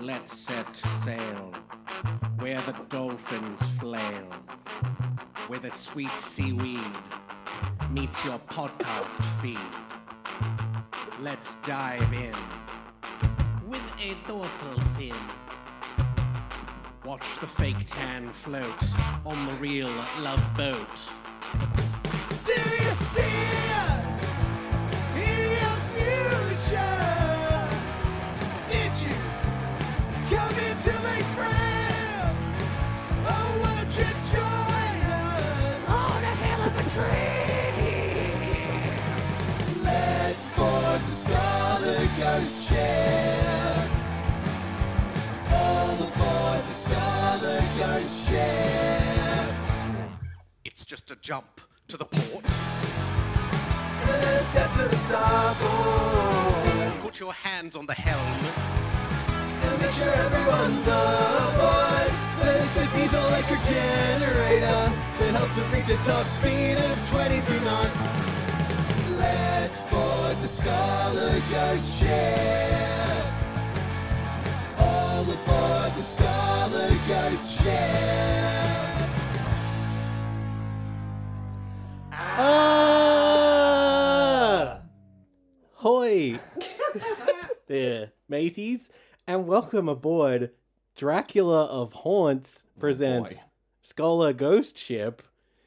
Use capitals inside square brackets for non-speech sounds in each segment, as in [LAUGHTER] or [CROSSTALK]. let's set sail where the dolphins flail, where the sweet seaweed meets your podcast feed. Let's dive in with a dorsal fin. Watch the fake tan float on the real love boat. Do you see us in your future? Did you come in to make friends? Oh, won't you join us? Oh, the hell of a tree! Let's board the Scholar Ghost Ship. All aboard the Scholar Ghost Ship. It's just a jump to the port. Gonna step to the starboard. Put your hands on the helm. and make sure everyone's aboard. But it's the diesel electric generator that helps it reach a top speed of 22 knots. Let's board the Scholar Ghost ship. All aboard the Scholar Ghost ship. Ah! [LAUGHS] Hoi! there, mateys, and welcome aboard Dracula of Haunts presents Oh, boy. Scholar Ghost Ship,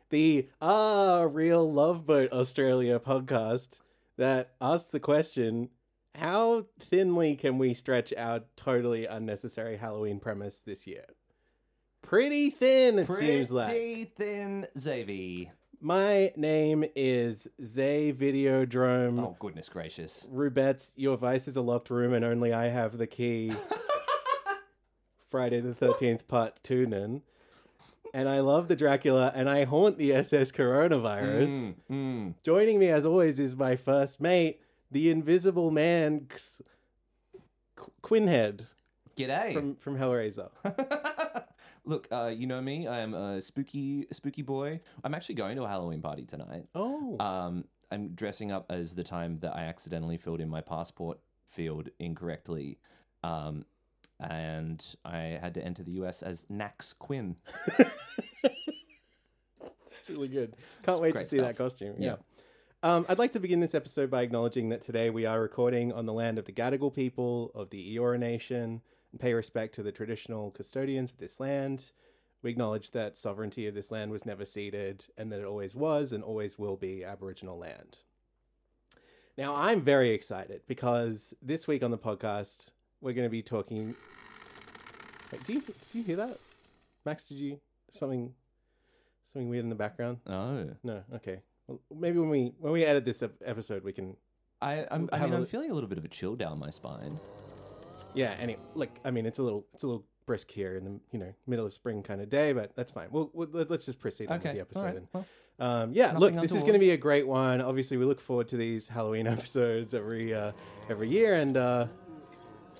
the Ah Real Love Boat Australia podcast that asks the question how thinly can we stretch our totally unnecessary Halloween premise this year? Pretty thin, it seems like. Pretty thin Xavi. My name is Zay Videodrome. Oh goodness gracious. Rubets, your vice is a locked room and only I have the [LAUGHS] key. Friday the 13th, part two, Nin. And I love the Dracula and I haunt the SS coronavirus. Mm, mm. Joining me, as always, is my first mate, the invisible man, X- Qu- Quinhead G'day. from, from Hellraiser. [LAUGHS] Look, uh, you know me. I'm a spooky, spooky boy. I'm actually going to a Halloween party tonight. Oh. Um, I'm dressing up as the time that I accidentally filled in my passport field incorrectly, um, and I had to enter the U.S. as Nax Quinn. It's really good. Can't wait to great see that stuff. costume. Yeah. Yeah. Um, I'd like to begin this episode by acknowledging that today we are recording on the land of the Gadigal people of the Eora Nation and pay respect to the traditional custodians of this land. We acknowledge that sovereignty of this land was never ceded and that it always was and always will be Aboriginal land. Now, I'm very excited because this week on the podcast, we're going to be talking. Wait, do, you, do you hear that? Max, did you. Something. Something weird in the background? Oh, No. Okay. Well, maybe when we when we edit this ep- episode, we can. I, I'm, I Have mean, a I'm look. feeling a little bit of a chill down my spine. Yeah. Any look. I mean, it's a little it's a little brisk here in the you know middle of spring kind of day, but that's fine. We'll, we'll let- let's just proceed on with Okay, the episode. all right. and- Well, Um, yeah, Nothing look, this is untoward. going to be a great one. Obviously, we look forward to these Halloween [LAUGHS] episodes every uh, every year. And uh,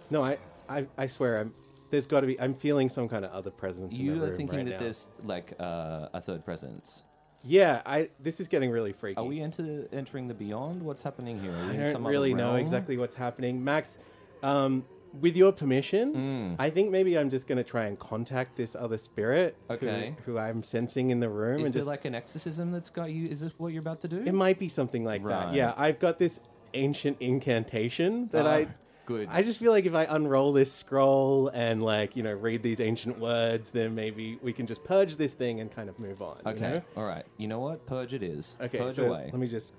no, I, I I swear I'm there's got to be I'm feeling some kind of other presence. in the you are room thinking right that now. there's like uh, a third presence. Yeah, I this is getting really freaky. Are we enter, entering the beyond? What's happening here? Are we I in don't some really other know realm? exactly what's happening. Max, um, with your permission, Hmm. I think maybe I'm just going to try and contact this other spirit who- Okay. who, I'm sensing in the room. Is and there just, like an exorcism that's got you? Is this what you're about to do? it might be something like that. Right. Yeah, I've got this ancient incantation that Ah, I. good. I just feel like if I unroll this scroll and like you know read these ancient words, then maybe we can just purge this thing and kind of move on. you okay. know? All right. You know what? Purge it is. Okay. Purge so away. Let me just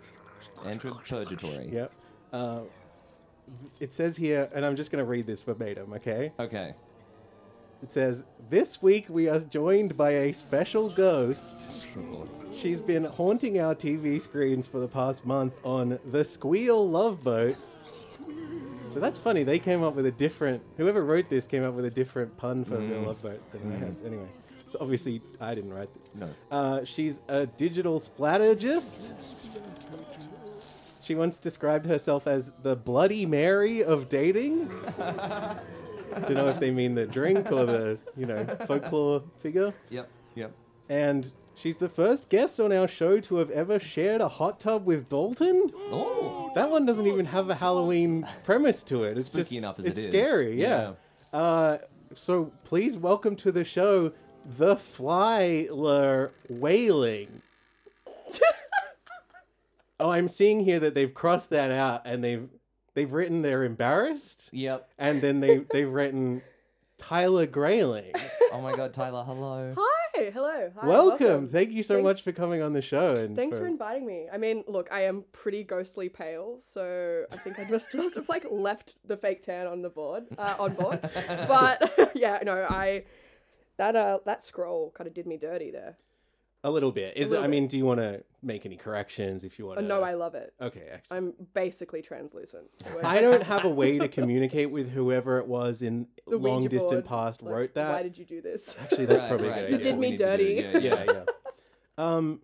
Enter purgatory. Yep. Uh, it says here, and I'm just going to read this verbatim, okay? Okay. It says, This week we are joined by a special ghost. She's been haunting our TV screens for the past month on The Squeal Love Boat. So that's funny. They came up with a different. Whoever wrote this came up with a different pun for the love boat than I had. Anyway, so obviously I didn't write this. No. Uh, she's a digital splattergist. She once described herself as the Bloody Mary of dating. Don't know if they mean the drink or the, you know, folklore figure. Yep. Yep. And she's the first guest on our show to have ever shared a hot tub with Dalton. Oh. That one doesn't even have a Halloween premise to it. It's Spooky just enough as it's it is. scary. Yeah. Uh, so please welcome to the show the Flyler [LAUGHS] Wailing. oh, I'm seeing here that they've crossed that out and they've they've written they're embarrassed Yep. and then [LAUGHS] they they've written Tyler Grayling. Oh my god, Tyler, hello. Hi, hello. Hi, welcome. Thank you so Thanks- much for coming on the show and Thanks for inviting me. I mean, look, I am pretty ghostly pale, so I think I must [LAUGHS] must have like left the fake tan on the board, uh, on [LAUGHS] board. but [LAUGHS] yeah, no, I that uh that scroll kind of did me dirty there. a little bit. Is it, little I mean, do you want to make any corrections if you want Oh, to? no, I love it. Okay, excellent. I'm basically translucent. so [LAUGHS] we're- I don't have a way to communicate with whoever it was in [LAUGHS] the Ouija long distant board, past like, wrote that. Why did you do this? [LAUGHS] [LAUGHS] Actually, that's Right, probably right, a that's good idea. You did what me we need to do, dirty. yeah, yeah. [LAUGHS] yeah, yeah. Um,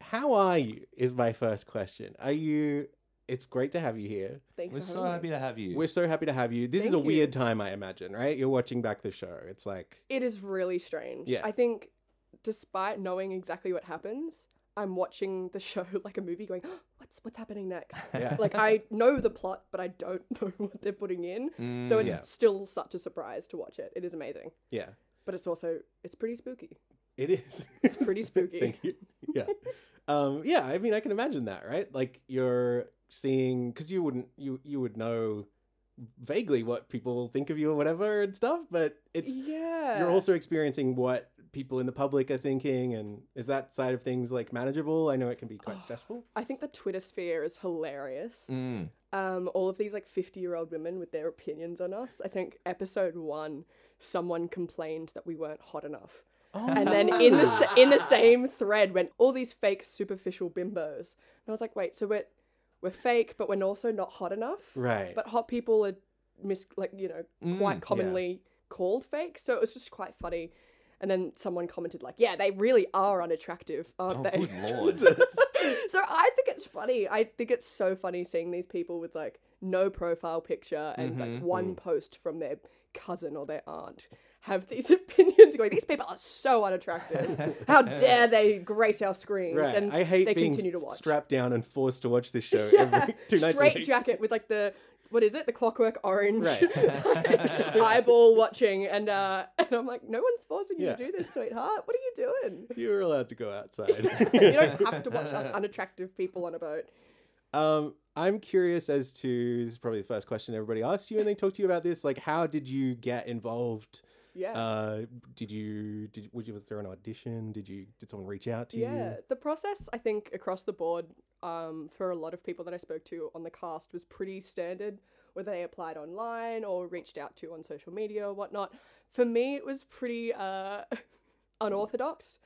how are you? Is my first question. Are you? It's great to have you here. Thanks We're for so having happy me. to have you. We're so happy to have you. This is Thank a you. weird time, I imagine, right? You're watching back the show. It's like, It is really strange. Yeah. I think, despite knowing exactly what happens, I'm watching the [LAUGHS] show like a movie, going, "Oh, "What's what's happening next?" yeah, [LAUGHS] [LAUGHS] like I know the plot, but I don't [LAUGHS] know what they're putting in, so Mm, it's yeah. still such a surprise to watch it. It is amazing, yeah. but it's also it's pretty spooky. It is. [LAUGHS] It's pretty spooky. Thank you. Yeah. Um, yeah, I mean I can imagine that, right? Like you're seeing cuz you wouldn't you you would know vaguely what people think of you or whatever and stuff, but it's yeah, you're also experiencing what people in the public are thinking and is that side of things like manageable? I know it can be [GASPS] quite stressful. I think the Twitter sphere is hilarious. Mm. um, all of these like 50 year old women with their opinions on us. I think episode one, someone complained that we weren't hot enough. and then in the s- in the same thread went all these fake superficial bimbos, and I was like, wait, so we're we're fake, but we're also not hot enough. Right. Mm, But hot people are mis like you know quite commonly called fake, so it was just quite funny. And then someone commented like, yeah, they really are unattractive, aren't Oh, they? good [LAUGHS] lord. so I think it's funny. I think it's so funny seeing these people with like no profile picture and Mm-hmm. like Mm. one post from their cousin or their aunt have these [LAUGHS] opinions going, these people are so unattractive. [LAUGHS] How dare they grace our screens? Right. And I hate they being continue to watch. strapped down and forced to watch [LAUGHS] this show every [LAUGHS] two nights a Straight week. jacket with like the what is it? The clockwork orange Right. like, [LAUGHS] eyeball watching and uh and I'm like, no one's forcing you to Yeah. do this, sweetheart. What are you [LAUGHS] doing? You're allowed to go outside. [LAUGHS] [LAUGHS] you don't have to watch us unattractive people on a boat. Um, I'm curious as to this is probably the first question everybody asks you when they talk to you about this. Like, how did you get involved? Yeah. Uh, did you did would you was there an audition? Did you did someone reach out to Yeah, you? the process I think across the board um, for a lot of people that I spoke to on the cast was pretty standard, whether they applied online or reached out to on social media or whatnot. For me, it was pretty uh, [LAUGHS] unorthodox.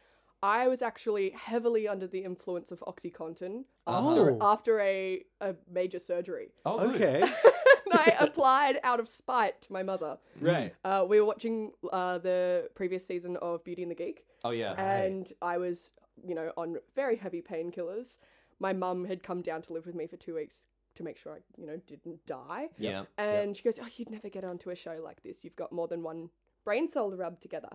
I was actually heavily under the influence of OxyContin after Oh. after a, a major surgery. Uh-huh. [LAUGHS] Oh, good. Okay, and I applied out of spite to my mother. right. Uh, we were watching uh, the previous season of Beauty and the Geek Oh, yeah. Right. and I was, you know, on very heavy painkillers. My mum had come down to live with me for two weeks to make sure I, you know, didn't die. Yeah. And she goes, "Oh, you'd never get onto a show like this. You've got more than one brain cell to rub together."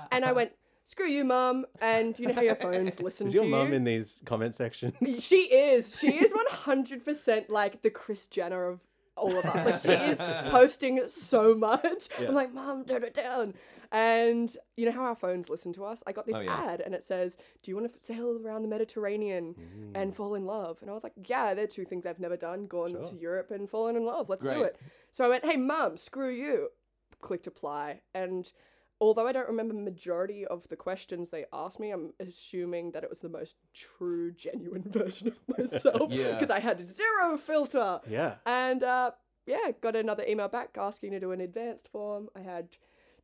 [LAUGHS] And I went, "Screw you, mum!" And you know how your phones listen Is your to mum you. in these comment sections? [LAUGHS] [LAUGHS] She is. She is one hundred percent like the Chris Jenner of all of us. Like she [LAUGHS] is posting so much. Yeah. I'm like, Mom, turn it down. And you know how our phones listen to us? I got this Oh, yeah. ad and it says, Do you want to sail around the Mediterranean Mm. and fall in love? And I was like, Yeah, they're two things I've never done. Gone Sure. to Europe and fallen in love. Let's do Great. it. So I went, Hey mum, screw you. Clicked apply and although I don't remember majority of the questions they asked me, I'm assuming that it was the most true, genuine [LAUGHS] version of myself Yeah. because I had zero filter. yeah. And uh, yeah, got another email back asking to do an advanced form. I had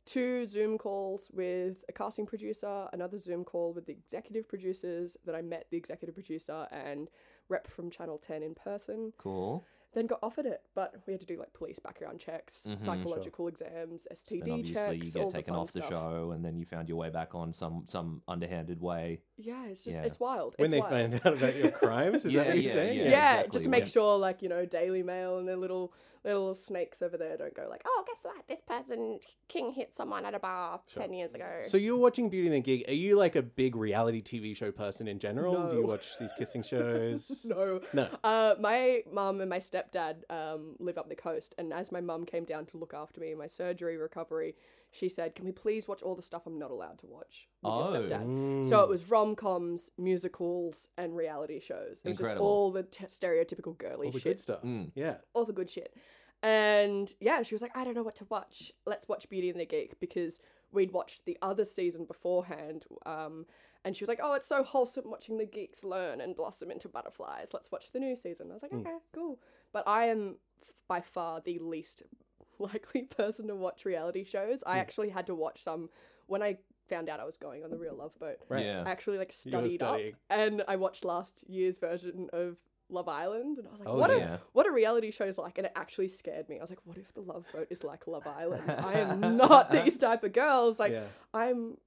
two Zoom calls with a casting producer, another Zoom call with the executive producers that I met the executive producer and rep from Channel 10 in person Cool. then got offered it, but we had to do like police background checks, psychological exams, STD Then Mm-hmm, obviously checks. you all get the taken fun off the stuff. show, and then you found your way back on some some underhanded way. Yeah, it's just Yeah. it's wild. When it's they wild. find [LAUGHS] out about [LAUGHS] your crimes, is Yeah, that what you're yeah, saying? yeah. yeah, exactly, just to make yeah. sure like you know Daily Mail and their little little snakes over there don't go like oh guess what this person King hit someone at a bar ten years ago. So you're watching Beauty and the Geek. Are you like a big reality TV show person in general? Do you No. watch these kissing shows? [LAUGHS] no. No. Uh, my mum and my stepdad um, live up the coast, and as my mum came down to look after me in my surgery recovery, she said, "Can we please watch all the stuff I'm not allowed to watch with Oh. your stepdad?" Mm. So it was rom coms, musicals, and reality shows. It was just Incredible. all the t- stereotypical girly all the shit good stuff. Mm. Yeah. all the good shit. And yeah, she was like, I don't know what to watch. Let's watch Beauty and the Geek because we'd watched the other season beforehand. Um, and she was like, Oh, it's so wholesome watching the geeks learn and blossom into butterflies. Let's watch the new season. I was Hmm. like, Okay, cool. But I am f- by far the least [LAUGHS] likely person to watch reality shows. Hmm. I actually had to watch some when I found out I was going on the Real Love Boat. Right. Yeah. I actually like You were studied up studying. and I watched last year's version of Love Island and I was like, Oh, what yeah. a what a reality show is like and it actually scared me. I was like, what if the love boat is like Love Island? I am [LAUGHS] not these type of girls. Like yeah. I'm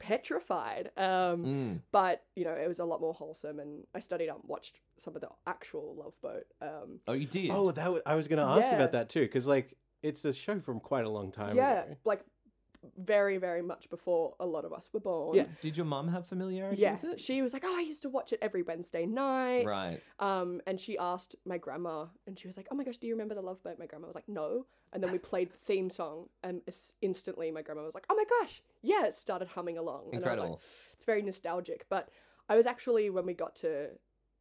petrified. Um Mm. but, you know, it was a lot more wholesome and I studied up and watched some of the actual love boat. Um Oh, you did. Oh, that was, I was going to ask you Yeah. about that too, because like it's a show from quite a long time yeah, ago. like very, very much before a lot of us were born. Yeah. Did your mum have familiarity Yeah. with it? She was like, Oh, I used to watch it every Wednesday night. Right. Um, and she asked my grandma, and she was like, "Oh my gosh, do you remember the Love Boat?" My grandma was like, "No," and then we played the theme song, and as- instantly my grandma was like, "Oh my gosh, yeah!" Started humming along, and I was Incredible. like, "It's very nostalgic." But I was actually when we got to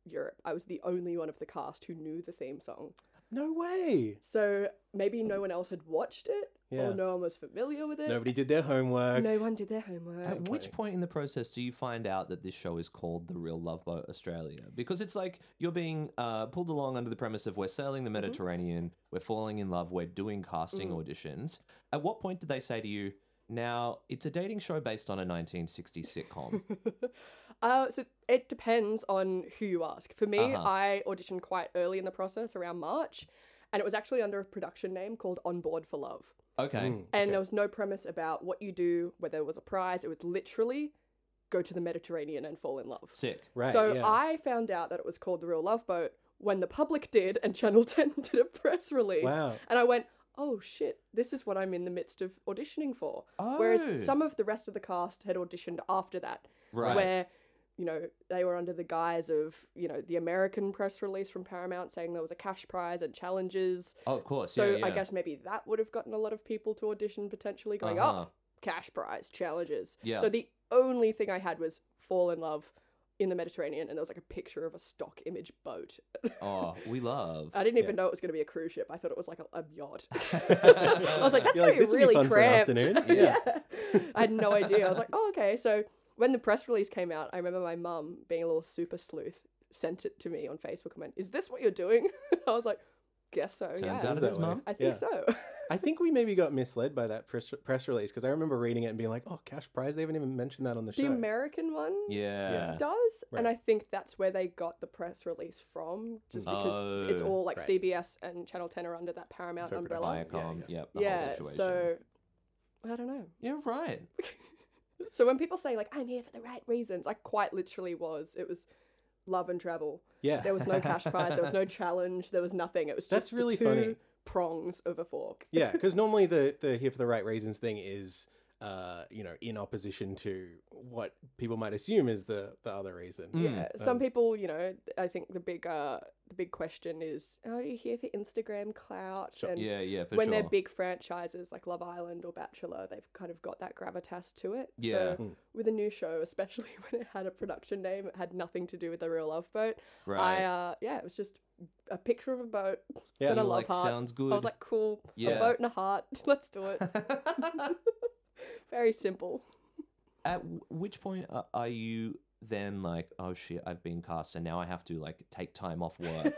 Europe, I was the only one of the cast who knew the theme song, No way. so maybe no one else had watched it, Yeah. or no one was familiar with it. Nobody did their homework. no one did their homework. At which disappointing. point in the process do you find out that this show is called The Real Love Boat Australia? Because it's like you're being uh, pulled along under the premise of we're sailing the Mediterranean, we're falling in love, we're doing casting auditions. At what point did they say to you, now it's a dating show based on a 1960 sitcom? Uh, so it depends on who you ask. For me, Uh-huh. I auditioned quite early in the process, around March, and it was actually under a production name called On Board for Love. okay. Mm. And there was no premise about what you do, whether it was a prize. It was literally go to the Mediterranean and fall in love. Sick. Right. so yeah. I found out that it was called The Real Love Boat when the public did, and [LAUGHS] Channel 10 did a press release. Wow. And I went, oh shit, this is what I'm in the midst of auditioning for. Whereas Oh. some of the rest of the cast had auditioned after that Right. where you know they were under the guise of you know the American press release from Paramount saying there was a cash prize and challenges. Oh, of course. So yeah, I yeah. guess maybe that would have gotten a lot of people to audition potentially going, Uh-huh. oh, cash prize challenges. Yeah. So the only thing I had was fall in love in the Mediterranean, and there was like a picture of a stock image boat. Oh, we love. I didn't even know it was going to be a cruise ship. I thought it was like a, a yacht. [LAUGHS] I [LAUGHS] was like, that's You're like, going "This to be would be really fun for an cramped. afternoon. [LAUGHS] [LAUGHS] yeah. I had no idea. I was like, oh, okay. So when the press release came out, I remember my mum being a little super sleuth sent it to me on Facebook and went, is this what you're doing? [LAUGHS] I was like, guess so. Turns yeah. out it That is, way. mum. I think Yeah. so. [LAUGHS] I think we maybe got misled by that press, press release because I remember reading it and being like, "Oh, cash prize." They haven't even mentioned that on the show. the American one Yeah. does. And Right. I think that's where they got the press release from, just because it's Oh, all like right. CBS and Channel 10 are under that Paramount Corporate umbrella. affiliate. Viacom. Yeah, Yep. The yeah. whole situation. So I don't know. Yeah, right. So when people say like I'm here for the right reasons, I quite literally was. It was love and travel. Yeah, There was no cash prize. There was no challenge. There was nothing. It was That's just the really two funny. prongs of a fork. [LAUGHS] yeah, because normally the the here for the right reasons thing is, uh, you know, in opposition to what people might assume is the the other reason. Yeah. Some Um, people, you know, I think the big uh the big question is, are you here for Instagram clout? Sure. And Yeah, yeah, for when sure. they're big franchises like Love Island or Bachelor, they've kind of got that gravitas to it. Yeah. So with a new show, especially [LAUGHS] when it had a production name, it had nothing to do with the real love boat. Right. I uh yeah, it was just a picture of a boat Yeah. and a You're love like, heart. sounds good. I was like, cool, Yeah. a boat and a heart. [LAUGHS] Let's do it. Very simple. At w- which point a- are you then like, oh shit, I've been cast and now I have to like take time off [LAUGHS] work?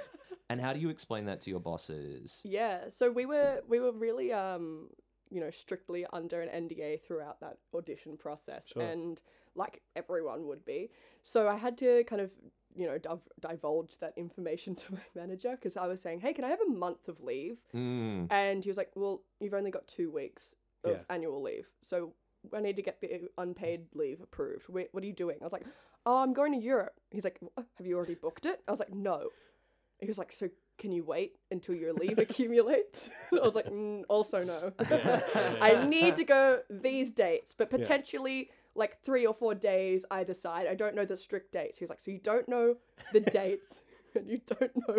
and how do you explain that to your bosses? Yeah. So we were we were really um you know strictly under an NDA throughout that audition process, Sure. and like everyone would be. So I had to kind of you know div- divulge that information [LAUGHS] to my manager because I was saying, hey, can I have a month of leave? Mm. And he was like, well, you've only got two weeks of Yeah. annual leave, so. I need to get the unpaid leave approved. Wait, what are you doing? I was like, oh, I'm going to Europe. He's like, "Wha- have you already booked it? I was like, no. He was like, so can you wait until your leave accumulates? [LAUGHS] I was like, mm, also no. I need to go these dates, but potentially like three or four days either side. I don't know the strict dates. He was like, so you don't know the dates and you don't know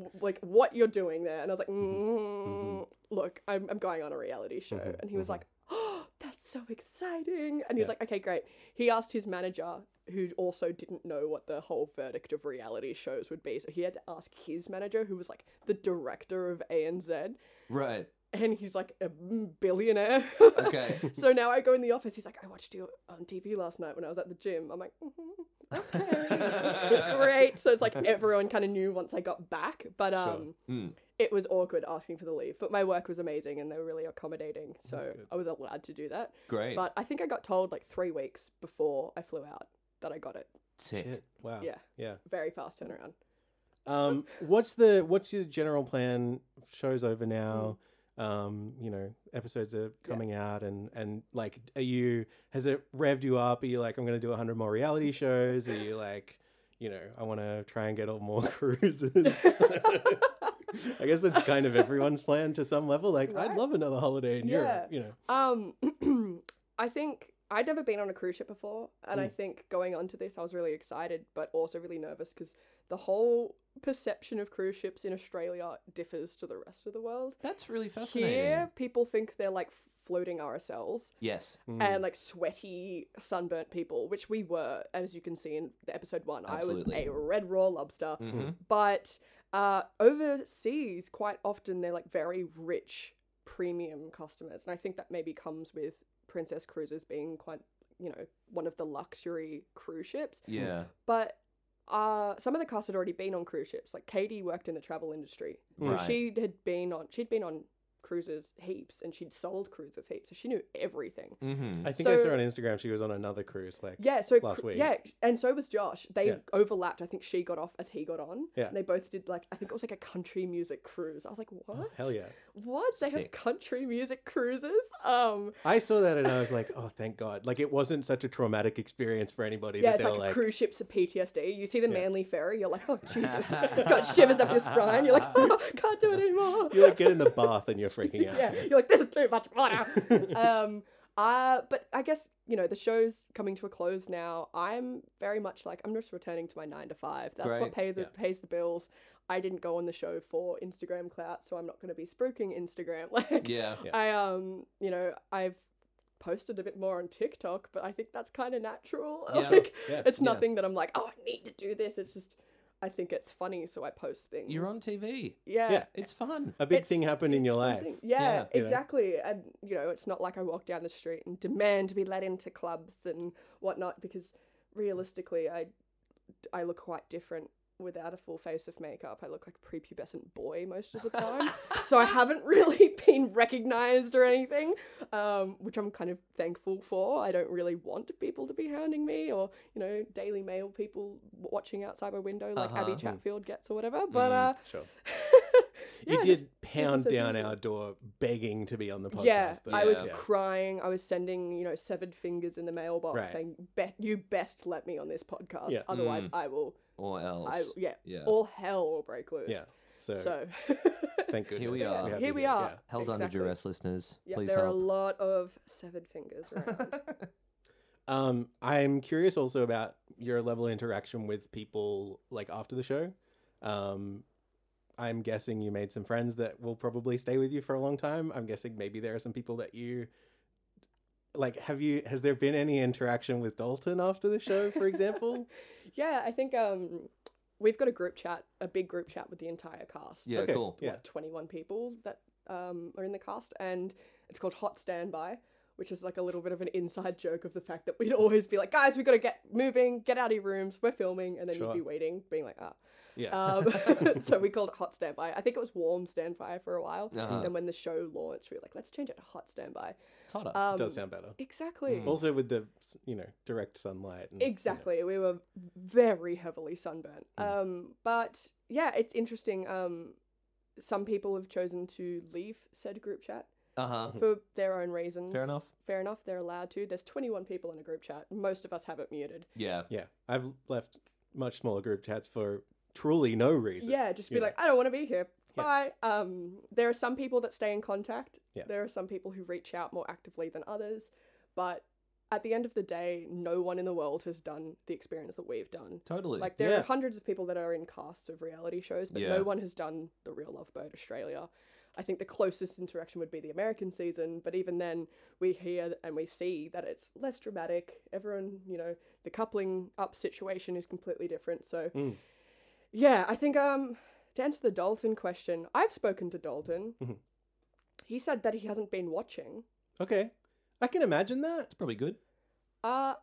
w- like what you're doing there. And I was like, mm, look, I'm, I'm going on a reality show. And he was like, oh, that's so exciting. And he was like, okay, great. He asked his manager, who also didn't know what the whole verdict of reality shows would be. So he had to ask his manager, who was like the director of ANZ. Right. And he's like a billionaire. Okay. [LAUGHS] So now I go in the office. He's like, I watched you on TV last night when I was at the gym. I'm like, "Mhm, [LAUGHS] okay, great. So it's like everyone kind of knew once I got back, but um, Mm. it was awkward asking for the leave. But my work was amazing, and they were really accommodating, so I was allowed to do that. Great. But I think I got told like three weeks before I flew out that I got it. Sick. Shit. Wow. Oh. Yeah. Yeah. Very [LAUGHS] fast turnaround. [LAUGHS] Um, what's the what's your general plan? Show's over Mm. now. Um, you know, episodes are coming out, and and like, are you? Has it revved you up? Are you like, I'm going to do hundred more reality [LAUGHS] shows? Are you like, you know, I want to try and get all more [LAUGHS] [LAUGHS] cruises? I guess that's kind of everyone's plan to some level. Like, I'd Right. love another holiday in Europe. Yeah. You know, Um, [CLEARS THROAT] I think I'd never been on a cruise ship before, and Mm. I think going onto this, I was really excited, but also really nervous because the whole perception of cruise ships in Australia differs to the rest of the world. That's really fascinating. Here, people think they're like floating RSLs Yes. Mm. and like sweaty, sunburnt people, which we were, as you can see in the episode one. I Absolutely. was a red raw lobster, Mhm. but uh, overseas, quite often they're like very rich, premium customers, and I think that maybe comes with Princess Cruises being quite, you know, one of the luxury cruise ships. Yeah. But uh, some of the cast had already been on cruise ships. Like Katie worked in the travel industry, so Right. she had been on. She'd been on cruises heaps, and she'd sold cruises heaps, so she knew everything. Mm-hmm. I think I So- saw on Instagram she was on another cruise. Like, Yeah, so last cr- week. yeah, and so was Josh. They Yeah. overlapped. I think she got off as he got on. Yeah. and they both did like I think it was like a country music cruise. I was like, what? oh, hell yeah. What? They have Sick. country music cruises? Um, I saw that and I was like, oh, thank God. Like, it wasn't such a traumatic experience for anybody yeah, that it's they like, were like, cruise ships of PTSD. You see the Manly ferry, you're like, oh Jesus, [LAUGHS] you've got shivers up your spine. You're like, [LAUGHS] oh, can't do it anymore. you like get in the bath and you're freaking out. [LAUGHS] yeah, you're like, there's too much [LAUGHS] water. um, uh, but I guess you know the show's coming to a close now. I'm very much like I'm just returning to my nine to five. That's Great, what pay the yeah. pays the bills. I didn't go on the show for Instagram clout, so I'm not going to be spooking Instagram. [LAUGHS] Like, Yeah. I um, you know, I've posted a bit more on TikTok, but I think that's kind of natural. [LAUGHS] Yeah. Like, Yeah, it's yeah. nothing that I'm like, oh, I need to do this. It's just I think it's funny, so I post things. You're on TV. Yeah. yeah. It's fun. A big It's- thing happened in it's your life. something- Yeah, you know. exactly. And you know, it's not like I walk down the street and demand to be let into clubs and whatnot because realistically, I I look quite different without a full face of makeup. I look like a prepubescent boy most of the time, so I haven't [LAUGHS] really been recognized or anything, um, which I'm kind of thankful for. I don't really want people to be hounding me or you know, Daily Mail people w- watching outside my window like hmm. Abby Uh-huh. Chatfield gets or whatever. But uh, [LAUGHS] Sure. yeah, Mm-hmm. you just- did pound as down usual. our door begging to be on the podcast. Yeah, though. I was Yeah. crying. I was sending, you know, severed fingers in the mailbox Right. saying, "Bet you best let me on this podcast, Yeah. Mm. otherwise I will, Or else. I Oh, yeah, Yeah. all hell will break loose." Yeah. So, So [LAUGHS] thank goodness. Here we that are. have here you we here, are. yeah. Held under Exactly. duress, listeners. Yeah, Please there are a help. lot of severed fingers [LAUGHS] around. Um, I'm curious also about your level of interaction with people like after the show. Um, I'm guessing you made some friends that will probably stay with you for a long time. I'm guessing maybe there are some people that you like. Have you? Has there been any interaction with Dalton after the show, for example? yeah, I think um, we've got a group chat, a big group chat with the entire cast. Yeah, Okay, cool. yeah. what, 21 people that um, are in the cast, and it's called Hot Standby, which is like a little bit of an inside joke of the fact that we'd always be like, guys, we got to get moving, get out of your rooms, we're filming, and then Sure. you'd be waiting, being like, ah. yeah. Um, [LAUGHS] [LAUGHS] so we called it Hot Standby. I think it was Warm Standby for a while. Uh-huh. And then when the show launched, we were like, let's change it to Hot Standby. It's hotter. Um, does sound Hmm. better. Exactly. Also with the s- you know direct sunlight. And, you know, Exactly. We were very heavily sunburnt. Mm. Um, but yeah, it's interesting. Um, some people have chosen to leave said group chat. Uh huh. Mm-hmm. for their own reasons. Fair enough. Fair enough. They're allowed to. There's 21 people in a group chat. Most of us have it muted. Yeah. Yeah, I've left much smaller group chats for truly no reason. yeah, just be yeah. like, I don't want to be here. Yeah. Bye. Um, there are some people that stay in contact. Yeah. There are some people who reach out more actively than others, but at the end of the day, no one in the world has done the experience that we've done. Totally. Like there Yeah. are hundreds of people that are in casts of reality shows, but Yeah. no one has done the Real Love Boat Australia. I think the closest interaction would be the American season, but even then, we hear and we see that it's less dramatic. Everyone, you know, the coupling up situation is completely different. So, Mm. yeah, I think um, to answer the Dalton question, I've spoken to Dalton. Mhm. He said that he hasn't been watching. Okay, I can imagine that. it's probably good. Uh,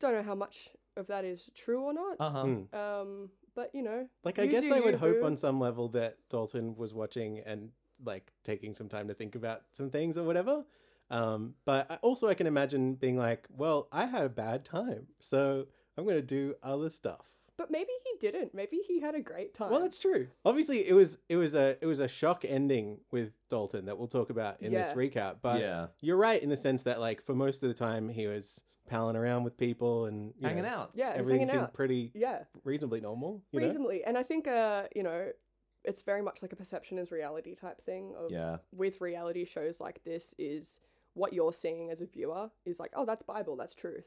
don't know how much of that is true or not. Uh huh. Mm. Um, but you know, Like, I you guess do I would you, hope boo. on some level that Dalton was watching and like taking some time to think about some things or whatever. Um, but I, also, I can imagine being like, well, I had a bad time, so I'm going to do other stuff. But maybe he didn't. Maybe he had a great time. Well, it's true. Obviously, it was it was a it was a shock ending with Dalton that we'll talk about in Yeah. this recap. But yeah. you're right in the sense that like for most of the time he was palling around with people and you Hanging know, out. yeah, he was everything hanging seemed out. pretty yeah, reasonably normal. You know? reasonably. And I think, uh, you know, it's very much like a perception is reality type thing. Of Yeah. with reality shows like this is what you're seeing as a viewer is like, oh, that's Bible, that's truth.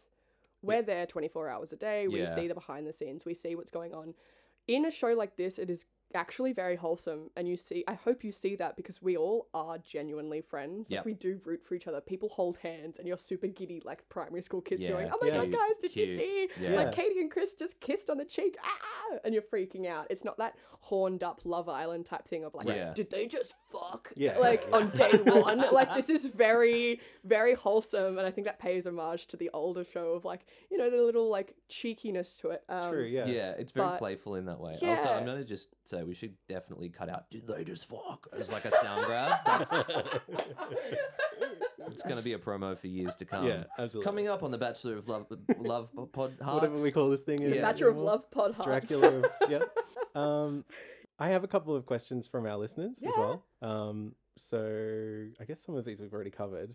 We're there 24 hours a day. We Yeah. see the behind the scenes. We see what's going on. In a show like this, it is actually very wholesome, and you see. I hope you see that because we all are genuinely friends. Like Yep. we do root for each other. People hold hands, and you're super giddy like primary school kids. You're Yeah, like, oh my god, cute, guys, did you cute. see? Yeah. Like Katie and Chris just kissed on the cheek, ah, and you're freaking out. It's not that horned up Love Island type thing of like, Yeah. did they just fuck? Yeah. [LAUGHS] Like on day one. like this is very, very wholesome, and I think that pays homage to the older show of like, you know, the little like cheekiness to it. Um, True, yeah. Yeah, it's very but- playful in that way. Also, Yeah. I'm gonna just say we should definitely cut out "Did they just fuck?" as like a sound grab. [LAUGHS] That's, it's gonna be a promo for years to come. Yeah, absolutely. Coming up on the Bachelor of Love Love Pod [LAUGHS] Hearts. Whatever we call this thing. is Yeah. Bachelor of anymore. Love pod hearts. [LAUGHS] Dracula. Of, yeah. Um, I have a couple of questions from our listeners as Yeah. well. Um, so I guess some of these we've already covered.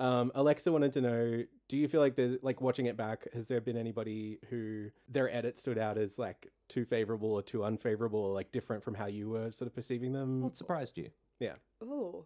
Um, Alexa wanted to know: Do you feel like there's like watching it back? Has there been anybody who their edit stood out as like too favorable or too unfavorable, or like different from how you were sort of perceiving them? What surprised you? Oh.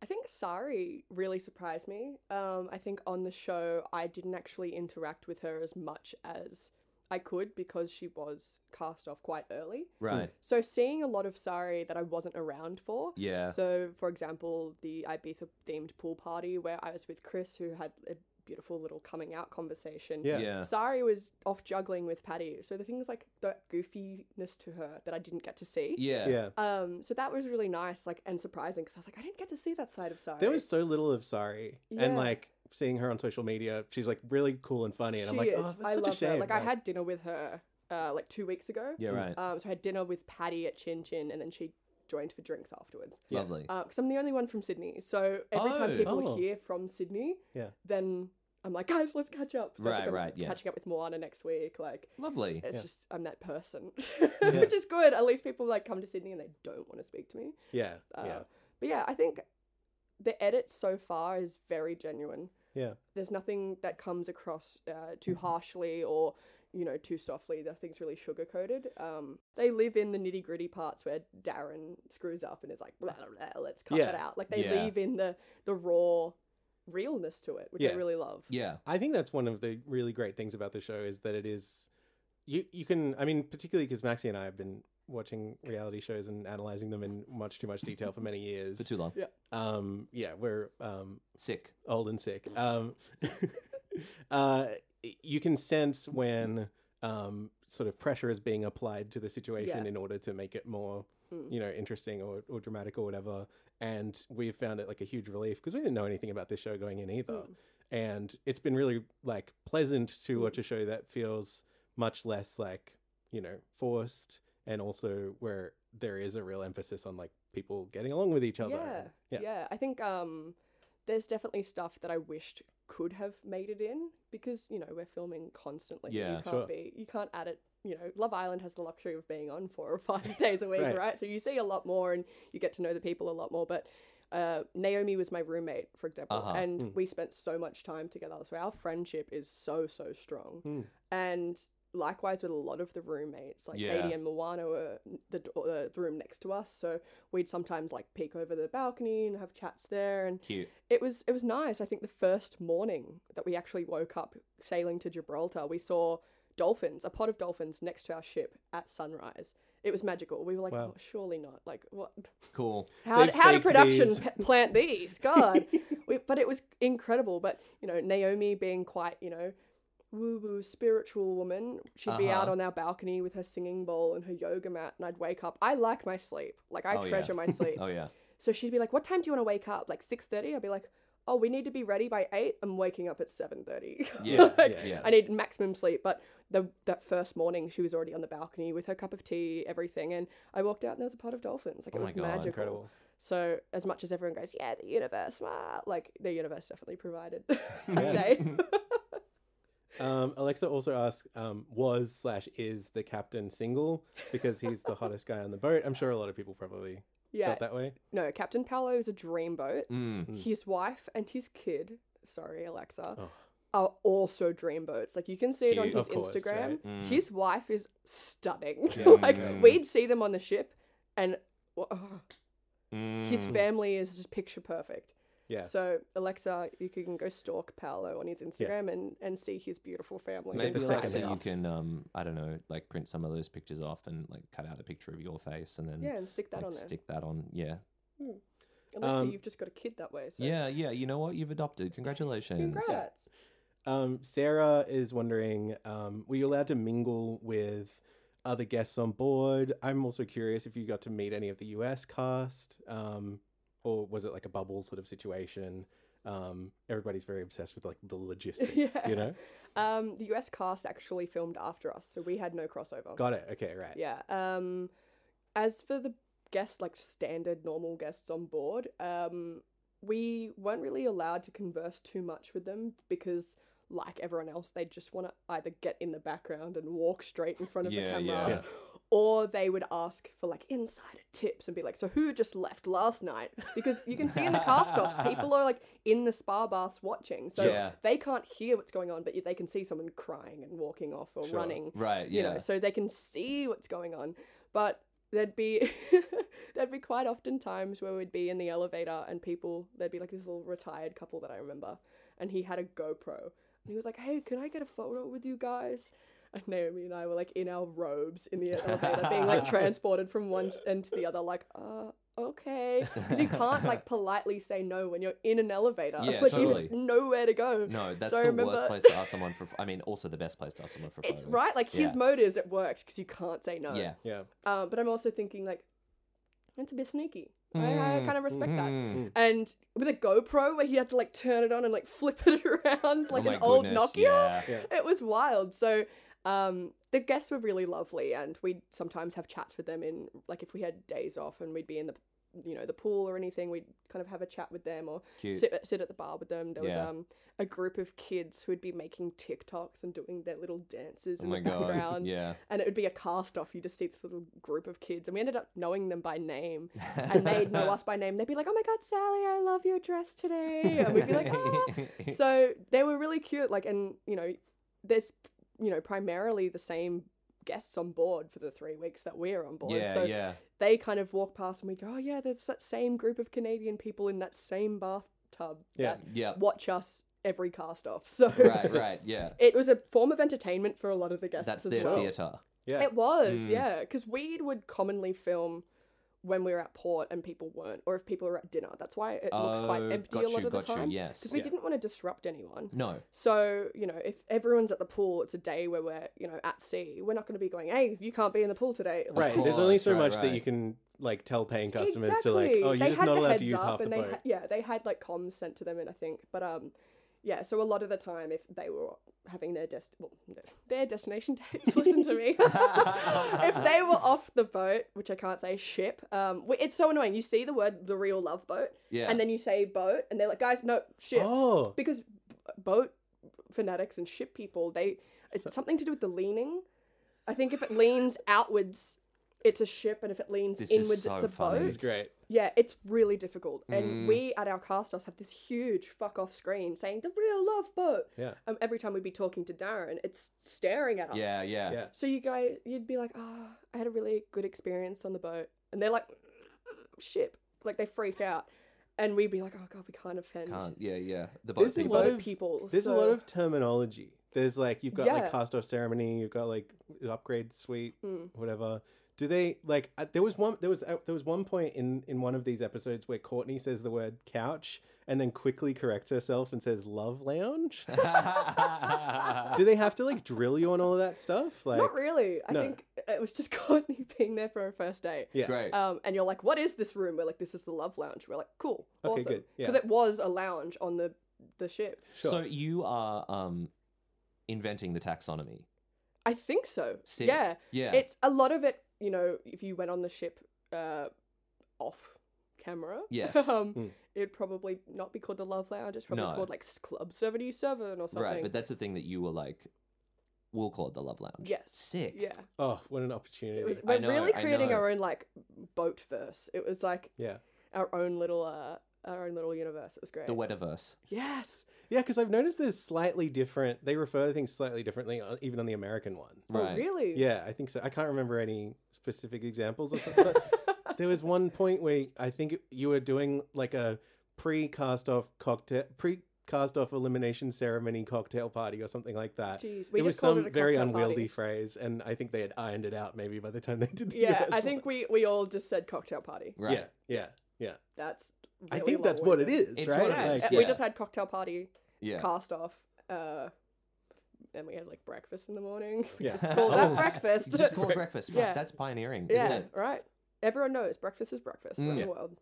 I think Sari really surprised me. Um, I think on the show, I didn't actually interact with her as much as I could because she was cast off quite early. Hmm. Right. So seeing a lot of Sari that I wasn't around for. Yeah. So, for example, the Ibiza themed pool party where I was with Chris, who had a beautiful little coming out conversation. Yeah. yeah. Sari was off juggling with Patty. So, the things like that goofiness to her that I didn't get to see. Yeah. yeah. Um, so that was really nice, like, and surprising because I was like, I didn't get to see that side of Sari. There was so little of Sari, Yeah. and like seeing her on social media, she's like really cool and funny, and I'm She like, is. oh, that's I such love a shame. her. Like, I had dinner with her uh, like two weeks ago. Yeah, Right. Um, so I had dinner with Patty at Chin Chin, and then she joined for drinks afterwards. yeah. Lovely. because Uh, I'm the only one from Sydney. So every Oh. time people Oh. hear from Sydney, Yeah. then I'm like, guys, let's catch up. like, Right, I'm right, yeah. Catching up with Moana next week, like Lovely. it's Yeah. just I'm that person, [LAUGHS] which is good. At least people like come to Sydney and they don't want to speak to me. yeah, Uh, yeah, But yeah, I think the edit so far is very genuine. yeah. Mm-hmm. There's nothing that comes across uh, too harshly or you know too softly. Nothing's really sugar coated. Um, they live in the nitty gritty parts where Darren screws up and is like, blah, blah, blah, let's cut Yeah. that out. Like they Yeah. leave in the the raw realness to it, which I Yeah. really love. Yeah. I think that's one of the really great things about the show is that it is you you can I mean particularly because Maxie and I have been watching reality shows and analyzing them in much too much detail for many years. For too long. Yeah. um yeah, we're um Sick. old and sick. Um [LAUGHS] uh you can sense when um sort of pressure is being applied to the situation Yeah. in order to make it more Mm. you know interesting or, or dramatic or whatever and we've found it like a huge relief because we didn't know anything about this show going in either Mm. and it's been really like pleasant to watch Mm. a show that feels much less like you know forced and also where there is a real emphasis on like people getting along with each other Yeah, and- yeah, I think um, there's definitely stuff that I wished could have made it in because you know we're filming constantly. Yeah, you can't sure. be, you can't add it. You know, Love Island has the luxury of being on four or five [LAUGHS] days a week, Right. right. So you see a lot more and you get to know the people a lot more. But uh, Naomi was my roommate, for example, Uh-huh. and Hmm. we spent so much time together. So our friendship is so so strong, and likewise with a lot of the roommates, like Yeah. Katie and Moana were the, d- uh, the room next to us. So we'd sometimes like peek over the balcony and have chats there, and Cute. it was it was nice. I think the first morning that we actually woke up sailing to Gibraltar, we saw dolphins, a pod of dolphins next to our ship at sunrise. It was magical. We were like, Wow. oh, surely not. Like, what? Cool. How, They how did faked production these. p- plant these? [LAUGHS] God. we, but it was incredible. But, you know, Naomi being quite, you know, woo woo spiritual woman, she'd be out Uh-huh. on our balcony with her singing bowl and her yoga mat, and I'd wake up. I like my sleep. Like, I Oh, yeah. [LAUGHS] treasure my sleep. Oh yeah. So she'd be like, "What time do you want to wake up? Like 6:30?" I'd be like, "Oh, we need to be ready by 8. I'm waking up at [LAUGHS] 7:30." Yeah, Like, yeah, yeah. I need maximum sleep, but the that first morning she was already on the balcony with her cup of tea, everything, and I walked out and there was a pod of dolphins. Like Oh it my was God, magical. Incredible. So as much as everyone goes, "Yeah, the universe," wow, like the universe definitely provided [LAUGHS] Yeah. [LAUGHS] that day. Um, Alexa also asks, um, was slash is the captain single because he's the hottest guy on the boat? I'm sure a lot of people probably yeah. felt that way. No, Captain Paolo is a dreamboat. Mm. His wife and his kid, sorry Alexa, Oh. are also dreamboats. Like you can see it on Cute. his Of course, Instagram. right? Mm. His wife is stunning. Yeah, [LAUGHS] Mm. like yeah. we'd see them on the ship, and wha- ugh, Mm. his family is just picture perfect. Yeah. So Alexa, you can go stalk Paolo on his Instagram and, and see his beautiful family. Maybe the like second so you house. can um I don't know like print some of those pictures off and like cut out a picture of your face and then yeah, and stick that like, on there. stick that on yeah Alexa, Um, you've just got a kid that way. So yeah yeah you know what you've adopted congratulations Congrats. Um, Sarah is wondering, um, were you allowed to mingle with other guests on board? I'm also curious if you got to meet any of the US cast, um, or was it like a bubble sort of situation? Um, everybody's very obsessed with like the logistics, [LAUGHS] Yeah. you know? Um, the US cast actually filmed after us, so we had no crossover. Got it. Okay, right. Yeah. Um, as for the guests, like standard normal guests on board, um, we weren't really allowed to converse too much with them because, like everyone else, they just want to either get in the background and walk straight in front of the Yeah, camera. yeah. [LAUGHS] Or they would ask for like insider tips and be like, "So who just left last night?" Because you can see in the [LAUGHS] cast-offs, people are like in the spa baths watching, so Yeah. they can't hear what's going on, but they can see someone crying and walking off or Sure. running right yeah you know, so they can see what's going on. But there'd be [LAUGHS] there'd be quite often times where we'd be in the elevator and people there'd be like this little retired couple that I remember, and he had a GoPro and he was like, "Hey, can I get a photo with you guys?" And Naomi and I were like in our robes in the elevator, being [LAUGHS] like transported from one end to the other, like, uh. Okay, because you can't like politely say no when you're in an elevator. Yeah, like totally. you've nowhere to go. no that's So I the worst remember- place to ask someone for I mean also the best place to ask someone for It's photos. right, like his Yeah. motives it worked because you can't say no. yeah Yeah. Um, but I'm also thinking like, that's a bit sneaky. I, I Mm. kind of respect that. Mm. And with a GoPro where he had to like turn it on and like [LAUGHS] flip it around like Oh an my old goodness, Nokia. yeah. It was wild. So um, the guests were really lovely, and we'd sometimes have chats with them in like if we had days off and we'd be in the you know the pool or anything, we'd kind of have a chat with them or Cute. sit uh, sit at the bar with them. There was Yeah. um a group of kids who'd be making TikToks and doing their little dances oh in my the god background yeah and it would be a cast off. You just see this little group of kids, and we ended up knowing them by name, and [LAUGHS] they'd know us by name. They'd be like, "Oh my god, Sally, I love your dress today," and we'd [LAUGHS] be like, "Ah." So they were really cute. Like, and you know, there's you know primarily the same guests on board for the three weeks that we're on board. yeah so yeah they kind of walk past, and we go, "Oh yeah, there's that same group of Canadian people in that same bathtub Yeah. yeah that watch us every cast off." [LAUGHS] So right right yeah it was a form of entertainment for a lot of the guests. that's as their well. theater Yeah. It was, Mm. yeah. Because we would commonly film when we were at port and people weren't, or if people were at dinner. That's why it looks quite Oh, empty got a lot you, of the got you, time. yes. Because we Yeah. didn't want to disrupt anyone. no So, you know, if everyone's at the pool, it's a day where we're, you know, at sea. We're not going to be going, hey, you can't be in the pool today. Like, Right. There's only course, so right, much that you right. can like tell paying customers to like, Exactly. oh, you're They just had not the allowed to heads use up half the and they boat. ha- yeah, they had like comms sent to them, and I think, but um, yeah. So a lot of the time, if they were having their dest well, no, their destination [LAUGHS] dates, listen to me. if they were off the boat, which I can't say ship, um, w- it's so annoying. You see the word the real love boat, Yeah. and then you say boat, and they're like, guys, no ship, Oh, because b- boat fanatics and ship people, they it's something to do with the leaning. I think if it leans outwards. it's a ship, and if it leans This is inwards, so it's a funny. Mm. boat. [LAUGHS] This is great. Yeah, it's really difficult. And we at our cast house have this huge fuck off screen saying the real love boat. Yeah. Um, every time we'd be talking to Darren, it's staring at us. Yeah, yeah. Yeah. So you guys, you'd be like, oh, I had a really good experience on the boat, and they're like, ship, like they freak out, and we'd be like, oh god, we can't offend Can't. Yeah, yeah. The boat There's a the people. lot boat [LAUGHS] of- people. There's a lot so- of terminology. There's like you've got Yeah. like cast off ceremony, you've got like upgrade suite, Mm. whatever. Do they like? Uh, there was one. There was uh, there was one point in in one of these episodes where Courtney says the word couch and then quickly corrects herself and says love [LAUGHS] lounge. Do they have to like drill you on all of that stuff? Like, Not really. I No. think it was just [LAUGHS] Courtney being there for her first date. yeah, Great. Um, and you're like, what is this room? We're like, this is the love lounge. We're like, cool, Okay, awesome, good, yeah. because it was a lounge on the the ship. sure. So you are um inventing the taxonomy. I think so. Sick. Yeah. Yeah. it's a lot of it. You know, if you went on the ship, uh, off camera, Yes. [LAUGHS] Hmm. um, Mm. it'd probably not be called the Love Lounge. It's probably No. called like s- Club Seventy Seven or something. right, but that's the thing that you were like we'll call it the love lounge. yes, Sick. Yeah, oh, what an opportunity. it was, I we're know, really I creating know. our own like boat verse. It was like yeah, our own little uh, our own little universe. It was great. The Wetaverse. yes, yeah, because I've noticed there's slightly different. They refer to things slightly differently, uh, even on the American one. oh Right. really? Yeah, I think so. I can't remember any specific examples or something. [LAUGHS] But there was one point where I think you were doing like a pre-cast off cocktail, pre-cast off elimination ceremony cocktail party or something like that. Jeez, we it was just called some it a very cocktail unwieldy [LAUGHS] party. phrase, and I think they had ironed it out maybe by the time they did the Yeah, US I think one. we we all just said cocktail party. Right. Yeah, yeah, yeah. That's. I really think that's what long-winded. it is, It's right? what it Yeah, is, uh, Like, we yeah. just had cocktail party Yeah. cast off. Uh, and we had like breakfast in the morning. We Yeah. [LAUGHS] just call that Oh. breakfast. Just call it breakfast. Fuck, Yeah. That's pioneering, [LAUGHS] yeah, isn't it? right. Everyone knows breakfast is breakfast Mm. around Yeah. the world.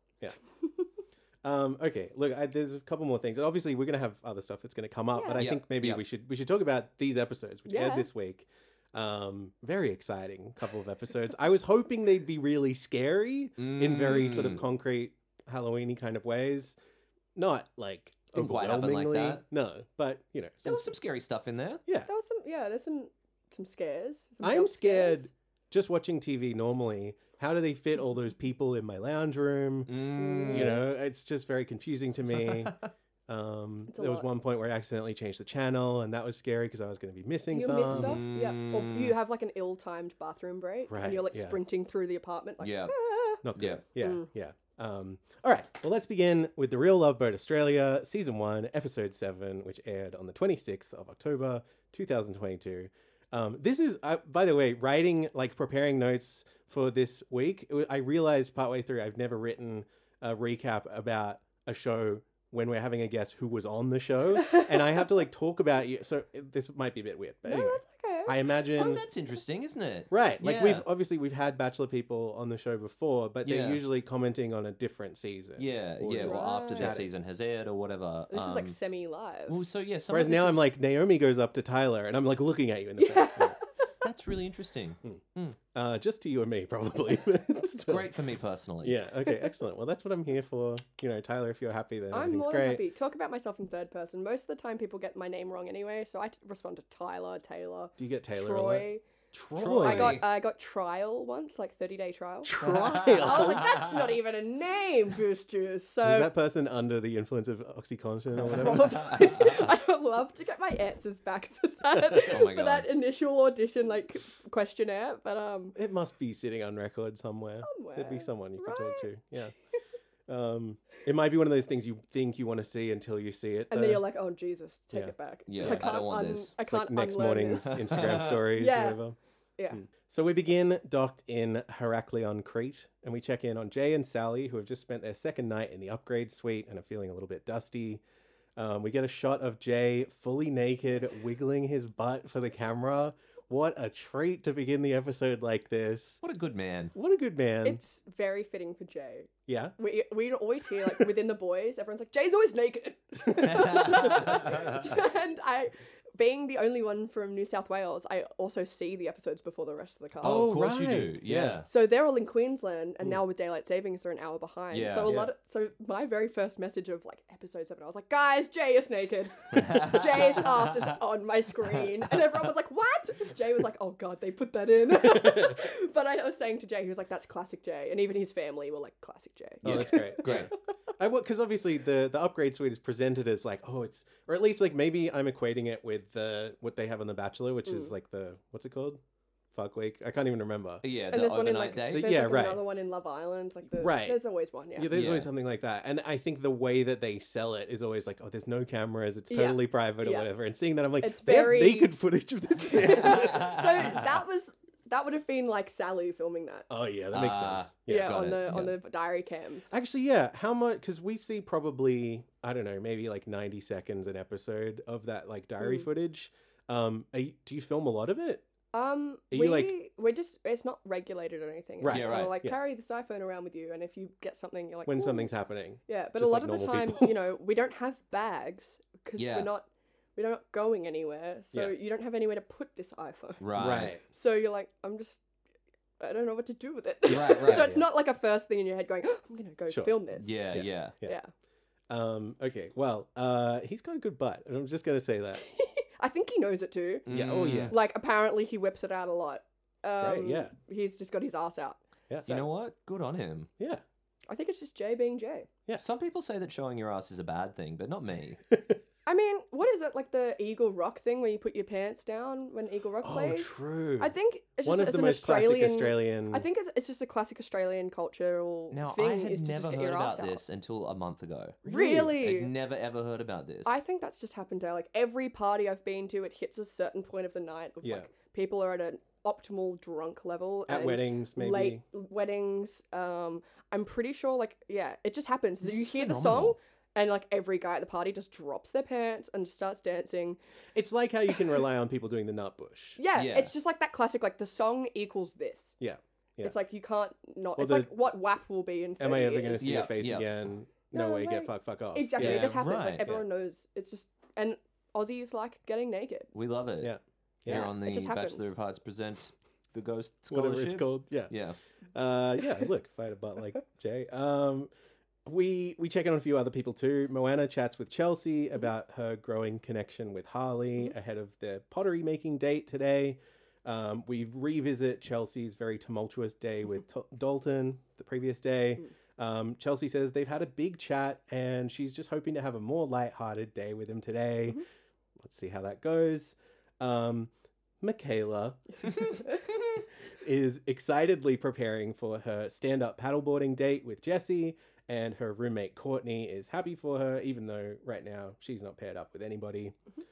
Um, okay, look, I, there's a couple more things. Obviously, we're going to have other stuff that's going to come up, but I Yeah. think maybe Yep. we should we should talk about these episodes, which aired Yeah. this week. Um, very exciting couple of episodes. I was hoping they'd be really scary in very sort of Mm. concrete Halloweeny kind of ways, not like Didn't quite happen like overwhelmingly. that. No, but you know, There some- was some scary stuff in there. yeah. There was some, yeah, there's some some scares. some I'm jump scares. scared. Just watching TV normally, how do they fit all those people in my lounge room? Mm. you know it's just very confusing to [LAUGHS] me um It's a there was lot. one point where i accidentally changed the channel and that was scary because i was going to be missing You some miss stuff, yeah. Or you Mm. have like an ill-timed bathroom break, Right, and you're like yeah. sprinting through the apartment, like Yeah. "Ah." not Yeah. good yeah yeah, Mm. um all right well let's begin with the real love boat australia season 1 episode 7 which aired on the 26th of october 2022 um this is uh, by the way writing like preparing notes for this week it wa- i realized partway through i've never written a recap about a show when we're having a guest who was on the show and i have to like talk about you so uh, this might be a bit weird but [LAUGHS] No, anyway that's okay. i imagine Oh, that's interesting, isn't it? Right. Like Yeah. we've obviously we've had bachelor people on the show before, but they're Yeah. usually commenting on a different season. Yeah, Or yeah. just- Well, after their Right. season has aired or whatever. this is like um, semi-live. Well, so yeah. Some Whereas of this now is- I'm like Naomi goes up to Tyler and I'm like looking at you in the Yeah. face. like, that's really interesting. Uh, just to you and me [LAUGHS] probably. [LAUGHS] it's Great for me personally. Yeah. Okay. Excellent. Well, that's what I'm here for. You know, Tyler, if you're happy, then I'm everything's more than great. happy. Talk about myself in third person. Most of the time, people get my name wrong anyway, so I t- respond to Tyler, Taylor, Do you get Taylor? Troy. Troy. Troy. I got Really? I got trial once, like thirty day trial. I was Trial. like, that's [LAUGHS] not even a name, Boost Juice. Is So [LAUGHS] that person under the influence of OxyContin or whatever? probably, [LAUGHS] I would love to get my answers back for that Oh my for that God. initial audition like questionnaire. But um, It must be sitting on record somewhere. There'd be Somewhere, someone you could talk to. Yeah. um, it might be one of those things you think you want to see until you see it. and then though. you're like, oh Jesus, take Yeah. it back. Yeah, I I don't can't want un- this. I It's can't like next [LAUGHS] unlearn morning's [LAUGHS] this. [LAUGHS] Instagram stories Yeah. or whatever. Yeah. Mm. So we begin docked in Heraklion, Crete, and we check in on Jay and Sally, who have just spent their second night in the upgrade suite and are feeling a little bit dusty. Um, we get a shot of Jay fully naked, wiggling his butt for the camera. What a treat to begin the episode like this. What a good man. What a good man. It's very fitting for Jay. Yeah. We we always hear [LAUGHS] like within the boys, everyone's like Jay's always naked, [LAUGHS] and I being the only one from New South Wales, I also see the episodes before the rest of the cast. Oh, Oh, of course you right. do. Yeah. So they're all in Queensland, and now with daylight savings, they're an hour behind. Yeah. So a Yeah. lot. Of, so my very first message of like episode seven, I was like, "Guys, Jay is naked. [LAUGHS] [LAUGHS] Jay's ass is on my screen," and everyone was like, "What?" Jay was like, "Oh God, they put that in." but I was saying to Jay, he was like, "That's classic Jay," and even his family were like, "Classic Jay." Oh, that's great. Great. [LAUGHS] I because obviously the the upgrade suite is presented as like oh it's or at least like maybe I'm equating it with the what they have on The Bachelor, which Mm. is like the what's it called, fuck week. I can't even remember. Yeah, And the there's one in overnight like day. there's Yeah, like right. another one in Love Island. Like the, Right. there's always one. [LAUGHS] [LAUGHS] Yeah. Yeah, there's always Yeah. something like that, and I think the way that they sell it is always like oh there's no cameras, it's Yeah. totally private or Yeah. whatever. And seeing that I'm like It's they very- have naked footage of [LAUGHS] this. man." [LAUGHS] so that was that would have been like Sally filming that. oh yeah, that makes Ah. sense. Yeah, got on it, the on yeah. the diary cams. Actually, yeah. How much? Because we see probably I don't know, maybe like ninety seconds an episode of that like diary Mm. footage. Um, are you, do you film a lot of it? Um, Are we you, like- we're just it's not regulated or anything. It's Right. just Yeah, kinda right, Like yeah. carry this iPhone around with you, and if you get something, you're like when "Ooh." something's happening. Yeah, but a just lot like of the normal time, people. you know, we don't have bags because Yeah. we're not we're not going anywhere, so you don't have anywhere to put this iPhone. [LAUGHS] Right. So you're like, I'm just. I don't know what to do with it. Right, right, [LAUGHS] so it's yeah. not like a first thing in your head going, "Oh, I'm gonna go Sure. film this. Yeah, Yeah. yeah. Yeah. yeah. Um, okay. Well, uh, he's got a good butt. and I'm just gonna say that. I think he knows it too. Yeah, oh, yeah. Mm. Like apparently he whips it out a lot. Um, Great, yeah. He's just got his ass out. Yeah. You know what? Good on him. Yeah. I think it's just Jay being Jay. Some people say that showing your ass is a bad thing, but not [LAUGHS] me. I mean, what is it like the Eagle Rock thing where you put your pants down when Eagle Rock Oh, plays? true. I think it's one just of it's the an most Australian, classic Australian. I think it's, it's just a classic Australian cultural Now, I thing. had is to never just get heard your ass about out. this until a month ago. Really? I'd never ever heard about this. I think that's just happened to like every party I've been to. It hits a certain point of the night. Of, Yeah. Like people are at an optimal drunk level at and weddings maybe. late weddings. Um, I'm pretty sure, like, yeah, it just happens. This you is hear the song, phenomenal. and like every guy at the party just drops their pants and just starts dancing. It's like how you can rely [LAUGHS] on people doing the nut bush. Yeah, Yeah. it's just like that classic, like the song equals this. Yeah. Yeah. It's like you can't not. Well, it's the- like what WAP will be in. Am I 30 ever gonna years. see your Yeah, face yeah. again? No, No way. Get way. fuck fuck off. Exactly, Yeah, it just happens. right, Like yeah. everyone knows. It's just and Aussies like [LAUGHS] getting naked. [LAUGHS] we love it. Yeah. Here Yeah, on it the just happens. Bachelor of Hearts presents the Ghost Scholarship. Whatever it's called. Yeah. Yeah. Uh, yeah, look, if I had a butt like Jay. Um, we we check in on a few other people too. Moana chats with Chelsea about her growing connection with Harley ahead of their pottery making date today. Um, we revisit Chelsea's very tumultuous day with T- Dalton the previous day. Um, Chelsea says they've had a big chat and she's just hoping to have a more lighthearted day with him today. Let's see how that goes. Um, Michaela is excitedly preparing for her stand up paddleboarding date with Jesse, and her roommate Courtney is happy for her, even though right now she's not paired up with anybody. Mm-hmm.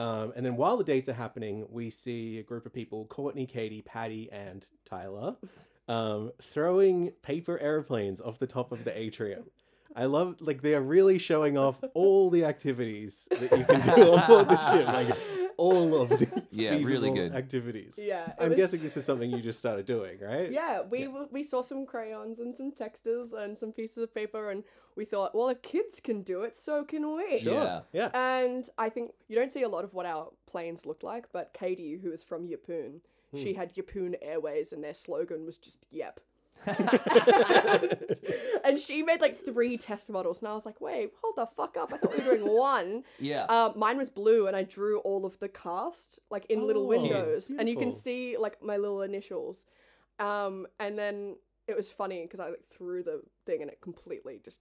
Um, and then while the dates are happening, we see a group of people Courtney, Katie, Patty, and [LAUGHS] Tyler um, throwing paper airplanes off the top of the atrium. I love like they are really showing off all the activities that you can do on board the ship, [LAUGHS] like all of the Yeah, really feasible good. activities. Yeah, it I'm was- guessing this is something you just started doing, right? Yeah, we w- we saw some crayons and some textures and some pieces of paper, and we thought, well, if kids can do it, so can we. Sure. Yeah. [LAUGHS] Yeah. [LAUGHS] And I think you don't see a lot of what our planes look like, but Katie, who is from Yapoon, she Hmm. had Yapoon Airways, and their slogan was just [LAUGHS] "Yep." [LAUGHS] and she made like three test models, and I was like, "Wait, hold the fuck up! I thought we were doing one." Yeah. Uh, mine was blue, and I drew all of the cast like in little Oh, Cute. windows, and you can beautiful. see like my little initials. Um, and then it was funny because I like, threw the thing, and it completely [LAUGHS] just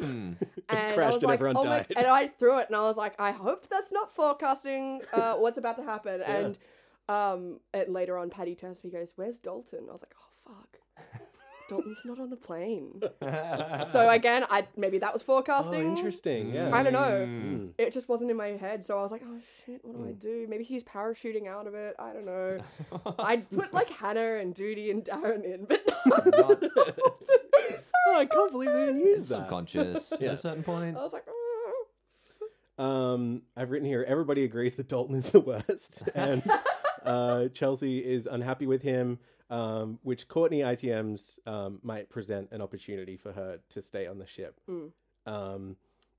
Hmm. and I crashed was and like, everyone oh my, died. [LAUGHS] and I threw it, and I was like, I hope that's not forecasting [LAUGHS] uh, what's about to happen. And um, and later on, Patty turns to me, and goes, "Where's Dalton?" I was like, oh fuck. [LAUGHS] Dalton's not on the plane. so again, I maybe that was Oh, forecasting. interesting. Yeah. Hmm. I don't know. [LAUGHS] Mm. It just wasn't in my head, so I was like, "Oh shit, what do I do? Maybe he's parachuting out of it. I don't [LAUGHS] know." I put like Hannah and Duty and Darren in, [LAUGHS] but [LAUGHS] Not- Oh, I can't believe they didn't use It's that. subconscious Yeah. at a certain point. I was like, oh. Um, I've written here. Everybody agrees that Dalton is the worst, and uh, Chelsea is unhappy with him. Um, which Courtney ITMs um, might present an opportunity for her to stay on the ship. Mm. Um,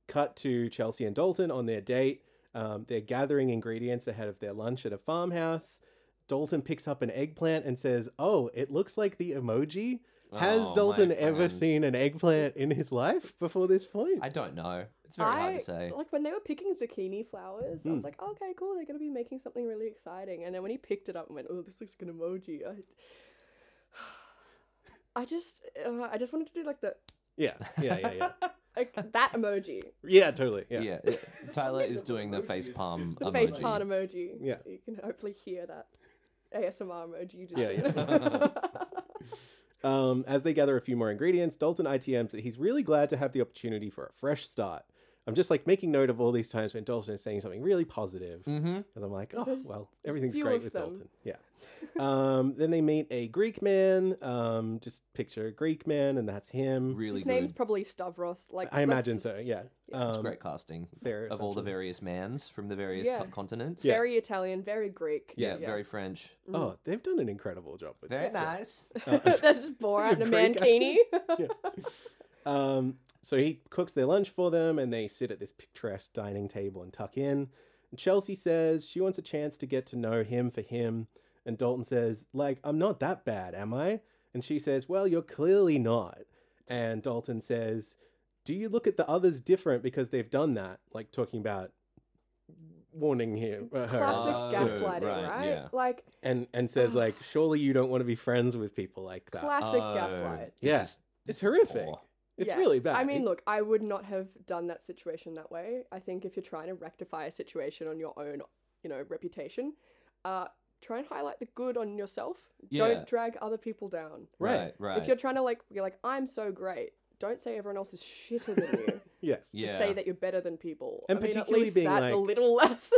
cut to Chelsea and Dalton on their date. Um, they're gathering ingredients ahead of their lunch at a farmhouse. Dalton picks up an eggplant and says, "Oh, it looks like the emoji." Has Oh, my Dalton ever friend. seen an eggplant in his life before this point? I don't know. It's very hard to say. Hmm. Like when they were picking zucchini flowers, I was like, okay, cool, they're gonna be making something really exciting. And then when he picked it up and went, oh, this looks like an emoji, I, [SIGHS] I just, uh, I just wanted to do like the Yeah, yeah, yeah, yeah, [LAUGHS] like that emoji, yeah, totally. Yeah. Yeah, it- Tyler is doing the face palm the emoji. face palm emoji. Yeah. you can hopefully hear that ASMR emoji. You just [LAUGHS] Yeah, did. [LAUGHS] Um, as they gather a few more ingredients, Dalton ITMs that he's really glad to have the opportunity for a fresh start. I'm just like making note of all these times when Dalton is saying something really positive. Mm-hmm. And I'm like, oh, There's well, everything's few great of with them. Dalton. Yeah. um, then they meet a Greek man. Um, just picture a Greek man, and that's him. Really His good. name's probably Stavros. Like I let's imagine just- so, yeah. yeah. Um, Great casting fair of all the assumption. various mans from the various Yeah. co- continents. Very Italian, very Greek. Yeah, [LAUGHS] very French. Mm. Oh, they've done an incredible job with Very this. yeah. nice. That's just Borat like and a a Greek mankini. Um, so he cooks their lunch for them, and they sit at this picturesque dining table and tuck in. And Chelsea says she wants a chance to get to know him for him, and Dalton says, "Like I'm not that bad, am I?" And she says, "Well, you're clearly not." And Dalton says, "Do you look at the others different because they've done that?" Like talking about warning him, uh, her, [LAUGHS] Classic Oh, gaslighting, right, right? yeah. Like and and [SIGHS] says like, "Surely you don't want to be friends with people like that." classic Oh, gaslight. this Yeah. is- It's this is horrific. poor. It's Yeah. really bad. I mean, look, I would not have done that situation that way. I think if you're trying to rectify a situation on your own, you know, reputation, uh, try and highlight the good on yourself. Yeah. Don't drag other people down. Right, Right. right. If you're trying to like, you're like, I'm so great. Don't say everyone else is shitter than you. yes. to Yeah. say that you're better than people. And I mean, particularly at least being that's a like- little [LAUGHS] less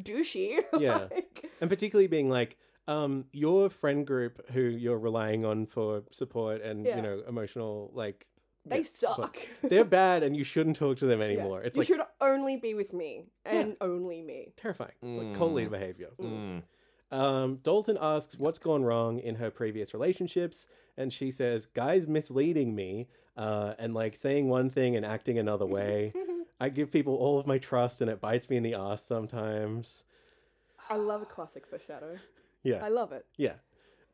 douchey. Yeah. [LAUGHS] like- and particularly being like um your friend group who you're relying on for support and Yeah. you know emotional like They yeah, support. suck. [LAUGHS] [LAUGHS] they're bad and you shouldn't talk to them Yeah. anymore it's you like should only be with me and only me. terrifying it's like cold lead behavior Mm. um dalton asks what's gone wrong in her previous relationships and she says guys misleading me uh, and like saying one thing and acting another [LAUGHS] way i give people all of my trust and it bites me in the ass sometimes I love a classic foreshadow. yeah I love it. Yeah.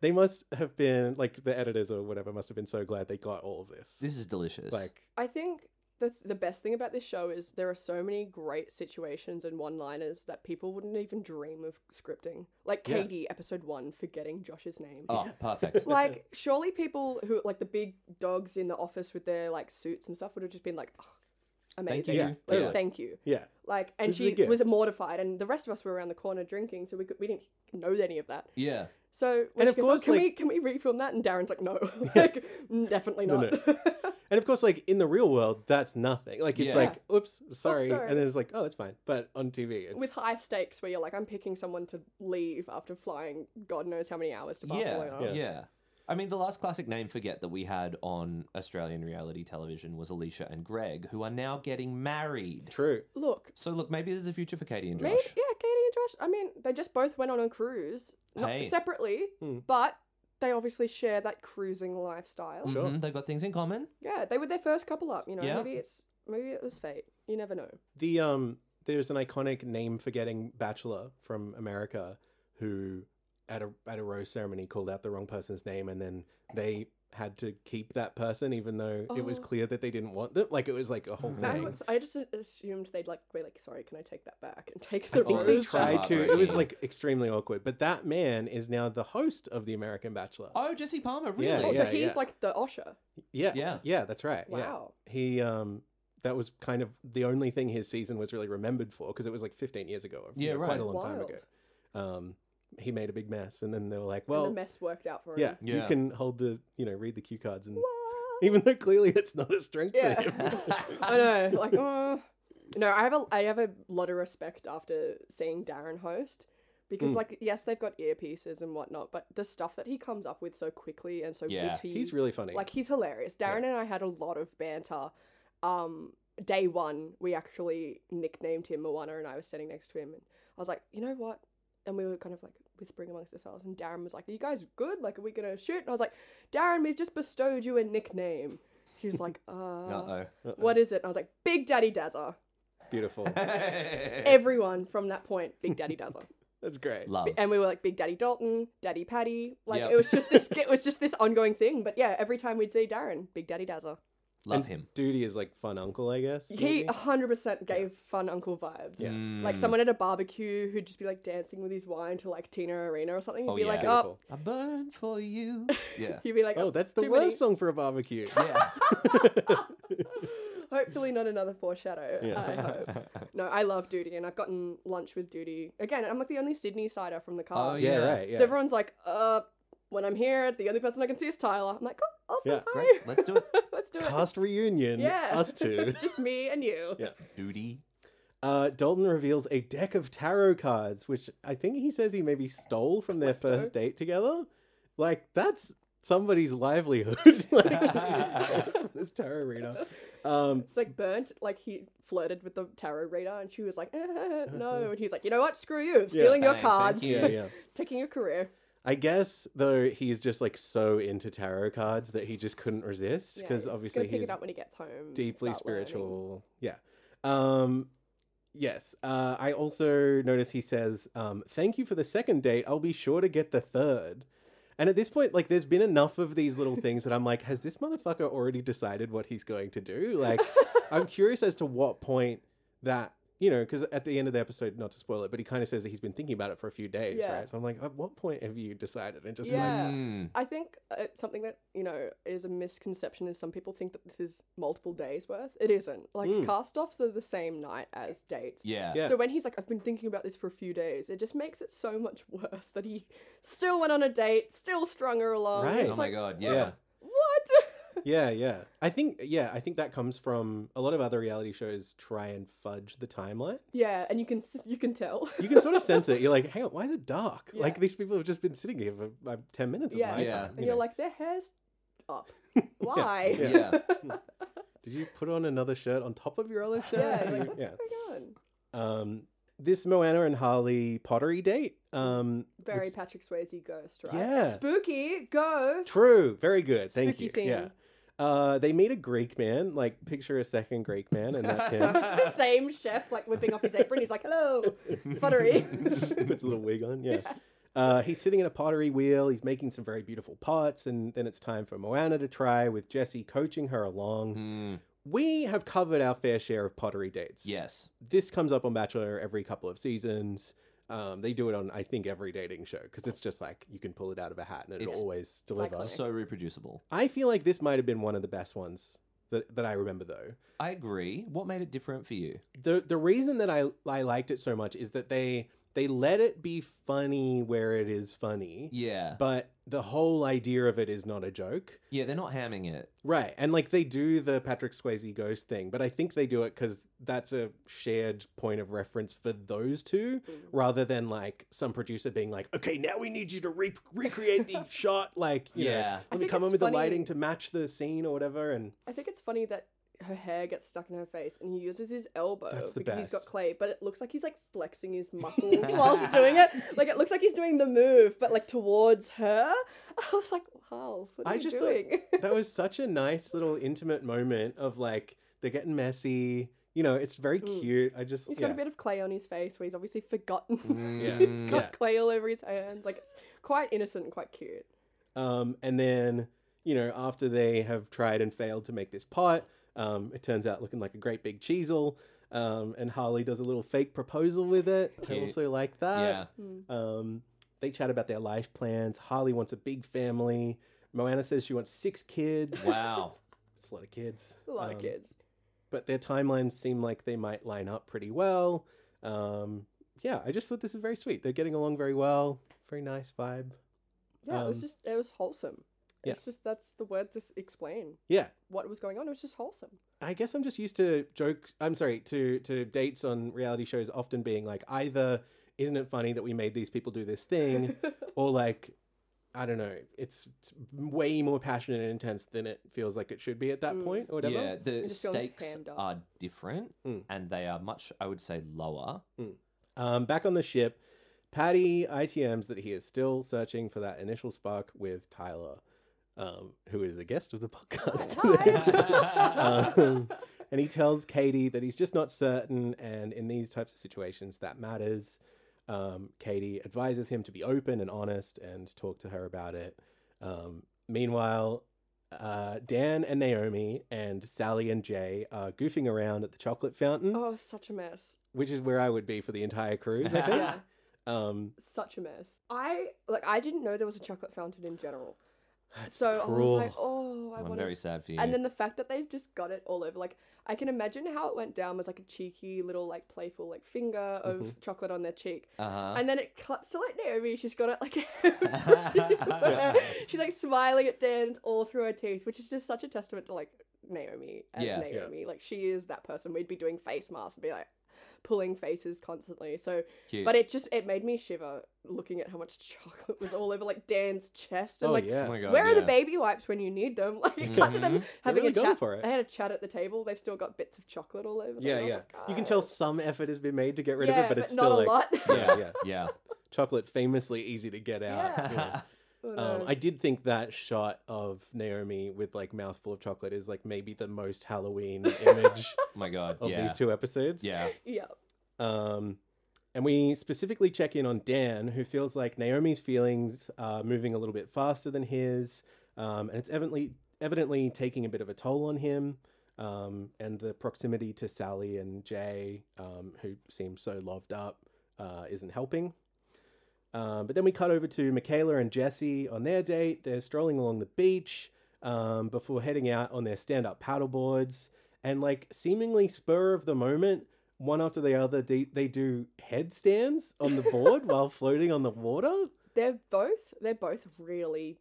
They must have been like the editors or whatever must have been so glad they got all of this. This is delicious. like I think the the best thing about this show is there are so many great situations and one-liners that people wouldn't even dream of scripting. Like Yeah. Katie, episode one, forgetting Josh's name. oh, [LAUGHS] perfect. Like surely people who like the big dogs in the office with their like suits and stuff would have just been like, oh, amazing, you. Like, Yeah. thank you. yeah. Like, and This is a she gift. was mortified, and the rest of us were around the corner drinking, so we could, we didn't know any of that. yeah. So when And she of goes, course, oh, can like- we can we refilm that? And Darren's [LAUGHS] like, no, [LAUGHS] like mm, definitely No, not. [LAUGHS] And of course like in the real world that's nothing. Like it's Yeah. like oops, sorry. sorry. and then it's like oh that's fine. But on TV it's With high stakes, where you're like, I'm picking someone to leave after flying God knows how many hours to Yeah, Barcelona. yeah. I mean, the last classic name forget that we had on Australian reality television was Alicia and Greg, who are now getting married. true. Look, So look, maybe there's a future for Katie and Josh. maybe, yeah, Katie and Josh. I mean, they just both went on a cruise, not Hey. separately, Hmm. but they obviously share that cruising lifestyle. Mhm, Sure. They've got things in common. Yeah, they were their first couple up. You know, Yeah. maybe it's maybe it was fate. You never know. The um there's an iconic name forgetting bachelor from America who at a at a rose ceremony called out the wrong person's name and then they had to keep that person even though it was Oh. clear that they didn't want them. Like it was like a whole I, thing. was- I just assumed they'd like be like, sorry, can I take that back and take the I think Oh, they that's rose back?" tried to. It was heartbreaking. like extremely awkward. But that man is now the host of the American Bachelor. Oh, Jesse Palmer, really? Yeah, Oh, so yeah. he's like the Osher. yeah, yeah. yeah. That's right. Wow. Yeah. He um, that was kind of the only thing his season was really remembered for because it was like 15 years ago. or, you Yeah, know, right. Quite a long time ago. Um, he made a big mess, and then they were like, and "Well, the mess worked out for him. yeah, you Yeah. can hold the, you know, read the cue cards, and What? [LAUGHS] even though clearly it's not a strength Yeah. for [LAUGHS] him. I know. Like, uh, no, I have a I have a lot of respect after seeing Darren host because, like, yes, they've got earpieces and whatnot, but the stuff that he comes up with so quickly and so Yeah. witty, He's really funny. like he's hilarious. Darren and I had a lot of banter. Um, day one, we actually nicknamed him Moana, and I was standing next to him, and I was like, you know what? And we were kind of like whispering amongst ourselves, and Darren was like, "Are you guys good? Like, are we gonna shoot?" And I was like, "Darren, we've just bestowed you a nickname." He's like, "Uh, Uh-oh. what is it?" And I was like, "Big Daddy Dazza." Uh-uh. [LAUGHS] [LAUGHS] Beautiful. Everyone from that point, Big Daddy Dazzler, That's great. Love. and we were like Big Daddy Dalton, Daddy Patty. Like Yep. it was just this, it was just this ongoing thing. But yeah, every time we'd see Darren, Big Daddy Dazzler, Love him. Duty is like fun uncle, I guess. he uh, maybe? 100% gave fun uncle vibes. Yeah. Mm. Like someone at a barbecue who'd just be like dancing with his wine to like Tina Arena or something. He'd Oh, be yeah. like, Beautiful. oh, I burn for you. [LAUGHS] Yeah. he'd be like, Oh, that's the too worst [LAUGHS] many- song for a barbecue. [LAUGHS] yeah. [LAUGHS] Hopefully not another foreshadow. Yeah. [LAUGHS] I hope. No, I love Duty, and I've gotten lunch with Duty again. I'm like the only Sydney sider from the cast. Oh, yeah, Yeah. right. Yeah. So everyone's like, uh, when I'm here, the only person I can see is Tyler. I'm like, cool, I'll say Yeah, hi. Great. Let's do it. [LAUGHS] Let's do it. Cast reunion. yeah, Us two. [LAUGHS] just me and you. Yeah. Duty. Uh, Dalton reveals a deck of tarot cards, which I think he says he maybe stole from their Klepto. first date together. Like, that's somebody's livelihood. [LAUGHS] like, [LAUGHS] from this tarot reader. Um, It's like burnt. Like he flirted with the tarot reader, and she was like, eh, [LAUGHS] no, and he's like, you know what? Screw you. I'm stealing your Fine, thank cards. you. yeah, yeah. Taking your career. I guess though he's just like so into tarot cards that he just couldn't resist Yeah, because he's obviously gonna pick he's it up when he gets home. and deeply um, start learning. spiritual. Yeah. Um yes. Uh I also notice he says, um, thank you for the second date. I'll be sure to get the third. And at this point, like there's been enough of these little things that I'm like, has this motherfucker already decided what he's going to do? [LAUGHS] Like I'm curious as to what point that you know, because at the end of the episode, not to spoil it, but he kind of says that he's been thinking about it for a few days, Yeah. right? So I'm like, at what point have you decided? And just like, Yeah. Mm. I think uh, something that you know is a misconception is some people think that this is multiple days worth. It isn't. Like Mm. cast-offs are the same night as dates. Yeah. Yeah. So when he's like, I've been thinking about this for a few days, it just makes it so much [LAUGHS] worse that he still went on a date, still strung her along. Right. It's Oh my like, god. Yeah. Yeah. What? [LAUGHS] yeah, yeah. I think yeah, I think that comes from a lot of other reality shows try and fudge the timeline. yeah, and you can s- you can tell. You can sort of sense it. You're like, hang on, why is it dark? Yeah. Like these people have just been sitting here for like, ten minutes. Of Yeah. my Yeah. time, and you you're know. like, their hair's up. Why? [LAUGHS] Yeah. [LAUGHS] Yeah. did you put on another shirt on top of your other shirt? [LAUGHS] Yeah, Are you're like, you- what's yeah. going on? [LAUGHS] Um, this Moana and Harley pottery date. Um, Very which- Patrick Swayze ghost, right? Yeah. Spooky ghost. true. Very good. Thank Spooky you. thing. Yeah. Uh, they meet a Greek man. Like picture a second Greek man, and that's [LAUGHS] him. It's [LAUGHS] the same chef like whipping off his apron. He's like, "Hello, [LAUGHS] [LAUGHS] buttery." puts a little wig on. Yeah. Uh, he's sitting at a pottery wheel. He's making some very beautiful pots, and then it's time for Moana to try with Jesse coaching her along. Mm. We have covered our fair share of pottery dates. Yes. This comes up on Bachelor every couple of seasons. Um, they do it on, I think, every dating show because it's just like you can pull it out of a hat and it'll It's always deliver. iconic. So reproducible. I feel like this might have been one of the best ones that, that I remember though. I agree. What made it different for you? the the reason that I I liked it so much is that they they let it be funny where it is funny, Yeah. but the whole idea of it is not a joke, Yeah. They're not hamming it. right? And like they do the Patrick Swayze ghost thing, but I think they do it because that's a shared point of reference for those two, Mm. rather than like some producer being like, okay, now we need you to re- recreate [LAUGHS] the shot, like you know, Yeah. I let me think come in it's with funny- the lighting to match the scene or whatever, and I think it's funny that her hair gets stuck in her face, and he uses his elbow That's the because he's got best. clay. But it looks like he's like [LAUGHS] flexing his muscles whilst doing it. Like it looks like he's doing the move, but like towards her. [LAUGHS] I was like, "Wow, what are I you just thought- doing?" [LAUGHS] that was such a nice little intimate moment of like they're getting messy. You know, it's very Mm. cute. I just He's yeah. Mm. got a bit of clay on his face where he's obviously forgotten. Yeah. he's Mm. got Yeah. clay all over his hands. Like it's quite innocent and quite cute. um and then, you know, after they have tried and failed to make this pot, um it turns out looking like a great big cheesel. Um and Harley does a little fake proposal with it. I Cute. also like [LAUGHS] Yeah. that. Mm. Um they chat about their life plans. Harley wants a big family. Moana says she wants six kids. Wow. [LAUGHS] It's a lot of kids. A lot of Um, kids. but their timelines seem like they might line up pretty well. Um, yeah, I just thought this is very sweet. They're getting along very well. Very nice vibe. Yeah, it was um, just it was wholesome. yeah. It's just that's the word to s- explain Yeah, what was going on. It was just wholesome. [LAUGHS] I guess I'm just used to jokes. I'm sorry to to dates on reality shows often being like either isn't it funny that we made these people do this [LAUGHS] thing, [LAUGHS] or like I don't know, it's way more passionate and intense than it feels like it should be at that Mm. point or whatever. Yeah, the just feels stakes hammed up. are different Mm. and they are much, I would say, lower. Um, back on the ship, Patty ITMs that he is still searching for that initial spark with [LAUGHS] Tyler, um, who is a guest of the podcast. [LAUGHS] Hi. um, and he tells Katie that he's just not certain, and in these types of situations, that matters. Um, Katie advises him to be open and honest and talk to her about it. Um, meanwhile, uh, Dan and Naomi and Sally and Jay are goofing around at the chocolate fountain, Oh, such a mess. which is where I would be for the entire cruise, I think. [LAUGHS] Yeah, Um, such a mess. I like. I didn't know there was a chocolate fountain in general, that's so I cruel. was like, oh, I I'm want to very sad for you. And then the fact that they've just got it all over, like I can imagine how it went down was like a cheeky little like playful like finger of Mm-hmm. chocolate on their cheek. uh-huh. And then it cuts to like Naomi, she's got it like [LAUGHS] everywhere. she's like smiling at Dan all through her teeth, which is just such a testament to like Naomi as Yeah. Yeah. Naomi. Like she is that person. We'd be doing face masks and be like pulling faces constantly. So Cute. but it just it made me shiver looking at how much chocolate was all over like Dan's chest and oh, like yeah. oh my god. where are yeah. the Mm-hmm. Mm. baby wipes when you need them? [LAUGHS] Like, you cut to them having really a going chat. for it. They had a chat at the table. They've still got bits of chocolate all over. them. Yeah, I was yeah. like, you can tell "Oh." some effort has been made to get rid yeah, of it, but, it's not still a like, lot. [LAUGHS] yeah, yeah. [LAUGHS] Yeah. Chocolate famously easy to get out. [LAUGHS] Yeah. you know. Oh, Um, no. I did think that shot of Naomi with like mouthful of chocolate is like maybe the most [LAUGHS] Halloween image [LAUGHS] Oh my god. of yeah. these two episodes. Yeah. yeah, Um, and we specifically check in on Dan, who feels like Naomi's feelings are moving a little bit faster than his, um, and it's evidently evidently taking a bit of a toll on him. Um, and the proximity to Sally and Jay, um, who seem so loved up, uh, isn't helping. Um, but then we cut over to Michaela and Jesse on their date. They're strolling along the beach um, before heading out on their stand up paddle boards. And, like, seemingly spur of the moment, one after the other, they, they do headstands on the [LAUGHS] board while floating on the water. they're both they're both really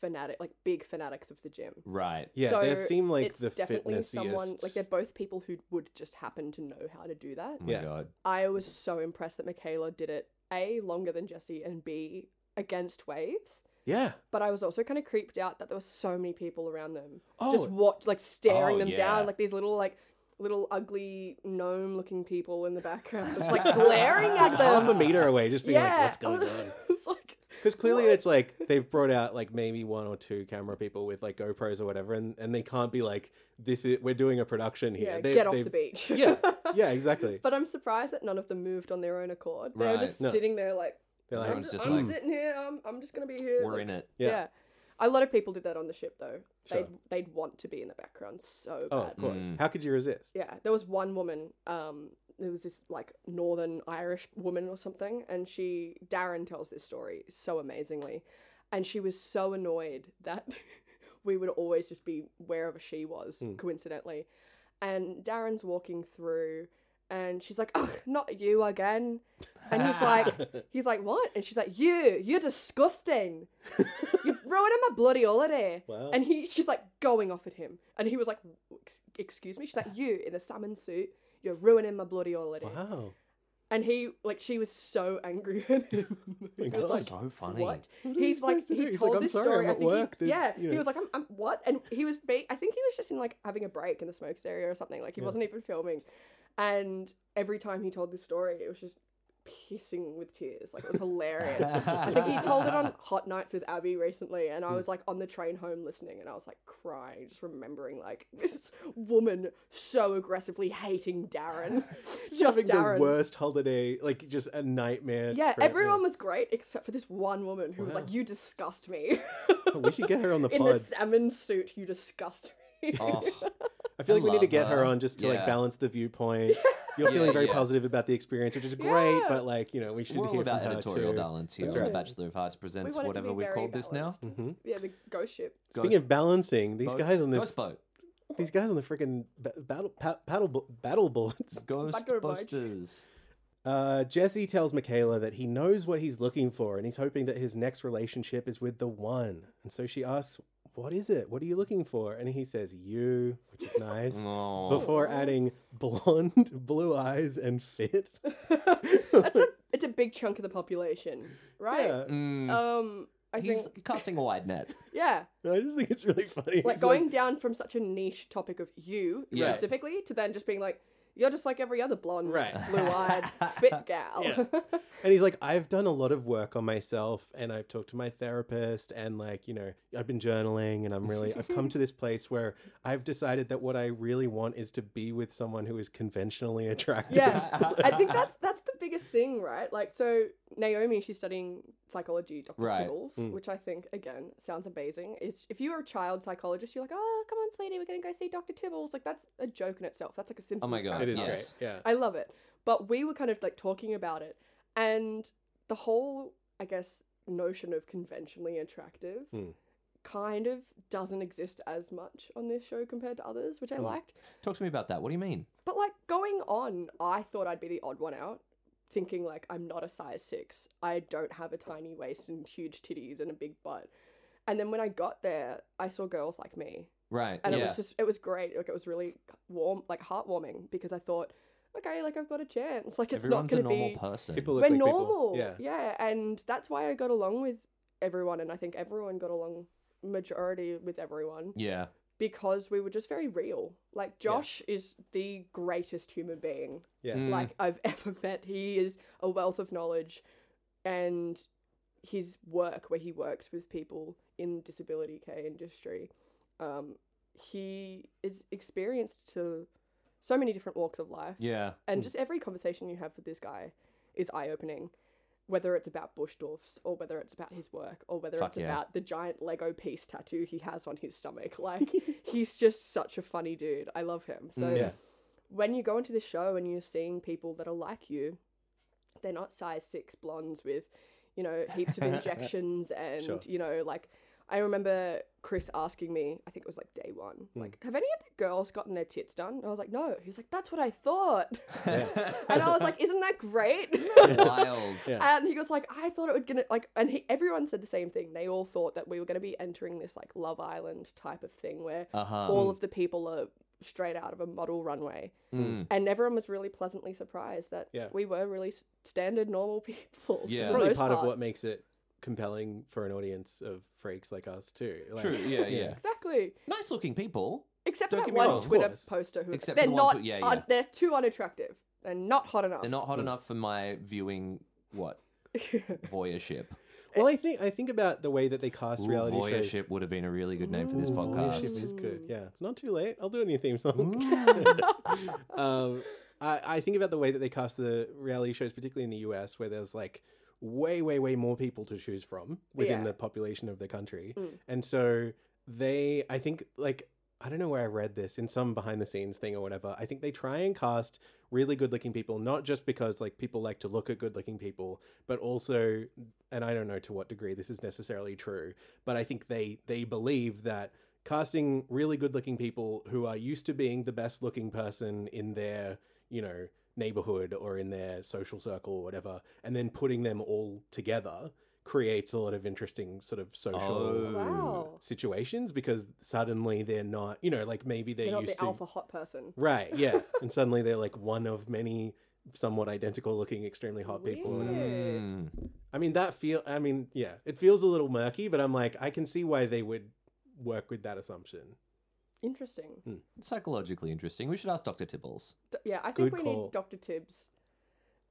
fanatic, like big fanatics of the gym. Right. Yeah, so they seem like it's the definitely someone fitnessiest. like they're both people who would just happen to know how to do that. Oh my Yeah. god. I was so impressed that Michaela did it a longer than Jesse and b against waves. yeah. but I was also kind of creeped out that there were so many people around them, Oh. just watch like staring Oh, them yeah. down, like these little like little ugly gnome looking people in the background, [LAUGHS] just like glaring at them. Half a meter away, just being yeah, like, what's [LAUGHS] going on? it's like Because clearly What? it's like they've brought out like maybe one or two camera people with like GoPros or whatever, and, and they can't be like, this is, we're doing a production here. yeah, They- get off they've- the [LAUGHS] beach. yeah, yeah, exactly. [LAUGHS] but I'm surprised that none of them moved on their own accord. They were Right. just No. sitting there like, They're like, I'm, Everyone's just, just I'm like- sitting here. I'm, I'm just gonna be here. We're like, in it. Yeah. Yeah. A lot of people did that on the ship though. Sure. They'd they'd want to be in the background so oh, bad. of course. Mm. How could you resist? Yeah, there was one woman. Um, there was this like Northern Irish woman or something, and she Darren tells this story so amazingly, and she was so annoyed that [LAUGHS] we would always just be wherever she was, coincidentally, and Darren's walking through. And she's like, Ugh, not you again. And [LAUGHS] he's like, [LAUGHS] he's like, what? And she's like, you, you're disgusting. You're ruining my bloody holiday. Wow. And he, she's like going off at him, and he was like, "Ex- "Excuse me." She's like, "You in a salmon suit, you're ruining my bloody holiday." Wow. And he, like, she was so angry at [LAUGHS] him. He was That's like, so funny. [LAUGHS] What? What are you He's like, supposed to do? he He's like, told "I'm this sorry, story. I'm I at think work, He, the- yeah, you know." he was like, I'm, I'm what? And he was, ba- I think he was just in like having a break in the smokes area or something. Like he wasn't even filming. And every time he told this story, it was just pissing with tears. Like [LAUGHS] it was hilarious. I think he told it on Hot Nights with Abby recently, and I was like on the train home listening, and I was like crying, just remembering like [LAUGHS] this woman so aggressively hating Darren, just Having Darren. the worst holiday, like just a nightmare. Yeah, trip, everyone was great except for this one woman who was like, "You disgust me." Oh, We should get her on the [LAUGHS] in pod. the salmon suit, you disgust me. Oh, I feel I like we need to love get her her. on just to like Yeah. balance the [LAUGHS] viewpoint. You're Yeah, feeling very yeah. positive about the experience, which is great, Yeah. but like, you know, we should we're all hear about from her editorial too. balance here That's on right. The Bachelor of Arts Presents, want it to whatever be we're very called this now. balanced. yeah, the ghost ship. Mm-hmm. [LAUGHS] Speaking of balancing, these Boat- guys on this [LAUGHS] Ghost boat. These guys on the freaking ba- battle pa- paddle bo- battle boards. Ghost Bachelor boat. Busters. [LAUGHS] Uh, Jesse tells Michaela that he knows what he's looking for, and he's hoping that his next relationship is with the one. And so she asks, "What is it? What are you looking for?" And he says, "You," which is nice. [LAUGHS] Oh. Before adding blonde, [LAUGHS] blue eyes, and fit. [LAUGHS] That's a it's a big chunk of the population, right? Yeah, Mm, Um, I he's think casting a wide net. yeah, I just think [LAUGHS] it's really funny. like He's going down from such a niche topic of you Yeah. specifically to then just being like, You're just like every other blonde, Right. [LAUGHS] blue-eyed, fit gal. Yeah. And he's like, I've done a lot of work on myself and I've talked to my therapist and like, you know, I've been journaling and I'm really I've come to [LAUGHS] this place where I've decided that what I really want is to be with someone who is conventionally attractive. yeah [LAUGHS] i think that's that's the biggest thing right like so naomi she's studying psychology dr Right. Toodles, Mm. which i think again sounds amazing is if you're a child psychologist you're like oh come on sweetie we're gonna go see dr tibbles like that's a joke in itself that's like a simpsons Oh my God, [LAUGHS] It is Yes. great. Yeah. i love it but we were kind of like talking about it and the whole i guess notion of conventionally attractive Mm. kind of doesn't exist as much on this show compared to others which i liked Talk to me about that. What do you mean? but like going on, I thought I'd be the odd one out, thinking like I'm not a size six. I don't have a tiny waist and huge titties and a big butt. And then when I got there, I saw girls like me, Right. and yeah. it was just it was great. Like it was really warm, like heartwarming, because I thought, okay, like I've got a chance. Like it's Everyone's not a gonna normal be person. People look we're like Um, normal. people. Yeah. yeah, and that's why I got along with everyone, and I think everyone got along majority with everyone yeah. because we were just very real. Like Josh is the greatest human being Yeah. Mm. like I've [LAUGHS] ever met. He is a wealth of knowledge and his work where he works with people in the disability care industry. Um, he is experienced to so many different walks of life Yeah. and just every conversation you have with this guy is eye opening. Whether it's about Bushdorf's or whether it's about his work or whether Fuck it's yeah. about the giant Lego piece tattoo he has on his stomach. Like, [LAUGHS] he's just such a funny dude. I love him. Mm. So, Yeah. when you go into the show and you're seeing people that are like you, they're not size six blondes with, you know, [LAUGHS] heaps of injections and, Sure. you know, like I remember Chris asking me, I think it was like day one, Mm. like, have any of the girls gotten their tits done? And I was like, no. He was like, that's what I thought. [LAUGHS] [LAUGHS] and I was like, isn't that great? Wild. Yeah. And he was like, I thought it would gonna like, and he, everyone said the same thing. They all thought that we were gonna be entering this like Love Island type of thing where Uh-huh. all of the people are straight out of a model runway, Mm. and everyone was really pleasantly surprised that Yeah. we were really s- standard normal [LAUGHS] people. Yeah. It's for the probably most part, of what makes it compelling for an audience of freaks like us too. Like, True. [LAUGHS] Yeah. Yeah. exactly. nice looking people. Except for Don't that get me one wrong, of Twitter course. poster who Except for they're the one not. tw- yeah, un- yeah. they're too unattractive. They're not hot enough. They're not [LAUGHS] Mm. hot enough for my viewing. What voyeurship? Well, I think I think about the way that they cast Ooh, reality voyeurship shows. would have been a really good name for this Ooh, podcast. Voyeurship is good. Yeah, it's not too late. I'll do a new theme song. [LAUGHS] um, I, I think about the way that they cast the reality shows, particularly in the US, where there's like way, way, way more people to choose from within Yeah. the population of the country. Mm. And so they, I think, like, I don't know where I read this in some behind the scenes thing or whatever. I think they try and cast really good looking people, not just because like people like to look at good looking people, but also, and I don't know to what degree this is necessarily true, but I think they they believe that casting really good looking people who are used to being the best looking person in their you know neighborhood or in their social circle or whatever and then putting them all together creates a lot of interesting sort of social Oh. Wow. situations because suddenly they're not you know like maybe they're, They're not used the to alpha hot person. right yeah and suddenly they're like one of many somewhat identical looking extremely hot people and I'm- Weird. Mm. I mean that feel. I mean, yeah, it feels a little murky, but I'm like, I can see why they would work with that assumption. Interesting. Psychologically interesting. We should ask Dr. Tibbles. D- yeah, I think Good we call. need Dr. Tibbs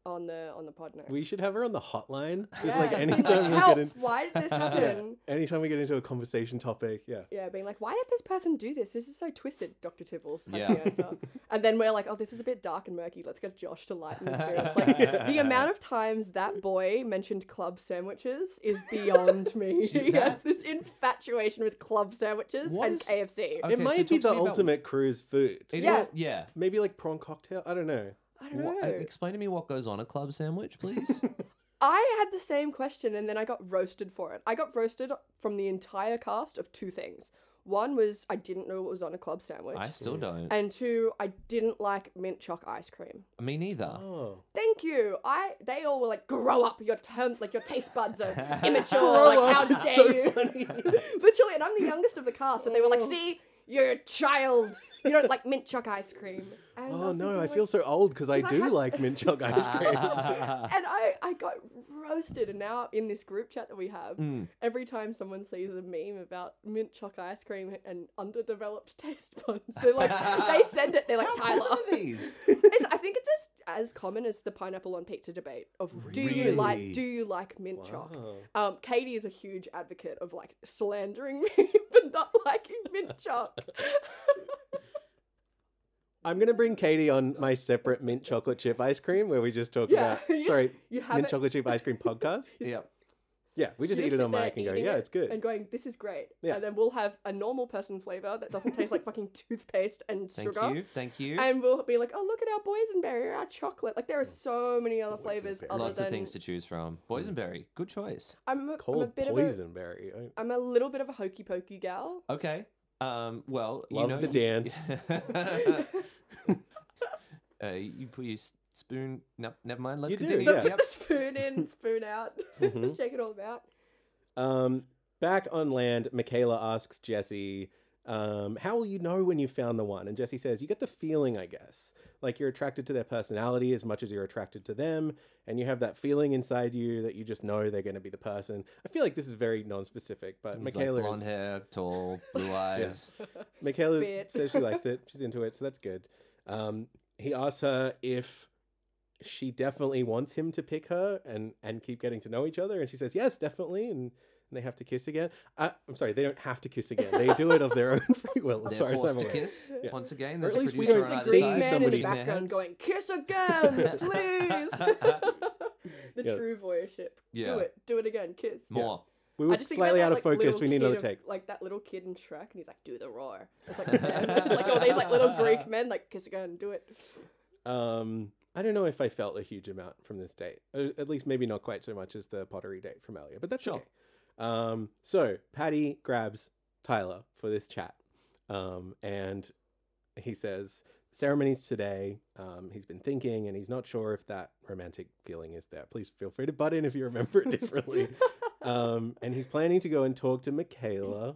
on the on the pod now. We should have her on the hotline. Just Yeah, like [LAUGHS] being anytime we "Help, get in, Why did [LAUGHS] this yeah, happen? anytime we get into a conversation topic, yeah, Yeah, being like, why did this person do this? This is so twisted, Dr. Tibbles. That's Yeah. [LAUGHS] the answer. And then we're like, oh, this is a bit dark and murky. Let's get Josh to lighten the spirits. [LAUGHS] Like, the amount of times that boy mentioned club sandwiches is [LAUGHS] beyond me. he has That- this infatuation with club sandwiches What and is- KFC. Okay, it so might be talk to the me about- ultimate cruise food. It is. Yeah. yeah. Maybe like prawn cocktail. I don't know. I don't know. Wha- uh, explain to me what goes on a club [LAUGHS] sandwich, please. I had the same question and then I got roasted for it. I got roasted from the entire cast of two things. One was I didn't know what was on a club sandwich. I still don't. and two, I didn't like mint choc ice cream. Me neither. Oh, Thank you. I they all were like, grow up, your term like your taste [LAUGHS] buds are immature. like how Oh, It's dare so you? [LAUGHS] funny. Oh. Literally, and I'm the youngest of the cast, and they were like, see, You're a child. You don't like mint choc ice cream. And Oh was no, thinking, I like- feel so old because I Because I do had- like mint choc ice cream. [LAUGHS] and I, I got roasted. And now in this group chat that we have, Hmm. Mm. every time someone sees a meme about mint choc ice cream and underdeveloped [LAUGHS] taste buds, [LAUGHS] they're like, they send it. They're like, How Tyler. common are these? It's, I think it's as, as common as the pineapple on pizza debate of do you Really? like do you like mint choc? Wow. Um, Katie is a huge advocate of like slandering [LAUGHS] me for not liking mint choc. I'm gonna bring Katie on my separate mint chocolate chip ice cream where we just talk Yeah, about [LAUGHS] you just- sorry you have mint it- chocolate chip ice [LAUGHS] cream podcast. Yep. Yeah, we [LAUGHS] just You eat it sit on mic there and go, eating yeah, it it's good. And going, this is great. Yeah. And then we'll have a normal person flavor that doesn't [LAUGHS] taste like fucking toothpaste and Thank sugar. you. Thank you. And we'll be like, oh, look at our boysenberry or our chocolate. Like, Mm. there are so many other flavors. Other Lots than, of things to choose from. Boysenberry, good choice. I'm a, I'm a Cold bit of poison berry. I- a. I'm a little bit of a hokey pokey gal. Okay. Um. Well, Love you know, the [LAUGHS] dance. uh, you put your s- spoon. No, never mind. Let's You do, continue. yeah. Put the [LAUGHS] spoon in, spoon out, [LAUGHS] Mm-hmm. Mhm. shake it all out. Um, back on land, Michaela asks Jesse, um, "How will you know when you found the one?" And Jesse says, "You get the feeling, I guess. Like you're attracted to their personality as much as you're attracted to them, and you have that feeling inside you that you just know they're going to be the person." I feel like this is very non-specific, but He's Michaela like blonde is, hair, tall, [LAUGHS] blue eyes. Michaela Fit. says she likes [LAUGHS] it. She's into it, so that's good. Um, he asks her if she definitely wants him to pick her and and keep getting to know each other, and she says yes, definitely. And, and they have to kiss again. Uh, I'm sorry, they don't have to kiss again. They do it of their own [LAUGHS] free will, as far They're as I'm forced to aware. kiss. Yeah. Once again, Or at there's a least we producer don't on the either see green side. man in somebody- the in their hands. background going, kiss [LAUGHS] again, please. the Yeah. true voyeurship. Yeah. Do it. Do it again. Kiss. More. We I were just think about slightly that, out of like, focus. little We need another kid take. of- like that little kid in Shrek, and he's like, "Do the roar." It's like, it's like all these like [LAUGHS] little Greek men, like kiss again, do it. Um, I don't know if I felt a huge amount from this date. Uh, At least maybe not quite so much as the pottery date from earlier, but that's Sure. okay. Um, so Patty grabs Tyler for this chat, um, and he says ceremonies today. Um, he's been thinking, and he's not sure if that romantic feeling is there. Please feel free to butt in if you remember it differently. um, and he's planning to go and talk to Michaela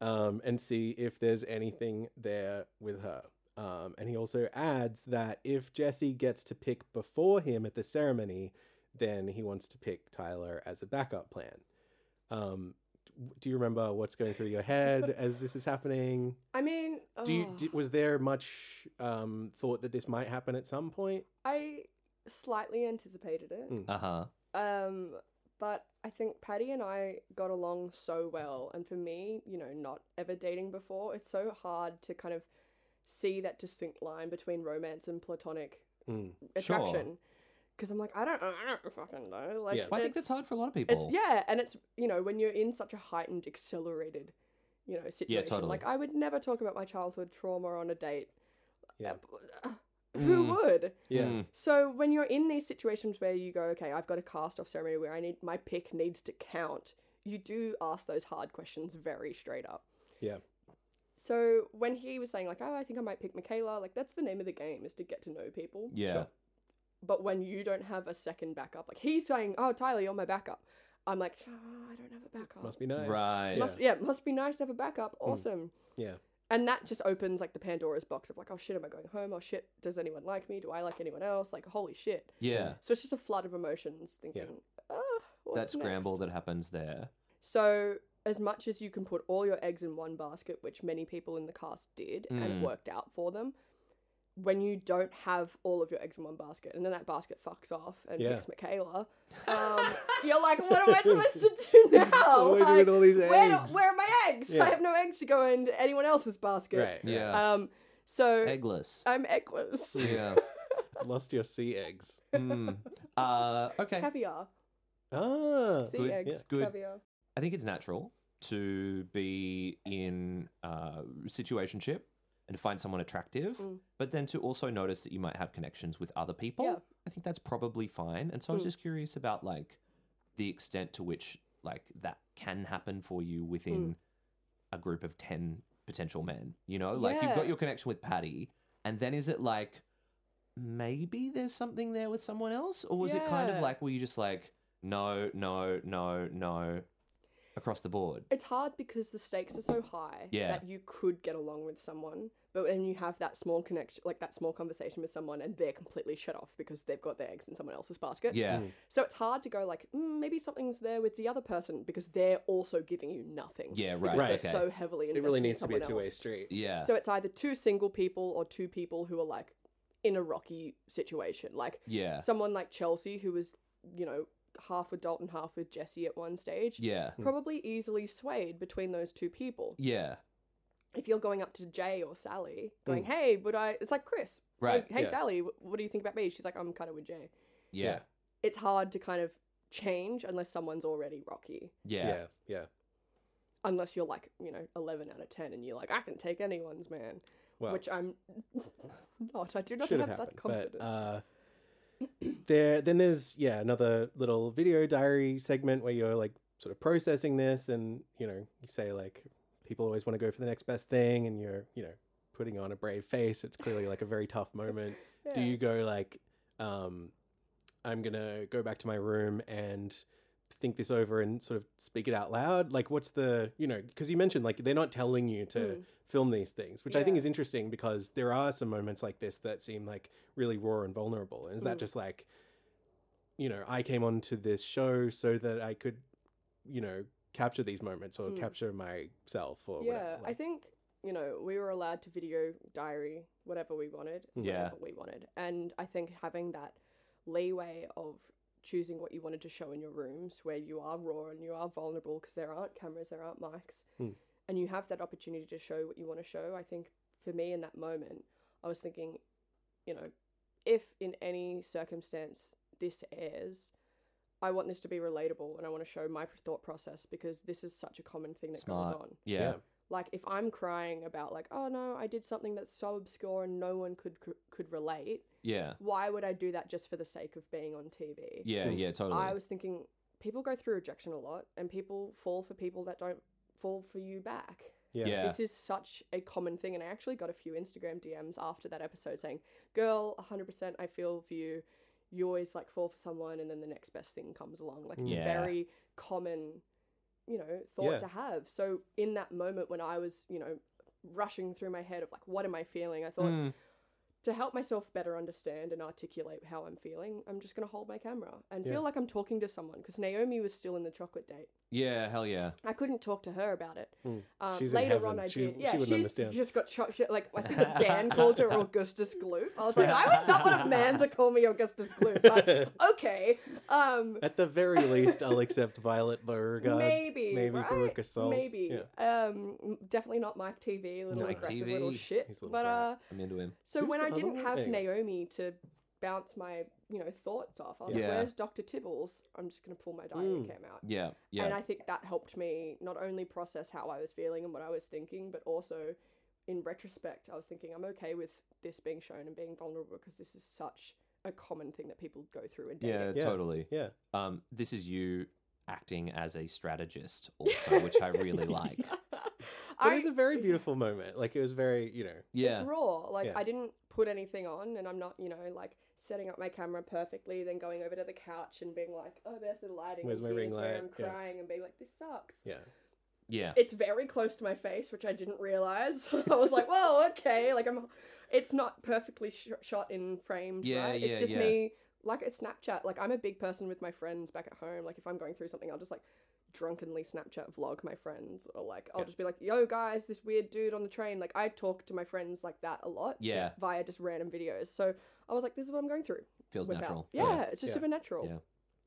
um, and see if there's anything there with her. Um, and he also adds that if Jesse gets to pick before him at the ceremony, then he wants to pick Tyler as a backup plan. Um, d- do you remember what's going through your [LAUGHS] head as this is happening? I mean, Do you, oh, d was there much um, thought that this might happen at some point? I slightly anticipated it. Mm. Uh huh. Um, but I think Patty and I got along so well. And for me, you know, not ever dating before, it's so hard to kind of see that distinct line between romance and platonic Mm. Sure. attraction. Because I'm like, I don't, I don't fucking know. Like, Yeah. Well, I think that's it's- hard for a lot of It's people. yeah, and it's you know when you're in such a heightened, accelerated, you know, situation. totally. Like I would never talk about my childhood trauma on a date. Yeah. Uh, Who Mm. would? Yeah. Mm. So when you're in these situations where you go, okay, I've got a cast off ceremony where I need my pick needs to count, you do ask those hard questions very straight up. Yeah. So when he was saying like, oh, I think I might pick Michaela, like that's the name of the game is to get to know people. Yeah. Sure. But when you don't have a second backup, like he's saying, oh, Tyler, you're my backup. I'm like, "Ah, I don't have a backup. Must be nice. Right. Yeah. Hmm. Must yeah, it must be nice to have a backup. Awesome. [LAUGHS] Yeah. And that just opens like the Pandora's box of like, oh shit, am I going home? Oh shit, does anyone like me? Do I like anyone else? Like, holy shit. Yeah. So it's just a flood of emotions thinking, ah, what's That scramble next?" that happens there. So as much as you can put all your eggs in one basket, which many people in the cast did and Mm. it worked out for them, when you don't have all of your eggs in one basket and then that basket fucks off and Yeah. [LAUGHS] picks Michaela, um, you're like, what am I supposed to do now? What do I do with Like, all these where, do- eggs? where are my eggs? Yeah. I have no eggs to go into anyone else's basket. Right. Uh. Yeah. Yeah. Um, so Eggless. I'm [LAUGHS] eggless. yeah. Lost your sea eggs. [LAUGHS] Mm. Uh, okay. Caviar. Ah. Sea Good, eggs. yeah. Good. Caviar. I think it's natural to be in uh, situationship and to find someone attractive, Mm. but then to also notice that you might have connections with other people. Yeah. I think that's probably fine. And so I was Mm. just curious about like the extent to which like that can happen for you within Mm. a group of ten potential men. You know, like you've got Yeah. your connection with Patty, and then is it like maybe there's something there with someone else, or was it kind of Yeah. like were you just like no, no, no, no, across the board. It's hard because the stakes are so high Yeah. that you could get along with someone, but when you have that small connection, like that small conversation with someone, and they're completely shut off because they've got their eggs in someone else's basket. Yeah. So it's hard to go like, mm, maybe something's there with the other person because they're also giving you nothing. Yeah, because right, They're okay. so heavily invested. It really in needs to be a someone two way else. street. Yeah. So it's either two single people or two people who are like in a rocky situation. Like yeah. someone like Chelsea, who was, you know, half with Dalton, half with Jesse at one stage, yeah. Hmm. probably easily swayed between those two people. Yeah. If you're going up to Jay or Sally, going, hey, would I, it's like Chris, Right. like, hey, Hmm. yeah. Sally, wh- what do you think about me? She's like, I'm kind of with Jay. Yeah. It's hard to kind of change unless someone's already rocky. Yeah. Yeah. Yeah. Unless you're like, you know, 11 out of 10 and you're like, I can take anyone's man. Well, Which I'm [LAUGHS] not. I do not should have have that happened. confidence. But uh, [CLEARS THROAT] there, then there's yeah another little video diary segment where you're like sort of processing this, and you know you say like people always want to go for the next best thing, and you're you know putting on a brave face. It's clearly like a very tough moment. Do Yeah. you go like um, I'm gonna go back to my room and think this over and sort of speak it out loud? Like what's the you know because you mentioned like they're not telling you to Mm. film these things, which I think Yeah. is interesting because there are some moments like this that seem like really raw and vulnerable. And is that Mm. just like, you know, I came onto this show so that I could, you know, capture these moments or Mm. capture myself or yeah, whatever. I like- think you know we were allowed to video diary whatever we wanted, Mm. Yeah. whatever we wanted, and I think having that leeway of choosing what you wanted to show in your rooms where you are raw and you are vulnerable because there aren't cameras, there aren't mics, Mm. and you have that opportunity to show what you want to show. I think for me in that moment, I was thinking, you know, if in any circumstance this airs. I want this to be relatable and I want to show my thought process because this is such a common thing that Smart. goes on. Yeah. Like if I'm crying about like, oh no, I did something that's so obscure and no one could could, could relate. Yeah. Why would I do that just for the sake of being on TV? Yeah. Mm. Yeah. Totally. I was thinking people go through rejection a lot and people fall for people that don't fall for you back. yeah. yeah. This is such a common thing and I actually got a few Instagram DMs after that episode saying, "Girl, 100% I feel for you. You always like fall for someone and then the next best thing comes along." Like it's Yeah. very common you know, thought Yeah. to have. So in that moment when I was, you know, rushing through my head of like, what am I feeling? I thought Mm. to help myself better understand and articulate how I'm feeling, I'm just gonna hold my camera and Yeah. feel like I'm talking to someone because Naomi was still in the chocolate date. Yeah. Hell yeah. I couldn't talk to her about it. Mm. Um, She's in later heaven. on, I She- did. she Yeah, wouldn't she's understand. just got shot. shit, Like [LAUGHS] I think that Dan called her Augustus Gloop. I was like, I would not want Amanda call me Augustus [LAUGHS] Gloop, but okay. Um, At the very least, I'll accept Violet Beauregard. Maybe, Maybe right? Veruca Salt. Maybe, Yeah. um, m- definitely not Mike TV, little No. Mike aggressive little TV. shit. He's a little but brat. uh, I'm into him. so Who's when the I other didn't one? have Anyway. Naomi to bounce my you know thoughts off, I was Yeah. like, "Where's Doctor Tibbles?" I'm just gonna pull my diary Mm. cam out, Yeah. Yeah. and I think that helped me not only process how I was feeling and what I was thinking, but also in retrospect, I was thinking I'm okay with this being shown and being vulnerable because this is such a common thing that people go through in dating. yeah, Yeah. Totally. Yeah. Um, this is you acting as a strategist also, which I [LAUGHS] really like. But I- it was a very beautiful moment. Like it was very, you know, Yeah. It's raw. Like Yeah. I didn't put anything on, and I'm not, you know, like setting up my camera perfectly, then going over to the couch and being like, "Oh, there's the lighting. Where's my ring here's Where light?" I'm Yeah. crying and being like, "This sucks." yeah. Yeah. It's very close to my face, which I didn't realize. [LAUGHS] I was like, "Whoa, okay." Like I'm, it's not perfectly sh- shot in frames. Yeah, right? yeah, It's just yeah. me. Like it's Snapchat. Like I'm a big person with my friends back at home. Like if I'm going through something, I'll just like drunkenly Snapchat vlog my friends, or like I'll Yeah. just be like, "Yo, guys, this weird dude on the train." Like I talk to my friends like that a lot Yeah. via just random videos. So I was like, this is what I'm going through. Feels without- natural. Yeah, it's just yeah, supernatural.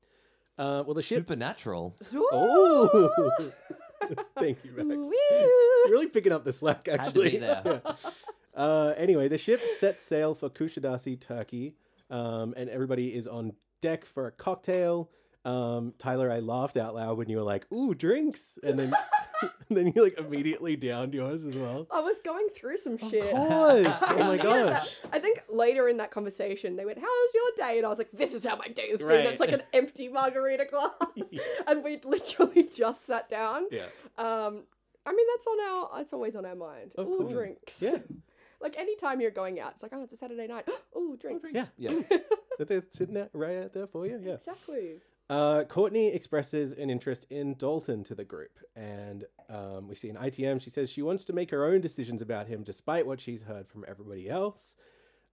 [LAUGHS] yeah. Uh, well, the ship. Supernatural. [LAUGHS] Oh, [LAUGHS] [LAUGHS] Ooh. thank you, Max. Woo! really picking up the slack, Had to actually. be there. [LAUGHS] Uh, anyway, the ship sets sail for Kushadasi, Turkey, um, and everybody is on deck for a cocktail. Um, Tyler, I laughed out loud when you were like, "Ooh, drinks," and then [LAUGHS] and then you like immediately downed yours as well. I was going through some Of shit. course! [LAUGHS] I Oh my needed that. gosh! I think later in that conversation, they went, How's your day? And I was like, This is how my day has been. Right. It's like an empty [LAUGHS] margarita glass. and we literally just sat down. Yeah, Um, I mean, that's on our, it's always on our mind. Of Ooh, course. drinks. yeah. Like anytime you're going out, it's like, Oh, it's a Saturday night. [GASPS] Ooh, drinks. Oh, drinks. Yeah. That they're sitting out right out there for you. Yeah. Exactly. Uh, Courtney expresses an interest in Dalton to the group, and um, we see in ITM she says she wants to make her own decisions about him despite what she's heard from everybody else.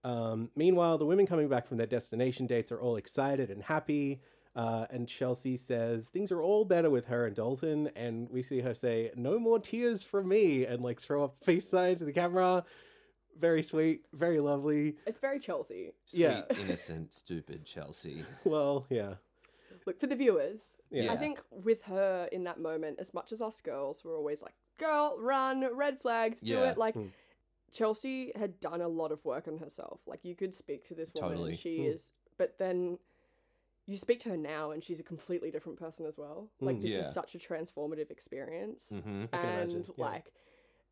Um, meanwhile, the women coming back from their destination dates are all excited and happy, uh, and Chelsea says things are all better with her and Dalton, and we see her say, No more tears from me, and like throw up peace sign to the camera. Very sweet, very lovely. It's very Chelsea. Sweet, Yeah. innocent, stupid Chelsea. Well, yeah. Look for the viewers. Yeah. I think with her in that moment, as much as us girls were always like, girl, run, red flags, do Yeah. it. Like, Mm. Chelsea had done a lot of work on herself. Like, you could speak to this woman. and Totally. She Mm. is, but then you speak to her now, and she's a completely different person as well. Like, Mm. this Hmm, Yeah. is such a transformative experience. hmm I can and, imagine, yeah. like,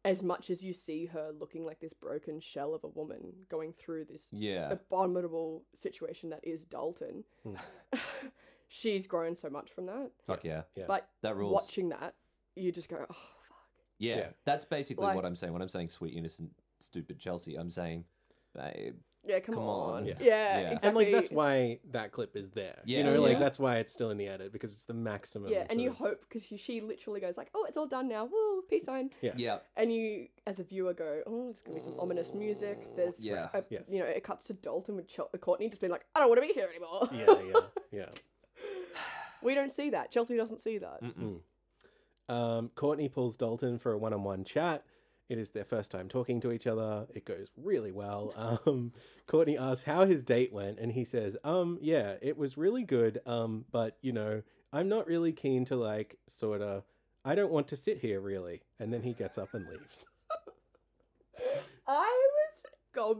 as much as you see her looking like this broken shell of a woman going through this Yeah. Hmm. abominable situation that is Dalton, Mm. [LAUGHS] she's grown so much from that. Fuck yeah. Yeah. But That rules. watching that, you just go, oh, fuck. Yeah, Yeah. that's basically Like- what I'm saying. When I'm saying sweet, innocent, stupid Chelsea, I'm saying, babe. Yeah, come, Come on. on. Yeah, Yeah. Yeah. exactly. And like that's why that clip is there. Yeah. You know, like Yeah. that's why it's still in the edit because it's the maximum. Yeah, and sort you of- hope because she literally goes like, "Oh, it's all done now. Woo, peace sign." Yeah. Yeah. And you, as a viewer, go, "Oh, there's gonna be some ominous music." There's, Yeah. a, Yes. you know, it cuts to Dalton with Chel- Courtney just being like, "I don't want to be here anymore." [LAUGHS] Yeah, yeah, yeah. we don't see that. Chelsea doesn't see that. [LAUGHS] Mm-mm. Um, Courtney pulls Dalton for a one-on-one chat. It is their first time talking to each other. It goes really [LAUGHS] well. Um, Courtney asks how his date went, and he says, "Um, yeah, it was really good. Um, but you know, I'm not really keen to like sort of. I don't want to sit here really." And then he gets up and leaves. [LAUGHS] I was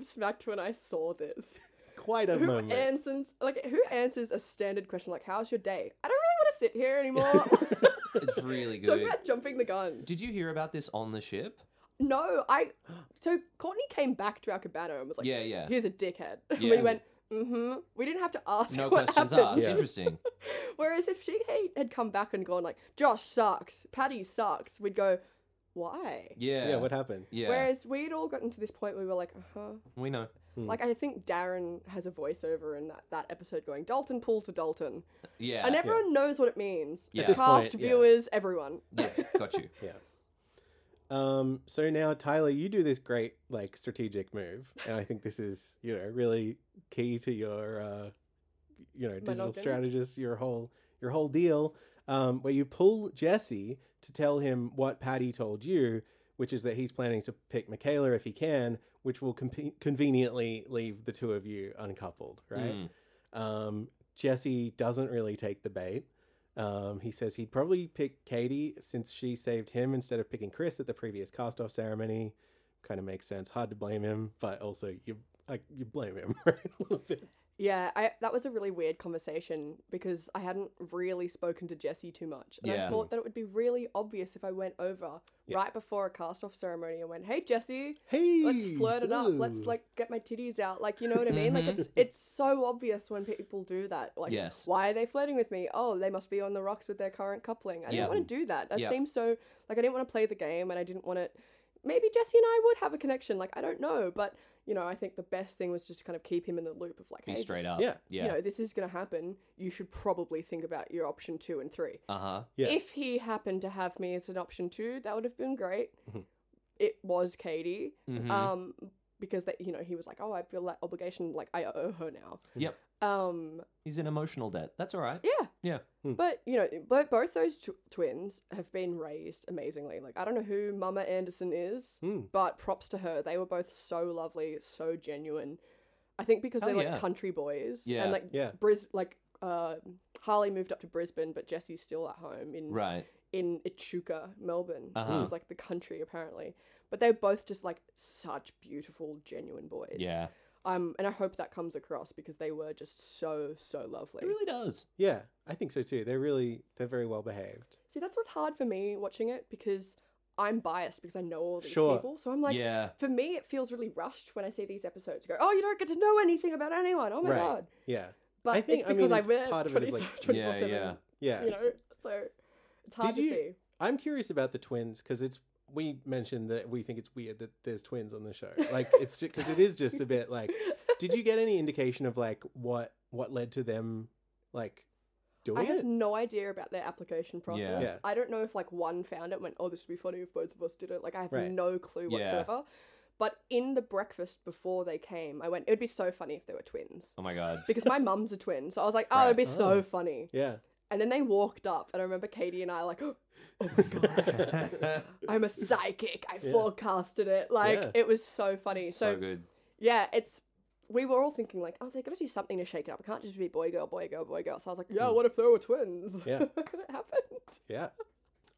gobsmacked when I [LAUGHS] saw this. Quite a who moment. answers like who answers a standard question like, "How's your day?" I don't really want to sit [LAUGHS] here anymore. [LAUGHS] It's really Talk good. about jumping the gun. Did you hear about this on the ship? No, I. So Courtney came back to our cabana and was like, Yeah, yeah. here's a dickhead." [LAUGHS] Yeah. we went, "Mm-hmm." We didn't have to ask. No what questions happened. asked. Yeah. [LAUGHS] Interesting. Whereas if she ha- had come back and gone like, "Josh sucks," "Patty sucks," we'd go, "Why?" Yeah. yeah, what happened? Yeah. Mm. Whereas we'd all gotten to this point where we were like, uh huh. we know. Hmm. Like, I think Darren has a voiceover in that, that episode going, Dalton pull to Dalton. Yeah. and everyone knows what it means. Yeah. At The this cast, point, yeah. viewers, everyone. yeah. Got [LAUGHS] you. Yeah. Um, so now Tyler, you do this great like strategic move, and I think this is you know really key to your uh, you know digital noggin. strategist your whole your whole deal, um, where you pull Jesse to tell him what Patty told you, which is that he's planning to pick Michaela if he can, which will com- conveniently leave the two of you uncoupled, right? Mm. Um, Jesse doesn't really take the bait. Um, he says he'd probably pick Katie since she saved him instead of picking Chris at the previous cast off ceremony. Kind of makes sense. Hard to blame him, but also you like you blame him [LAUGHS] right? a little bit. Yeah, I, that was a really weird conversation because I hadn't really spoken to Jesse too much. And Yeah. I thought that it would be really obvious if I went over Yeah. right before a cast off ceremony and went, Hey Jesse, Hey, let's flirt it up. Let's so- like get my titties out. Like you know what I mean? Like it's it's so obvious when people do that. Like Mm-hmm. Yes. why are they flirting with me? Oh, they must be on the rocks with their current coupling. Yeah. I didn't want to do that. That Yeah. seems so like I didn't want to play the game and I didn't want to maybe Jesse and I would have a connection. Like I don't know, but you know, I think the best thing was just to kind of keep him in the loop of like Be hey, straight just- up. yeah, Yeah. you know, this is going to happen. You should probably think about your option two and three. uh huh. Yeah. If he happened to have me as an option two, that would have been great. Mm-hmm. Mhm. It was Katie, Mhm. um, because that you know he was like, oh, I feel that obligation, like I owe her now. Yep. Um, He's in emotional debt. That's all right. yeah, Yeah. Hmm. But you know, both both those tw- twins have been raised amazingly. Like I don't know who Mama Anderson is, Hmm. but props to her. They were both so lovely, so genuine. I think because Hell they're Oh, yeah. like country boys, Yeah. and like yeah, Bris like uh, Harley moved up to Brisbane, but Jesse's still at home in Right. in Echuca, Melbourne, Uh-huh. which is like the country apparently. But they're both just like such beautiful, genuine boys. Yeah. Um, and I hope that comes across because they were just so so lovely. It really does. yeah. I think so too. They're really they're very well behaved. See, that's what's hard for me watching it because I'm biased because I know all these Sure. people. So I'm like, yeah. for me, it feels really rushed when I see these episodes. Go, oh, you don't get to know anything about anyone. Oh my Right. god! Yeah, But I think- it's I mean, because I, it's- wear part of it is, like- 24 Yeah, 7, yeah. yeah. You [LAUGHS] know, so it's hard Did to you- see. I'm curious about the twins because it's we mentioned that we think it's weird that there's twins on the [LAUGHS] show. Like it's because it is just a bit like. Did you get any indication of like what what led to them like doing I have it? no idea about their application process. Yeah. I don't know if like one found it and went, "Oh, this would be funny if both of us did it." Like I have Right. no clue Yeah. whatsoever. But in the breakfast before they came, I went, "It would be so funny if they were twins." Oh my god. [LAUGHS] [LAUGHS] [LAUGHS] Because my mum's a twin, so I was like, "Oh, it'd be so funny." Yeah. And then they walked up, and I remember Katie and I like, [GASPS] "Oh my god, [LAUGHS] I'm a psychic! I forecasted it!" Like Yeah. it was so funny. so good. Yeah, it's we were all thinking like, oh, they're gonna do something to shake it up. It can't just be boy girl, boy girl, boy girl. So I was like, "Hmm." yeah, what if they were twins? [LAUGHS] Yeah. and it happened. Yeah.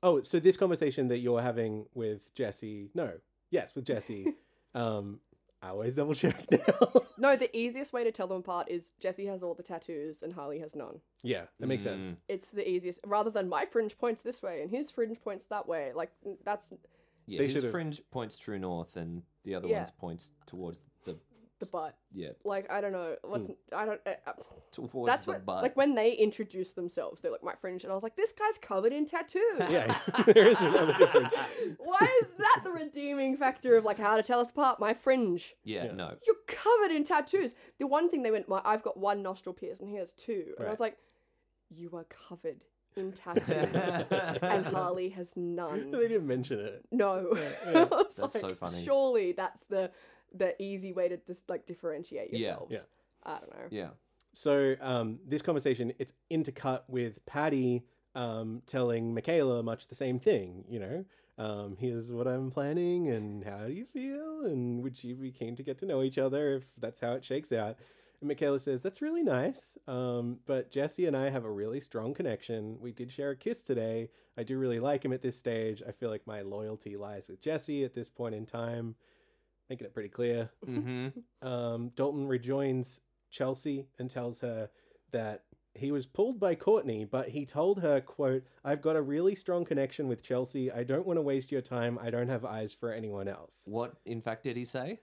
Oh, so this conversation that you're having with Jesse, no, yes, with [LAUGHS] Jesse, um, I always double check now. [LAUGHS] No, the easiest way to tell them apart is Jesse has all the tattoos and Harley has none. yeah, that makes sense. Mm. It's the easiest, rather than my fringe points this way and his fringe points that way. Like n- that's Yeah, They his should've- fringe points true north, and the other Yeah. one's points towards the the butt. yeah Like I don't know what's I don't. Uh, uh, towards that's the what butt. like when they introduce themselves, they're like my fringe, and I was like, this guy's covered in tattoos. [LAUGHS] Yeah, there is another difference. Why is that the redeeming factor of like how to tell us apart? My fringe. yeah, Yeah. no. [LAUGHS] you're covered in tattoos. The one thing they went, my, I've got one nostril pierced and he has two. And I was like, you are covered in tattoos. [LAUGHS] [LAUGHS] and Harley has They none. didn't mention it. No. [LAUGHS] yeah. I was That's so funny. Surely that's the the easy way to just like differentiate Yeah. yourselves. Yeah. I don't know. Yeah, So um, this conversation, it's intercut with Patty um, telling Michaela much the same thing. You know, um, here's what I'm planning, and how do you feel, and would you be keen to get to know each other if that's how it shakes out? And Michaela says, "That's really nice, um, but Jesse and I have a really strong connection. We did share a kiss today. I do really like him at this stage. I feel like my loyalty lies with Jesse at this point in time." Making it pretty clear mm-hmm. um, Dalton rejoins Chelsea and tells her that he was pulled by Courtney, but he told her, quote, I've got a really strong connection with Chelsea. I don't want to waste your time. I don't have eyes for anyone else. [LAUGHS] What in fact did he say?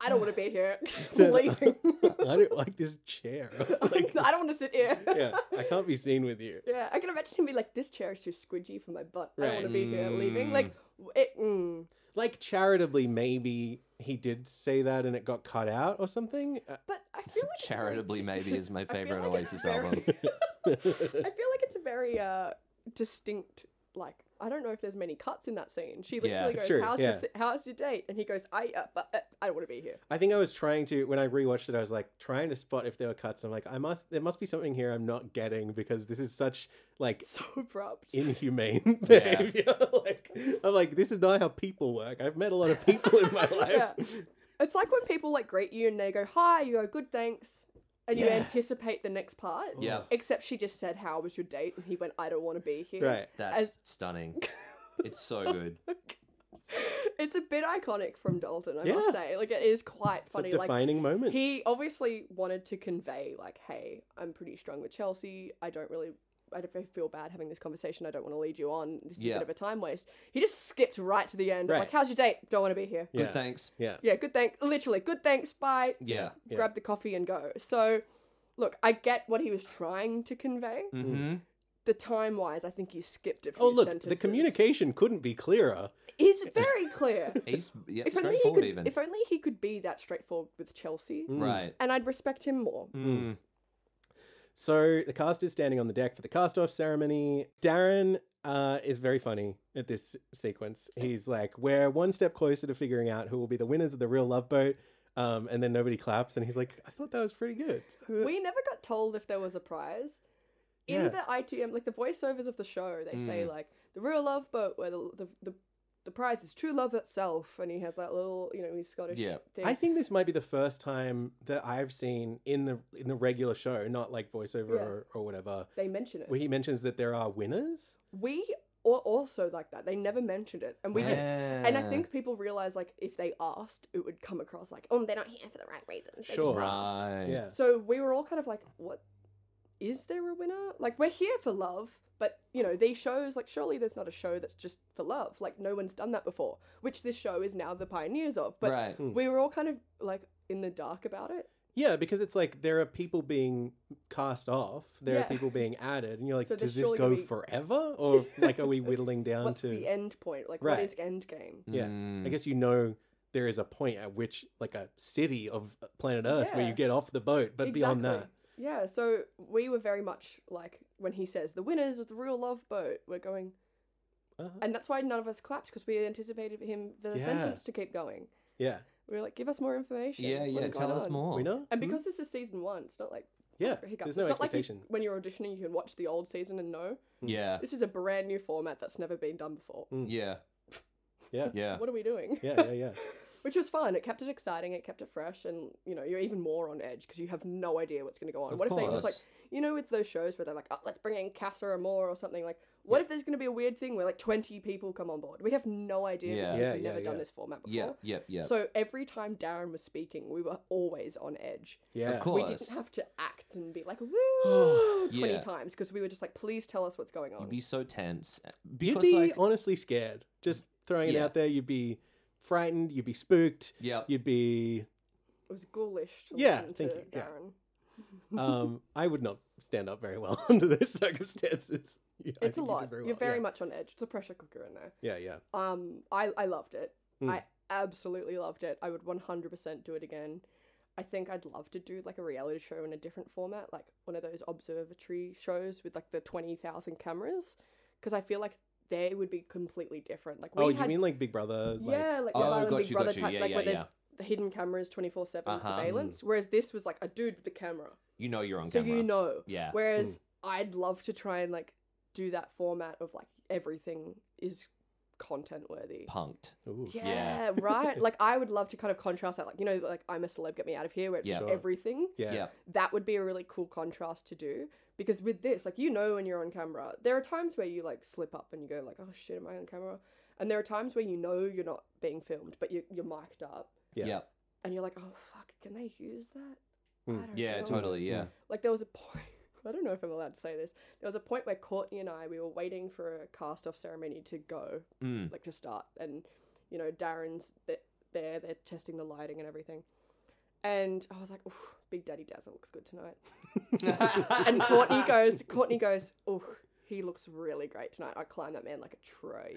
I don't want to be here. [LAUGHS] I'm So- leaving. I don't like this chair. [LAUGHS] Like, [LAUGHS] I don't want to sit here. [LAUGHS] yeah, I can't be seen with you. Yeah, I can imagine him be like, this chair is too squidgy for my butt. I don't want Right. to be here leaving. Like, w- it, mm. Like, charitably, maybe he did say that and it got cut out or something. Uh, [LAUGHS] but [LAUGHS] I feel like. it's very- [LAUGHS] Charitably, maybe is my I feel favorite like it's Oasis very- [LAUGHS] album. I feel like it's a very uh, distinct. Like I don't know if there's many cuts in that scene. She literally Yeah, it's goes, true, "How's your yeah. your how's your date?" And he goes, "I uh, but, uh, I don't want to be here." I think I was trying to when I rewatched it. I was like trying to spot if there were cuts. I'm like, I must. There must be something here I'm not getting because this is such like So abrupt. [LAUGHS] inhumane Yeah. behavior. [LAUGHS] like I'm like, this is not how people work. I've met a lot of people in [LAUGHS] my life. Yeah. It's like when people like greet you and they go, "Hi," you go, "Good, thanks," and you Yeah. anticipate the next part. Yeah. Except she just said, "How was your date?" and he went, "I don't want to be here." [LAUGHS] Right. That's As- stunning. It's so good. [LAUGHS] It's a bit iconic from Dalton, I Yeah. must say. Like it is quite It's a funny. like defining moment. he obviously wanted to convey like hey i'm pretty strong with chelsea i don't really i don't I feel bad having this conversation i don't want to lead you on this is a Yeah. bit of a time waste he just skipped right to the end Right. like how's your date don't want to be here yeah. Good thanks. Yeah. yeah good thanks literally good thanks bye Yeah. Yeah. grab the coffee and go so look i get what he was trying to convey Mm. Mm-hmm. the time wise i think he skipped a few Oh look, sentences. the communication couldn't be clearer. is very [LAUGHS] clear He's yeah, if only he straightforward could even. if only he could be that straightforward with chelsea Mm. Right. and i'd respect him more Mm. So the cast is standing on the deck for the cast off ceremony. Darren uh, is very funny at this sequence. He's like, We're one step closer to figuring out who will be the winners of the real love boat. Um, and then nobody claps. And he's like, I thought that was pretty good. we never got told if there was a prize. In Yeah. the ITM, like the voiceovers of the show, they say Mm. like the real love boat, where the the, the the prize is true love itself, and he has that little, you know, he's Scottish Yeah. thing. I think this might be the first time that I've seen in the in the regular show, not like voiceover Yeah. or, or whatever, they mention it. where he mentions that there are winners. We are also like that. They never mentioned it, and we did. And I Yeah. think people realize like if they asked, it would come across like, oh, they're not here for the right reasons. They Sure. just asked. Right. Yeah, So we were all kind of like, what? Is there a winner? Like, we're here for love, but, you know, these shows, like, surely there's not a show that's just for love. Like, no one's done that before, which this show is now the pioneers of. But right. Mm. we were all kind of, like, in the dark about it. yeah, because it's like there are people being cast off, there Yeah. are people being added, and you're like, So there's does this surely go gonna be- forever, or like, [LAUGHS] are we whittling down What's to? the end point? Like, Right. what is end game? Yeah, I Mm. guess you know there is a point at which, like, a city of planet Earth where Yeah. you get off the boat, but beyond that, Yeah, so we were very much like when he says the winners of the real love boat, we're going, Uh-huh. and that's why none of us clapped because we anticipated him the Yeah. sentence to keep going. Yeah. We were like, give us more information. Yeah, yeah. What's Tell going us on?" more. We know. And Hmm? because this is season one, it's not like yeah, hiccups. there's Oh, it's no not like you- expectation. when you're auditioning, you can watch the old season and know Yeah, this is a brand new format that's never been done before. yeah, Mm. Yeah. yeah. What are we doing? Yeah, yeah, yeah. [LAUGHS] Which was fun. It kept it exciting. It kept it fresh, and you know you're even more on edge because you have no idea what's going to go on. Of what if they just like course. you know with those shows where they're like, oh, let's bring in Casa or Moore or something like. What if there's going to be a weird thing where like 20 people come on board? We have no idea Yeah. because Yeah, we've yeah, never done yeah. this format before. Yeah, yeah, yeah. So every time Darren was speaking, we were always on edge. Yeah. Of course. We didn't have to act and be like [SIGHS] woo 20 Yeah. times because we were just like, please tell us what's going on. You'd be so tense You'd because, be like, honestly scared. Just throwing it Yeah. out there, you'd be frightened, you'd be spooked, yeah, you'd be It was ghoulish. To Yeah, listen thank to you, yeah. Darren. [LAUGHS] um I would not stand up very well [LAUGHS] under those circumstances. [LAUGHS] You- I It's think you a did lot. very You're well. very yeah. much on edge. It's a pressure cooker in there. Yeah, yeah. Um, I I loved it. Mm. I absolutely loved it. I would 100% do it again. I think I'd love to do like a reality show in a different format, like one of those observatory shows with like the 20,000 cameras, because I feel like they would be completely different. Like we Oh, had you mean like Big Brother? Like, yeah, like Oh, Love Island got Big you, got Brother you. type, Yeah, like where yeah, there's the hidden cameras, twenty four seven Uh-huh. surveillance. Whereas this was like a dude with the camera, you know you're on so camera. you know. Yeah. Hmm. Whereas I'd love to try and like do that format of like everything is content worthy. Punked. Ooh. Yeah, Yeah. right. like I would love to kind of contrast that, like you know, like I'm a celeb, get me out of here, where it's Yeah. just Sure. everything. Yeah. Yeah. That would be a really cool contrast to do because with this, like you know, when you're on camera, there are times where you like slip up and you go like, oh shit, am I on camera? And there are times where you know you're not being filmed, but you, you're mic'd up, Yeah. Yeah. Yeah. and you're like, oh fuck, can they use that? Mm. I don't Yeah. know." Totally. Yeah. Like there was a point. [LAUGHS] I don't know if I'm allowed to say this. There was a point where Courtney and I we were waiting for a cast off ceremony to go Mm. like to start and you know darren's th- there they're testing the lighting and everything and i was like Oof, big daddy dazzle looks good tonight [LAUGHS] Mm. and courtney goes courtney goes oh he looks really great tonight i climbed that man like a tree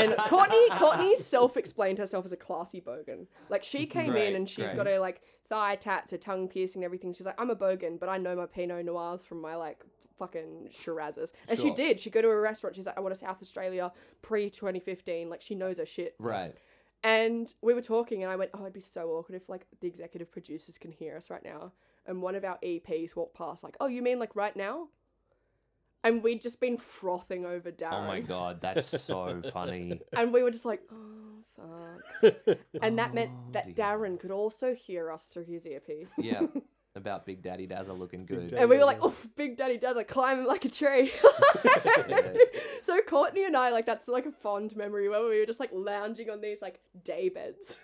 and [LAUGHS] courtney courtney self-explained herself as a classy bogan like she came Great, in and she's great. got her like thigh tats her tongue piercing and everything she's like i'm a bogan but i know my pinot noirs from my like fucking shirazes and she Sure. did she'd go to a restaurant she's like i want a south australia pre-2015 like she knows her shit Right. and we were talking, and I went, "Oh, it'd be so awkward if like the executive producers can hear us right now." And one of our EPs walked past, like, "Oh, you mean like right now?" And we'd just been frothing over Darren, Oh my god, that's so [LAUGHS] funny. and we were just like, "Oh fuck!" and [LAUGHS] that meant Oh, that dear. Darren could also hear us through his earpiece. Yeah. About Big Daddy Dazzle looking good. Daddy. And we were like, "Oh, Big Daddy does like climbing like [LAUGHS] a tree." [LAUGHS] so Courtney and I, like, that's like a fond memory where we were just like lounging on these like day beds.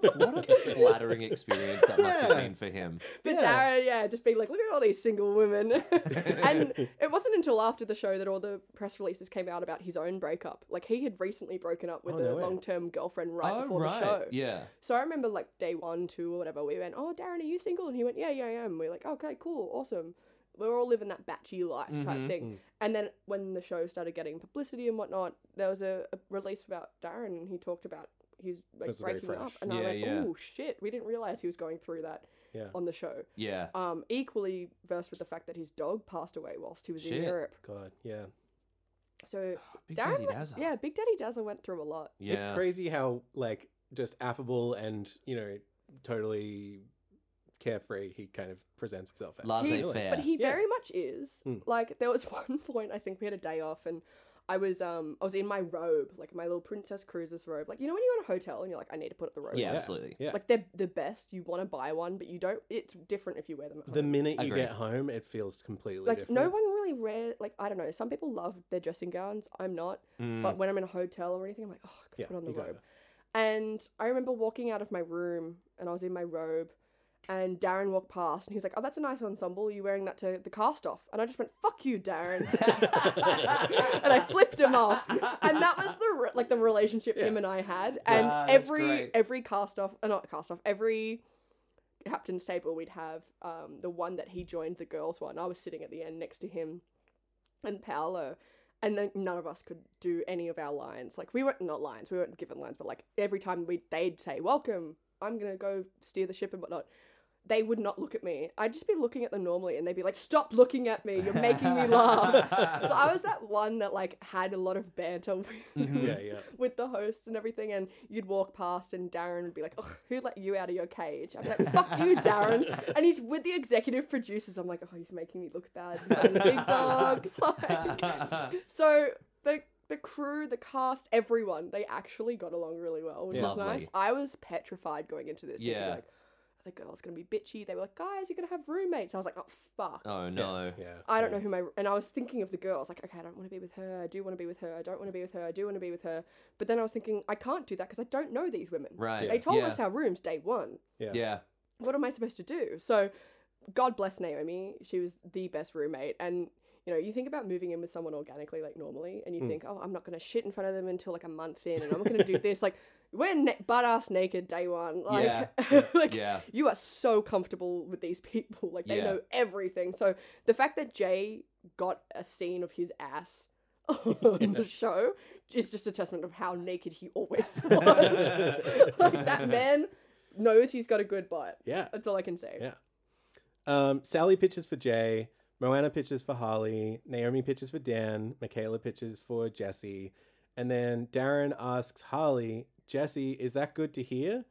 What a flattering experience that must have Yeah. been for him. But Yeah. Darren, yeah, just being like, look at all these single women. [LAUGHS] and it wasn't until after the show that all the press releases came out about his own breakup. Like, he had recently broken up with Oh, a no way. long term girlfriend right oh before right. the show. Yeah. So I remember, like, day one, two, or whatever, we went, oh, Darren, are you single? And he went, yeah, yeah, I am. We are like, okay, cool, awesome. We are all living that batchy life type Mm-hmm. Mhm. thing. Mm. And then when the show started getting publicity and whatnot, there was a, a release about Darren and he talked about he's like That's very breaking up. fresh. And I'm Yeah, like, yeah. oh, shit, we didn't realize he was going through that Yeah. on the show Yeah. um, equally versed with the fact that his dog passed away whilst he was in Shit. Europe. God, yeah. So [GASPS] Big Darren, Daddy went- Dazzle. yeah, Big Daddy Dazzle went through a lot. Yeah. It's crazy how like just affable and, you know, totally carefree he kind of presents himself as. Laissez Really. faire. But he Yeah. very much is. Mm. Like there was [LAUGHS] one point I think we had a day off and I was um I was in my robe, like my little princess cruises robe. Like you know when you're in a hotel and you're like I need to put up the robe. yeah, Yeah. absolutely. Yeah. Like they're the best. You want to buy one, but you don't. It's different if you wear them. At the home. minute you Agree. get home, it feels completely Like different. no one really wear. Like I don't know. Some people love their dressing gowns. I'm not. Mm. But [LAUGHS] when I'm in a hotel or anything, I'm like, oh, I gotta yeah, put on the you got robe. it. And I remember walking out of my room and I was in my robe and Darren walked past and he was like, Oh, that's a nice ensemble. Are you wearing that to the cast off? And I just went, Fuck you, Darren. [LAUGHS] and I flipped him off. [LAUGHS] And that was the re- like the relationship him Yeah. and I had. And Ah, that's every great. every cast off uh, not cast off, every Captain's table we'd have um, the one that he joined the girls one. I was sitting at the end next to him and Paolo and then none of us could do any of our lines. Like we weren't not lines, we weren't given lines, but like every time we they'd say, "Welcome, I'm gonna go steer the ship and whatnot." they would not look at me. I'd just be looking at them normally and they'd be like, Stop looking at me, you're making [LAUGHS] me laugh. so I was that one that like had a lot of banter [LAUGHS] with Mm-hmm. yeah, yeah. with the hosts and everything, and you'd walk past, and Darren would be like, "Oh, who let you out of your cage?" I'm like, "Fuck [LAUGHS] you, Darren!" And he's with the executive producers. I'm like, "Oh, he's making me look bad, I'm the big dogs." [LAUGHS] Like, so the the crew, the cast, everyone, they actually got along really well, which was Lovely. nice. I was petrified going into this. thinking, Yeah. Like, I think I was gonna be bitchy. They were like, "Guys, you're gonna have roommates." I was like, "Oh fuck." [LAUGHS] Oh no. Yeah. I don't know who my and I was thinking of the girl. I was like, okay, I don't want to be with her. I do want to be with her. I don't want to be with her. I do want to be with her. But then I was thinking, I can't do that because I don't know these women. Right. They told yeah. us our rooms day one. Yeah. Yeah. What am I supposed to do? So, God bless Naomi. She was the best roommate. And you know, you think about moving in with someone organically, like normally, Mm. and you think, oh, I'm not gonna shit in front of them until like a month in, and I'm not [LAUGHS] gonna do this. Like we're na- butt ass naked day one. Like, [LAUGHS] Yeah. like Yeah. you are so comfortable with these [LAUGHS] people. Like they Yeah. know everything. So the fact that Jay got a scene of his ass [LAUGHS] on the show is just a testament of how naked he [LAUGHS] always was. [LAUGHS] like that man knows he's got a good butt. Yeah. That's all I can say. Yeah. Um, Sally pitches for Jay. Moana pitches for Holly. Naomi pitches for Dan. Michaela pitches for Jesse. And then Darren asks Holly, Jesse, is that good to hear?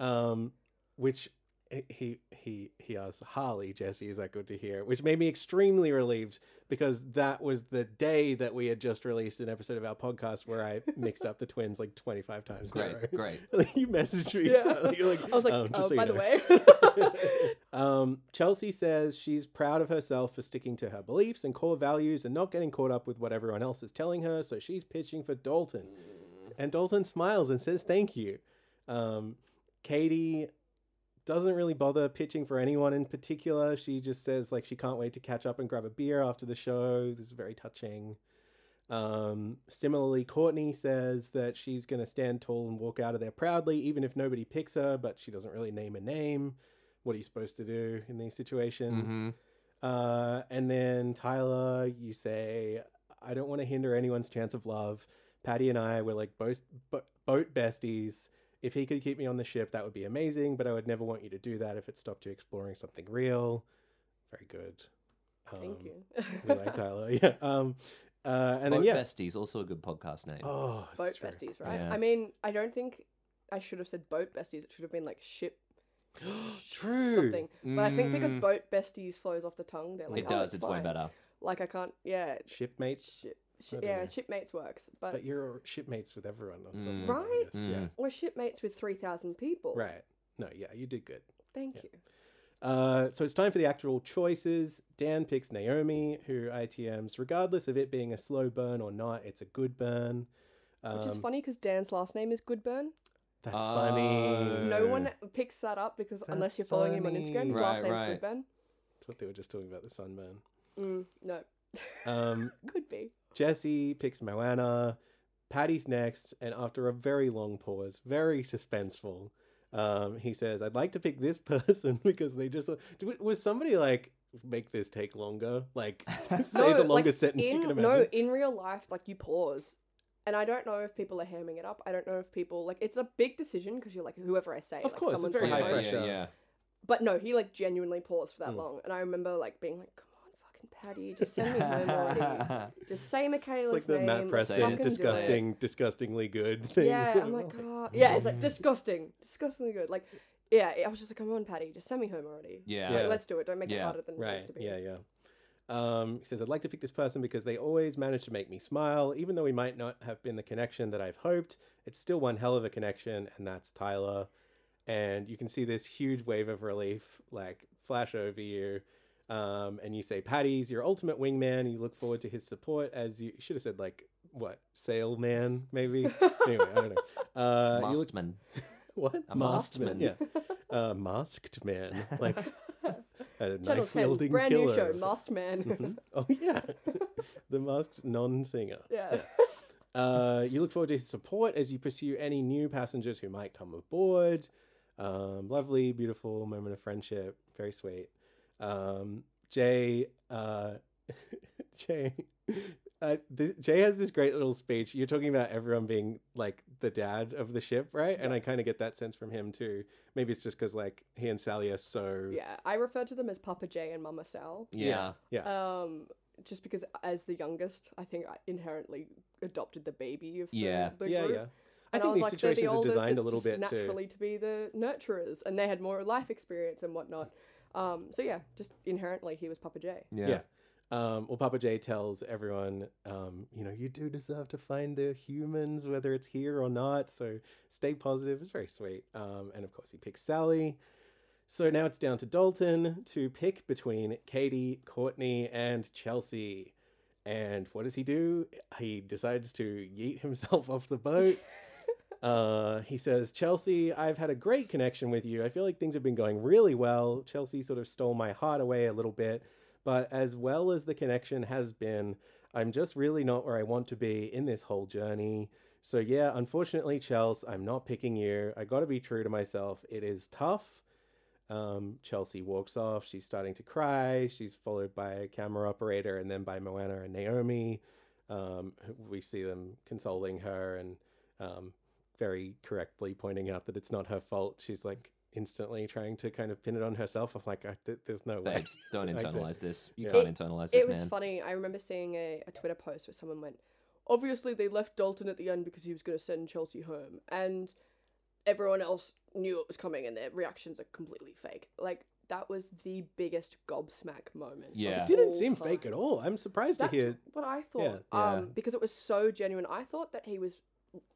Um, which he- he he he asks Holly, Jesse, is that good to hear? Which made me extremely relieved because that was the day that we had just released an episode of our podcast where [LAUGHS] I mixed up the twins like twenty five times. in a Great. row. Great. [LAUGHS] you messaged me. [LAUGHS] Yeah. [LAUGHS] Tyler, you're I was like, um, just oh, so you by know." the way. [LAUGHS] um, Chelsea says she's proud of herself for sticking to her beliefs and core values and not getting caught up with what everyone else is telling her, so she's pitching for Dalton. And Dalton smiles and says thank you. Um, Katie doesn't really bother pitching for anyone in particular. She just says like she can't wait to catch up and grab a beer after the show. This is very touching. Um, similarly, Courtney says that she's going to stand tall and walk out of there proudly, even if nobody picks her, but she doesn't really name a name. What are you supposed to do in these situations? Mhm. Uh, and then Tyler, you say, I don't want to hinder anyone's chance of love. Patty and I were like boat, bo- boat besties. If he could keep me on the ship, that would be amazing, but I would never want you to do that if it stopped you exploring something real. Very good. Thank Um, you. we like Tyler. [LAUGHS] Yeah. Um, uh, and then Boat yeah. Besties, also a good podcast name. Oh, it's [LAUGHS] boat true. besties, right? Yeah. I mean, I don't think I should have said boat besties. It should have been like ship. sh- Oh, [GASPS] True. Something, but I think because Mm. boat besties flows off the tongue, they're like it "Oh, does. It's way fine." better. Like I can't. Yeah. Shipmates, Ship. I Shi don't yeah. know. Shipmates works, but, but you're shipmates with everyone on something. Mm. uh Right? Yeah. Mm. we're shipmates with three thousand people. Right. No, yeah, you did good. Thank Yeah. you. Uh, so it's time for the actual choices. Dan picks Naomi, who ITMs, regardless of it being a slow burn or not, it's a good burn. Um, Which is funny because Dan's last name is Goodburn. That's funny. No Oh. one picks that up because unless That's you're following him on funny. Instagram, his Right, last name's right. Goodburn. That's what they were just talking about the sunburn. Mm, no, [LAUGHS] Um, could be. Jesse picks Moana. Patty's next, and after a very long pause, very suspenseful, um, he says, "I'd like to pick this [LAUGHS] person because they just Do- was somebody like make this take longer, like [LAUGHS] say the like, longest sentence in, you can No, imagine." in real life, like you pause, and I don't know if people are hamming it up. I don't know if people like it's a big decision because you're like whoever I say, Of like course, it's someone's very gonna high know. pressure. Yeah, yeah. But no, he like genuinely paused for that Mm. long, and I remember like being like, "Come on, fucking Patty, just send me [LAUGHS] home already. Just say It's Michaela's like the name. Matt Say it. Preston fucking do it." disgusting, disgustingly good thing. Yeah, [LAUGHS] I'm like, "Oh, God. Yeah, it's like disgusting, disgustingly good. Like, yeah, I was just like, "Come on, Patty, just send me home already. [LAUGHS] Yeah. Like, Yeah. let's do it. Don't make it Yeah. harder than it Right. needs to be." Yeah, yeah. Um, he says, I'd like to pick this person because they always manage to make me smile, even though we might not have been the connection that I've hoped. It's still one hell of a connection, and that's Tyler. And you can see this huge wave of relief like flash over you. Um, and you say, Patty's your ultimate wingman. and You look forward to his support as you, you should have said, like, what, sailman, [LAUGHS] maybe? anyway, I don't know. Uh, you look, Mastman. what? A masked man. Yeah. Uh, masked man. [LAUGHS] Like, a Channel knife 10's wielding brand killer. new or show, something. [LAUGHS] Masked Man. Mhm. Oh yeah, the masked non-singer. [LAUGHS] yeah. Uh, you look forward to his support as you pursue any new passengers who might come aboard. Um, lovely, beautiful moment of friendship. Very sweet. Um, [LAUGHS] Jay, uh, Jay uh, th Jay has this great little speech. You're talking about everyone being like the dad of the ship, right? And I kind of get that sense from him too. Maybe it's just because like he and Sally are so Yeah, I refer to them as Papa J and Mama Sal. Yeah. Um, just because as the youngest, I think I inherently adopted the baby of the, Yeah. the yeah, group. yeah. I And think was these like, they're the situations are oldest, designed a it's little just bit too. naturally to be the nurturers, and they had more life experience and whatnot. Um, so yeah, just inherently he was Papa J. Yeah. Yeah. Um, well, Papa Jay tells everyone, um, you know, you do deserve to find the humans, whether it's here or not. So stay positive. It's very sweet. Um, and of course, he picks Sally. So now it's down to Dalton to pick between Katie, Courtney, and Chelsea. And what does he do? He decides to yeet himself off the boat. Uh, he says, Chelsea, I've had a great connection with you. I feel like things have been going really well. Chelsea sort of stole my heart away a little bit. But as well as the connection has been, I'm just really not where I want to be in this whole journey. So, yeah, unfortunately, Chelsea, I'm not picking you. I got to be true to myself. It is tough. Um, Chelsea walks off. She's starting to cry. She's followed by a camera operator and then by Moana and Naomi. Um, we see them consoling her and um, very correctly pointing out that it's not her fault. She's like instantly trying to kind of pin it on herself. I'm like, I, th- there's no way. Babes, [LAUGHS] don't I did. internalize this. You Yeah. can't internalize this, it was man. funny. I remember seeing a, a Twitter post where someone went, obviously they left Dalton at the end because he was going to send Chelsea home, and everyone else knew it was coming, and their reactions are completely fake. Like that was the biggest gobsmack moment. of Yeah. It Didn't all seem time. fake at all. I'm surprised That's to hear. what I thought. Yeah. Um, because it was so genuine. I thought that he was,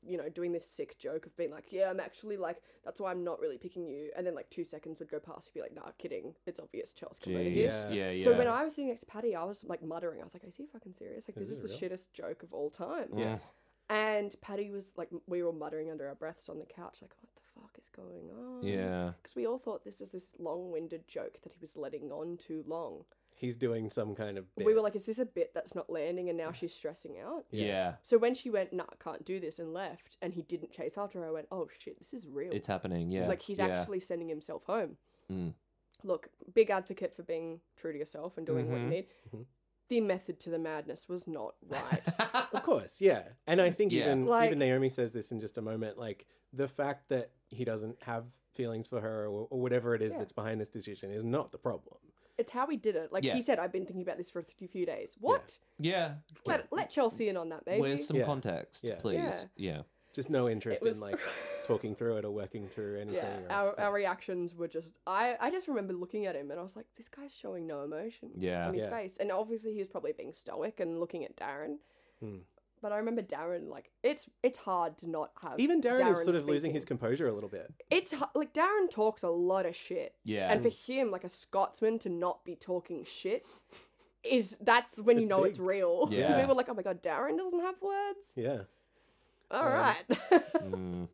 you know, doing this sick joke of being like, "Yeah, I'm actually like, that's why I'm not really picking you." And then like two seconds would go past, he'd be like, "Nah, kidding. It's obvious. Chelsea come over Jeez. here." Yeah. Yeah. So when I was sitting next to Patty, I was like muttering. I was like, "Is he fucking serious? Like, Is this is the this shittest joke of all time." Yeah. And Patty was like, m- we were all muttering under our breaths on the couch, like, "What the fuck is going on?" Yeah. Because we all thought this was this long-winded joke that he was letting on too long. He's doing some kind of. Bit. We were like, "Is this a bit that's not landing?" And now she's stressing out. Yeah. So when she went, nah, can't do this, and left, and he didn't chase after her, I went, oh shit, this is real. It's happening. Yeah. like he's yeah. [LAUGHS] actually sending himself home. Mm. Look, big advocate for being true to yourself and doing what Mm-hmm. you Mhm. need. The method to the madness was not [LAUGHS] right. of course, yeah. And I think Yeah. even Like- even Naomi says this in just a moment. Like the fact that he doesn't have feelings for her or, or whatever it is Yeah. that's behind this decision is not the problem. it's how he did it. Like Yeah. he said, I've been thinking about this for a few- few days. What? Yeah. Let, let Chelsea in on that, maybe. Where's some Yeah. context, Yeah. please? Yeah. Just no interest was- in [LAUGHS] like talking through it or working through anything. yeah, or- our, our reactions were just. I, I just remember looking at him and I was like, this guy's showing no emotion Yeah. on his Yeah. face. And obviously, he was probably being stoic and looking at Darren. Hmm. But I remember Darren, like, it's it's hard to not have. even Darren, is sort of losing speaking. his composure a little bit. It's h- like Darren talks a lot of shit. Yeah. And for him, like a Scotsman to not be talking shit is that's when you It's know big. it's real. [LAUGHS] Yeah. we were like, oh my god, Darren doesn't have words. Yeah. All Um, right. [LAUGHS] [LAUGHS] Mm.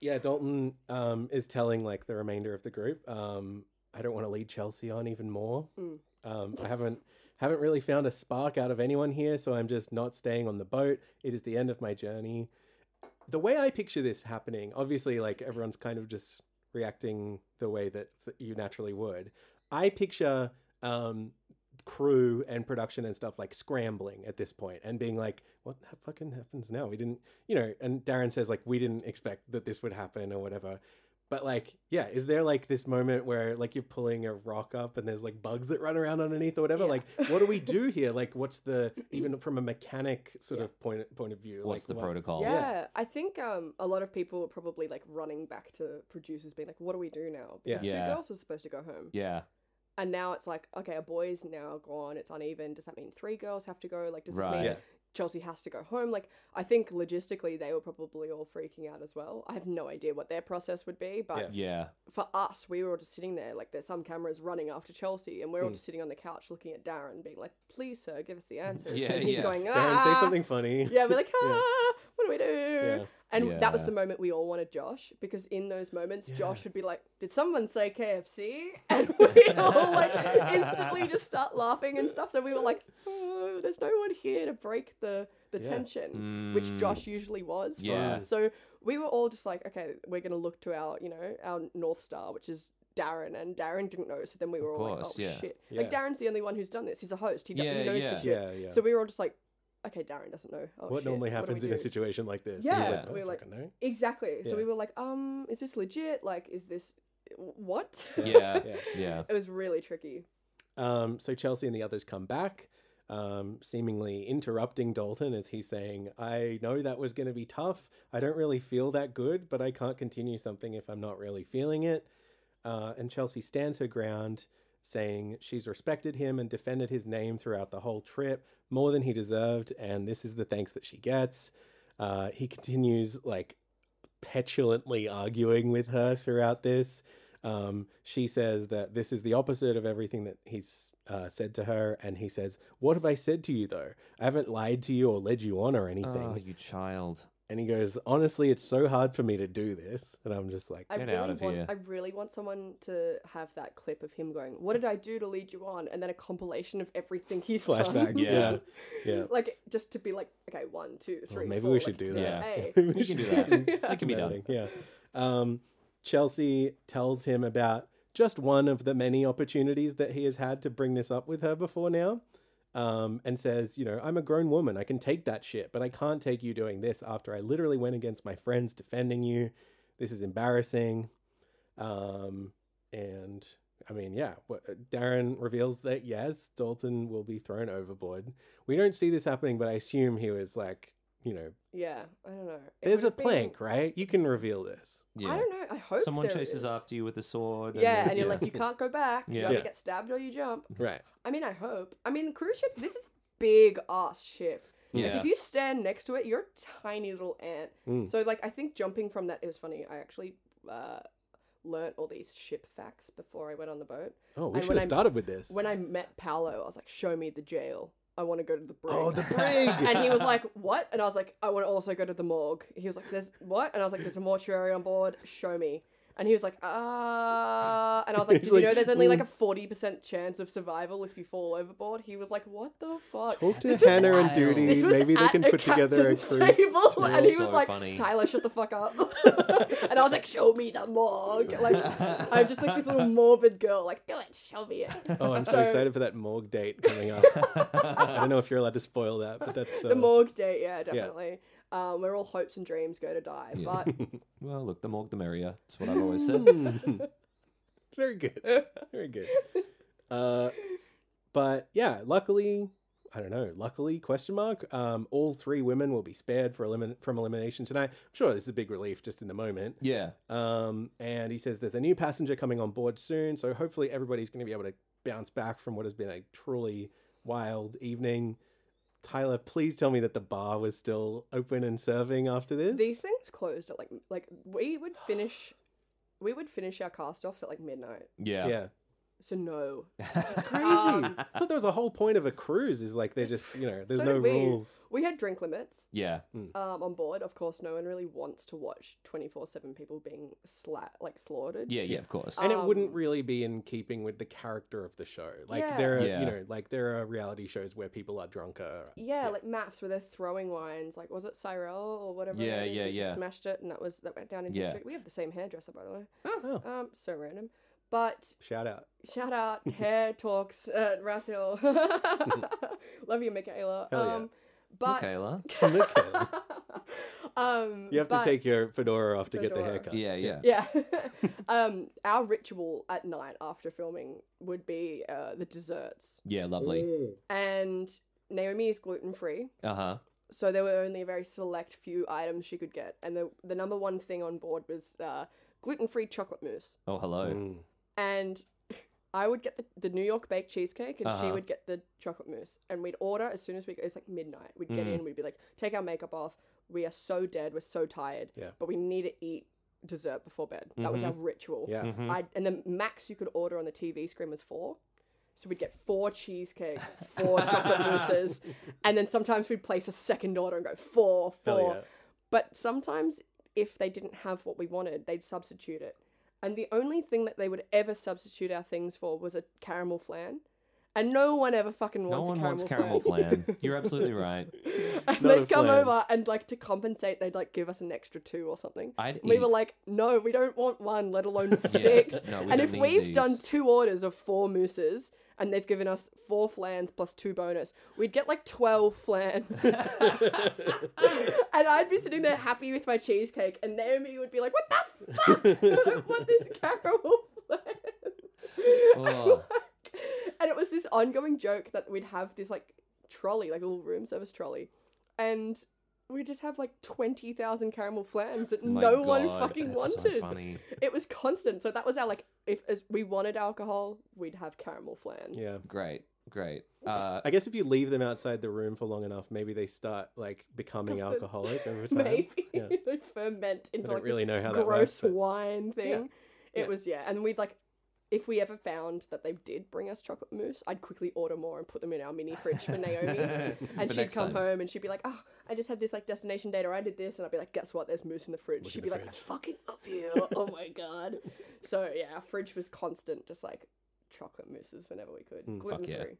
Yeah, Dalton um, is telling like the remainder of the group. Um, I don't want to lead Chelsea on even more. Mm. Um, I haven't haven't really found a spark out of anyone here, so I'm just not staying on the boat. It is the end of my journey. The way I picture this happening, obviously, like everyone's kind of just reacting the way that th- you naturally would. I picture um, crew and production and stuff like scrambling at this point and being like, "What the fucking happens now? We didn't, you know." And Darren says like, "We didn't expect that this would happen or whatever." But like, yeah, is there like this moment where like you're pulling a rock up and there's like bugs that run around underneath or whatever? Yeah. Like, what do we do here? Like, what's the even from a mechanic sort of point point of view? What's like, the what- protocol? yeah, I think um, a lot of people were probably like running back to producers, being like, "What do we do now?" Yeah. Because Yeah. two girls were supposed to go home, Yeah. and now it's like, okay, a boy's now gone. It's uneven. Does that mean three girls have to go? Like, does this Right. mean Yeah. Chelsea has to go home? Like, I think logistically they were probably all freaking out as well. I have no idea what their process would be, but Yeah. Yeah. for us, we were all just sitting there, like there's some cameras running after Chelsea, and we're Hmm. all just sitting on the couch looking at Darren, being like, "Please, sir, give us the answers." Yeah, and he's yeah. [LAUGHS] going, Darren, say "Ah." something [LAUGHS] funny. Yeah, we're like, ah, what do we do? Yeah. And that was Yeah. the moment we all wanted Josh because in those moments, Josh would be like, "Did someone [LAUGHS] say KFC?" And we all like instantly just start laughing and stuff. So we were like, "Oh, there's no one here to break the the Yeah. tension," which Mm. Josh usually was. for Yeah. us. So we were all just like, "Okay, we're gonna look to our you know our north star, which is." Darren and Darren didn't know, so then we were all course, like, "Oh yeah. shit!" Like Yeah. Darren's the only one who's done this. He's a host. He, d- he Yeah, knows yeah. the [LAUGHS] shit. Yeah, yeah. So we were all just like, okay, Darren doesn't know. Oh, what shit, normally do happens we in a do? situation like this? Yeah, He's like, we "I were like- fucking know." Exactly. So Yeah. we were like, um, is this legit? Like, is this what? [LAUGHS] Yeah. [LAUGHS] Yeah. yeah. it was really tricky. Um, so Chelsea and the others come back, um, seemingly interrupting Dalton as he's saying, I know that was going to be tough. I don't really feel that good, but I can't continue something if I'm not really feeling it. Uh, and Chelsea stands her ground, saying she's respected him and defended his name throughout the whole trip more than he deserved. And this is the thanks that she gets. Uh, he continues, like, petulantly arguing with her throughout this. Um, she says that this is the opposite of everything that he's uh, said to her, and he says, "What have I said to you though? I haven't lied to you or led you on or anything." Oh, you child. And he goes, "Honestly, it's so hard for me to do this." And I'm just like, I Get really out of want, here. I really want someone to have that clip of him going, "What did I do to lead you on?" and then a compilation of everything [LAUGHS] he's Flashback, [LAUGHS] done. yeah. Yeah. [LAUGHS] Like just to be like, okay, one, two, Well, three. maybe four, we like, should do so, that. Yeah. hey. [LAUGHS] Maybe we [LAUGHS] We should can do do that. some- It can be done. Editing, Yeah. Um, Chelsea tells him about just one of the many opportunities that he has had to bring this up with her before now. Um, and says, you know, I'm a grown woman. I can take that shit, but I can't take you doing this after I literally went against my friends defending you. This is embarrassing. Um, and I mean, yeah, what, uh, Darren reveals that yes, Dalton will be thrown overboard. We don't see this happening, but I assume he was like, you know, Yeah, I don't know. It there's a would've been- plank, right? You can reveal this. Yeah. I don't know. I hope Someone there chases is. after you with a sword. Yeah, then- and you're yeah. like, you can't go back. You Yeah. either Yeah. get stabbed or you jump. Right. I mean, I hope. I mean, cruise ship. This is a big ass ship. Like, Yeah. if you stand next to it, you're a tiny little ant. Mm. So, like, I think jumping from that, it was funny. I actually uh, learnt all these ship facts before I went on the boat. Oh, we And should when have I'm- started with this. When I met Paolo, I was like, show me the jail. I want to go to the brig. [LAUGHS] Oh, the brig. and he was like, "What?" And I was like, "I want to also go to the morgue." He was like, "There's what?" And I was like, "There's a mortuary on board. Show me." And he was like, "Ah!" and I was like, [LAUGHS] He's "Did you like, know there's only like "Mm." a forty percent chance of survival if you fall overboard?" He was like, "What the fuck?" Talk to This was Hannah and wild. Duty. This was Maybe they at can a put together a captain's cruise. table, That's and he was so like, funny. "Tyler, shut the [LAUGHS] fuck up!" and I was like, "Show me the morgue!" Like, I'm just like this little morbid girl. Like, do it, show [LAUGHS] me it. Oh, I'm so, So- excited for that morgue date coming up. I don't know if you're allowed to spoil that, but that's uh, so. [LAUGHS] The morgue date, yeah, definitely. Um, where all hopes and dreams go to die, Yeah. but well, look, the morgue, the merrier. That's what I've always Hmm. said. Mm. [LAUGHS] Very good. Very good. Uh, but yeah, luckily, I don't know, luckily, question mark, um, all three women will be spared for elimin- from elimination tonight. I'm sure this is a big relief just in the moment. Yeah. Um, and he says there's a new passenger coming on board soon, so hopefully everybody's going to be able to bounce back from what has been a truly wild evening. Tyler, please tell me that the bar was still open and serving after this. these things closed at like like we would finish we would finish our cast offs at like midnight. Yeah. [LAUGHS] yeah, So no. it's crazy. Um, I thought there was a whole point of a cruise is like they're just you know there's So no did we. rules. We had drink limits Yeah. um, on board. Of course, no one really wants to watch twenty four seven people being sla- like slaughtered. Yeah. Yeah. Of course. Uh, And it wouldn't Um, really be in keeping with the character of the show. Like Yeah. there are, Yeah. you know, like there are reality shows where people are drunker. Yeah, like maps where they're throwing wines. Like, was it Cyrell or whatever? her Yeah, name is, yeah, who just yeah. Smashed it, and that was that went down in Yeah. history. We have the same hairdresser, by the way. [LAUGHS] Oh, Um, so random. But shout out. Shout out [LAUGHS] Hair Talks at Rath Hill. [LAUGHS] Love you, Michaela. Hell yeah. um, but Michaela. [LAUGHS] Michaela. um, You have but- to take your fedora off to get the Fedora. haircut. Yeah. Yeah. [LAUGHS] Yeah. [LAUGHS] um, our ritual at night after filming would be uh, the desserts, Yeah. Mm. Lovely. Mm. and Naomi is gluten free, Uh huh. so there were only a very select few items she could get, and the the number one thing on board was uh, gluten free chocolate mousse, Oh, hello. Mm. and I would get the, the New York baked cheesecake and she Uh-huh. would get the chocolate mousse. And we'd order as soon as we go, it's like midnight. We'd get Mm. in, we'd be like, take our makeup off. We are so dead. We're so tired. Yeah. Mm-hmm. But we need to eat dessert before bed. That was our ritual. Yeah. Mhm. I And the max you could order on the TV screen was four. So we'd get four cheesecakes, [LAUGHS] four chocolate mousses. And then sometimes we'd place a second order and go four, Hell four. yeah. But sometimes, if they didn't have what we wanted, they'd substitute it. And the only thing that they would ever substitute our things for was a caramel flan. And no one ever fucking No wants one a caramel wants caramel [LAUGHS] flan. flan. You're absolutely right. [LAUGHS] and Not a they'd come flan. over and like to compensate, they'd like give us an extra two or something. I'd we were eat- like, no, we don't want one, let alone six. No, we and don't if need we've done these. two orders of four mooses and they've given us four flans plus two bonus, we'd get like twelve [LAUGHS] flans. and I'd be sitting there happy with my cheesecake, and Naomi would be like, "What the fuck? I don't want this caramel flan." Oh. [LAUGHS] and it was this ongoing joke that we'd have this like trolley, like a little room service trolley, and we just have like twenty thousand caramel flans that My no one God, fucking that's so wanted. funny. It was constant, so that was our like if as we wanted alcohol, we'd have caramel flan. Yeah. Great, great. [LAUGHS] Uh, I guess if you leave them outside the room for long enough, maybe they start like becoming Custard. alcoholic [LAUGHS] over time. [LAUGHS] Maybe Yeah. they ferment I into don't like really this know how that works. gross but- wine thing. It Yeah. was yeah, and we'd like if we ever found that they did bring us chocolate mousse, I'd quickly order more and put them in our mini fridge [LAUGHS] [LAUGHS] for Naomi. And for she'd next come time. home and she'd be like, "Oh, I just had this like destination date, or I did this," and I'd be like, "Guess what? There's mousse in the fridge." she'd the be like, "I fridge. fucking love you! [LAUGHS] oh my god!" So yeah, our fridge was constant, just like chocolate mousses whenever we could, Mm. gluten Fuck free. yeah.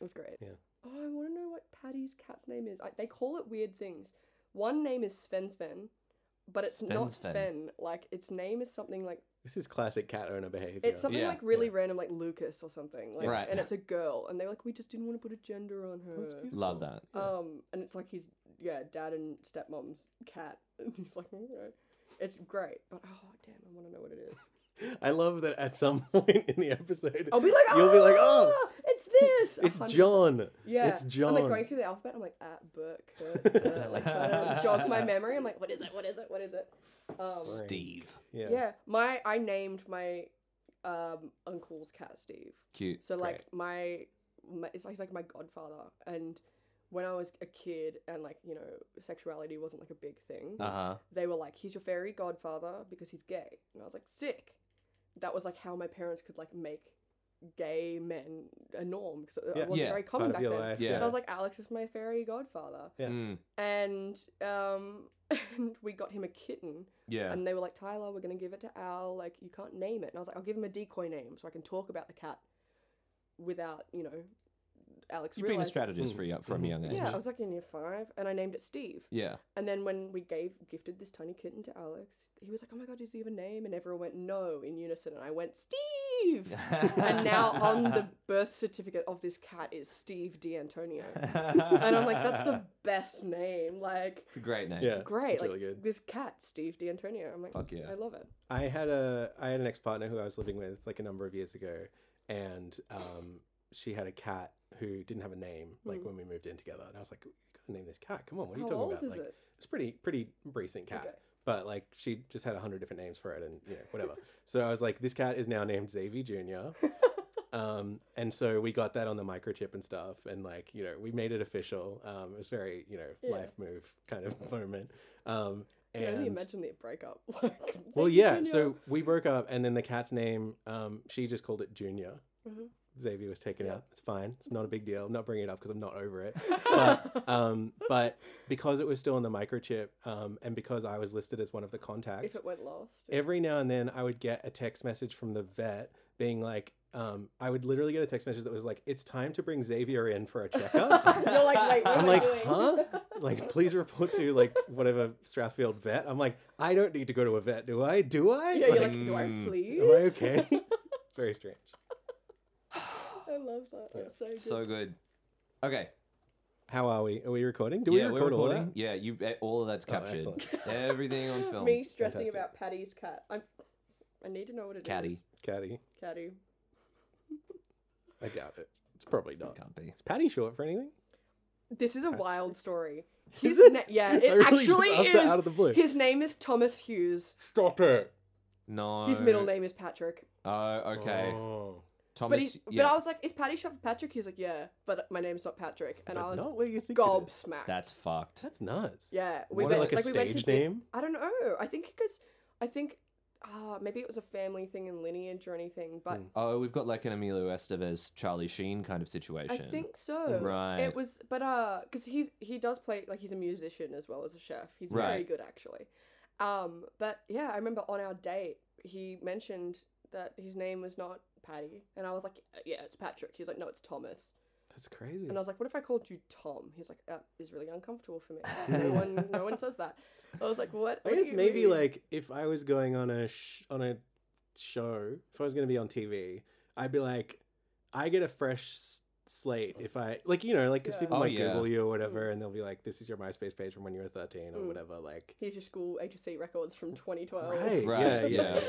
It was great. Yeah. Oh, I want to know what Patty's cat's name is. I, they call it weird things. One name is Sven Sven, but it's not Sven Sven. Sven. Like its name is something like This is classic cat owner behavior. it's something Yeah, like really yeah. random, like Lucas or something. Like, Right. And it's a girl, and they're like, we just didn't want to put a gender on her. That's beautiful. Love that. Um, and it's like his yeah dad and stepmom's cat, [LAUGHS] and he's like, okay. it's great, but oh damn, I want to know what it is. [LAUGHS] I love that at some [LAUGHS] point in the episode, I'll be like, [LAUGHS] You'll be like, oh, "Ah, it's this. [LAUGHS] [LAUGHS] it's 100%. John. Yeah, It's John. I'm like going through the alphabet. I'm like at [LAUGHS] Burke, Kurt, uh, like trying to jog my memory. I'm like, what is it? What is it? What is it? Um, Steve. yeah. yeah, my I named my um uncle's cat Steve. Cute. So like my, my it's like, he's like my godfather, and when I was a kid and like you know sexuality wasn't like a big thing, Uh huh. they were like he's your fairy godfather because he's gay, and I was like sick. That was like how my parents could like make gay men a norm because it Yeah. wasn't Yeah, very Part common of back your then. life. Yeah. So I was like, Alex is my fairy godfather, Yeah. Mm, and [LAUGHS] um, and we got him a kitten, yeah. and they were like, Tyler, we're gonna give it to Al. Like, you can't name it. And I was like, I'll give him a decoy name so I can talk about the cat without, you know, Alex. You've been a realising- strategist for, yo- from a young age. Yeah, I was like in year five, and I named it Steve. Yeah. And then when we gave gifted this tiny kitten to Alex, he was like, "Oh my god, does he have a name?" And everyone went, "No," in unison, and I went, [LAUGHS] "Steve." and now on the birth certificate of this cat is Steve D'Antonio, and I'm like, [LAUGHS] "That's the best name." Like. It's a great name. Yeah. Great, It's like really good. this cat, Steve D'Antonio. I'm like, Fuck yeah. I love it. I had a I had an ex partner who I was living with like a number of years ago, and um, she had a cat who didn't have a name like Mm. when we moved in together, and I was like, you gotta name this cat. Come on, what are you How talking old about? is like, it? it's pretty pretty recent cat, Okay. but like she just had a hundred different names for it, and you know whatever. so I was like, this cat is now named Xavier [LAUGHS] Junior. Um, and so we got that on the microchip and stuff, and like you know, we made it official. Um, it was very you know Yeah. life move kind of [LAUGHS] moment. Um, Can and only imagine the breakup. [LAUGHS] Like, well, Zeke yeah. Jr. So we broke up, and then the cat's name, um, she just called it Junior. Mhm. Xavier was taken Yeah. out. It's fine. It's not a big deal. I'm not bringing it up because I'm not over it. [LAUGHS] But, um, but because it was still on the microchip, um, and because I was listed as one of the if contacts, it went [LAUGHS] lost, every now and then I would get a text message from the vet being like, um, I would literally get a text message that was like, "It's time to bring Xavier in for a [LAUGHS] checkup." [LAUGHS] you're like, wait, what I'm am like, I doing? [LAUGHS] huh? Like, please report to like whatever Strathfield vet. I'm like, I don't need to go to a vet, do I? Do I? yeah, you're like, do Mm. I flee? am I okay? Very strange. [LAUGHS] I love that. That's so good. So good. Okay. How are we? Are we recording? Do yeah, we we're record all recording. that? Oh, Yeah, you have all of that's captured. [LAUGHS] excellent. Everything on film. Me stressing Fantastic. about Patty's cat. I'm. I need to know what it is. Catty. Caddy, Catty. I doubt it. It's probably not. Can't be. Is Patty short for anything? This is a [LAUGHS] wild story. His it? na- yeah, [LAUGHS] I Uh, it really just actually asked is. that out of the blue. His name is Thomas Hughes. Stop it. No. His middle name is Patrick. Oh, okay. Oh. Thomas. But he, yeah, but I was like, is Patty short for Patrick? He's like, yeah, but my name's not Patrick. And But I was not what you think. it is. gobsmacked. that's fucked. That's nuts. yeah. Was it like a we went to stage di- name? I don't know. I think because I think uh, maybe it was a family thing and lineage or anything, but Hmm. Oh, we've got like an Emilio Estevez, Charlie Sheen kind of I situation. think so. Right. It was, but uh, because he's he does play like he's a musician as well as a chef. He's very Right. good actually. Um, but yeah, I remember on our date he mentioned that his name was not Patty. And I was like, yeah, it's Patrick. He was like, no, it's Thomas. That's crazy. And I was like, what if I called you Tom? He was like, that is really uncomfortable for me. [LAUGHS] No one, no one says that. I was like, what? I what do guess you maybe mean? like if I was going on a sh- on a show, if I was going to be on TV, I'd be like, I get a fresh s- slate if I like you know like because Yeah. Hmm. people Oh, might yeah. Google you or whatever, and they'll be like, this is your MySpace page from when you were thirteen or Mm. whatever. Like, Here's your school HSC records from 2012. right, Right, yeah, yeah, yeah.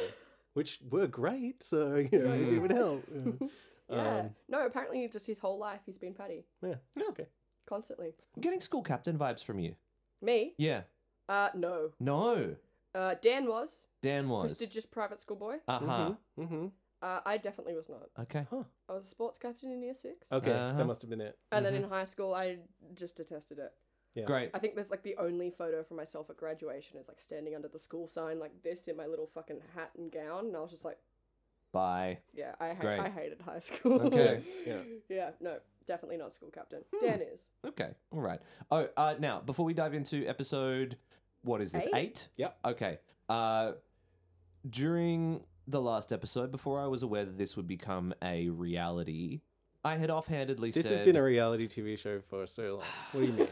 which were great. So you know, maybe it would help. [LAUGHS] Yeah. Yeah. Um, no, apparently just his whole life he's been Patty Yeah. Okay. constantly. I'm getting school captain vibes from you. Me? Yeah. Uh, no. No. Uh, Dan was Dan was. prestigious private school boy. Uh huh. hmm hmm Uh, I definitely was not. Okay. I was a sports captain in year six. Okay, Uh-huh. that must have been it. And then in high school, I just detested it. Yeah. Great. I think that's like the only photo for myself at graduation is like standing under the school sign like this in my little fucking hat and gown, and I was just like, Bye. yeah, I ha- Great. I hated high school. Okay. Yeah. [LAUGHS] Hmm. yeah, no, definitely not school captain. Dan is. [LAUGHS] Okay. All right. Oh, uh, now before we dive into episode, what is this? Eight? Eight. Yep. Okay. Uh, during the last episode, before I was aware that this would become a reality, I had offhandedly This said has been a reality TV show for so long. What do you mean?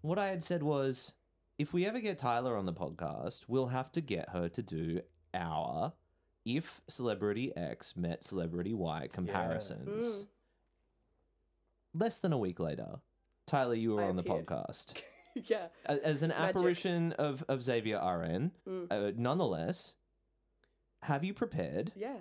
what I had said was, if we ever get Tyler on the podcast, we'll have to get her to do our if celebrity X met celebrity Y comparisons. Mm. Less than a week later, Tyler, you were I on appeared. the podcast. yeah. A- as an Magic. apparition of, of Xavier RN, Mm. uh, nonetheless, have you prepared? Yeah.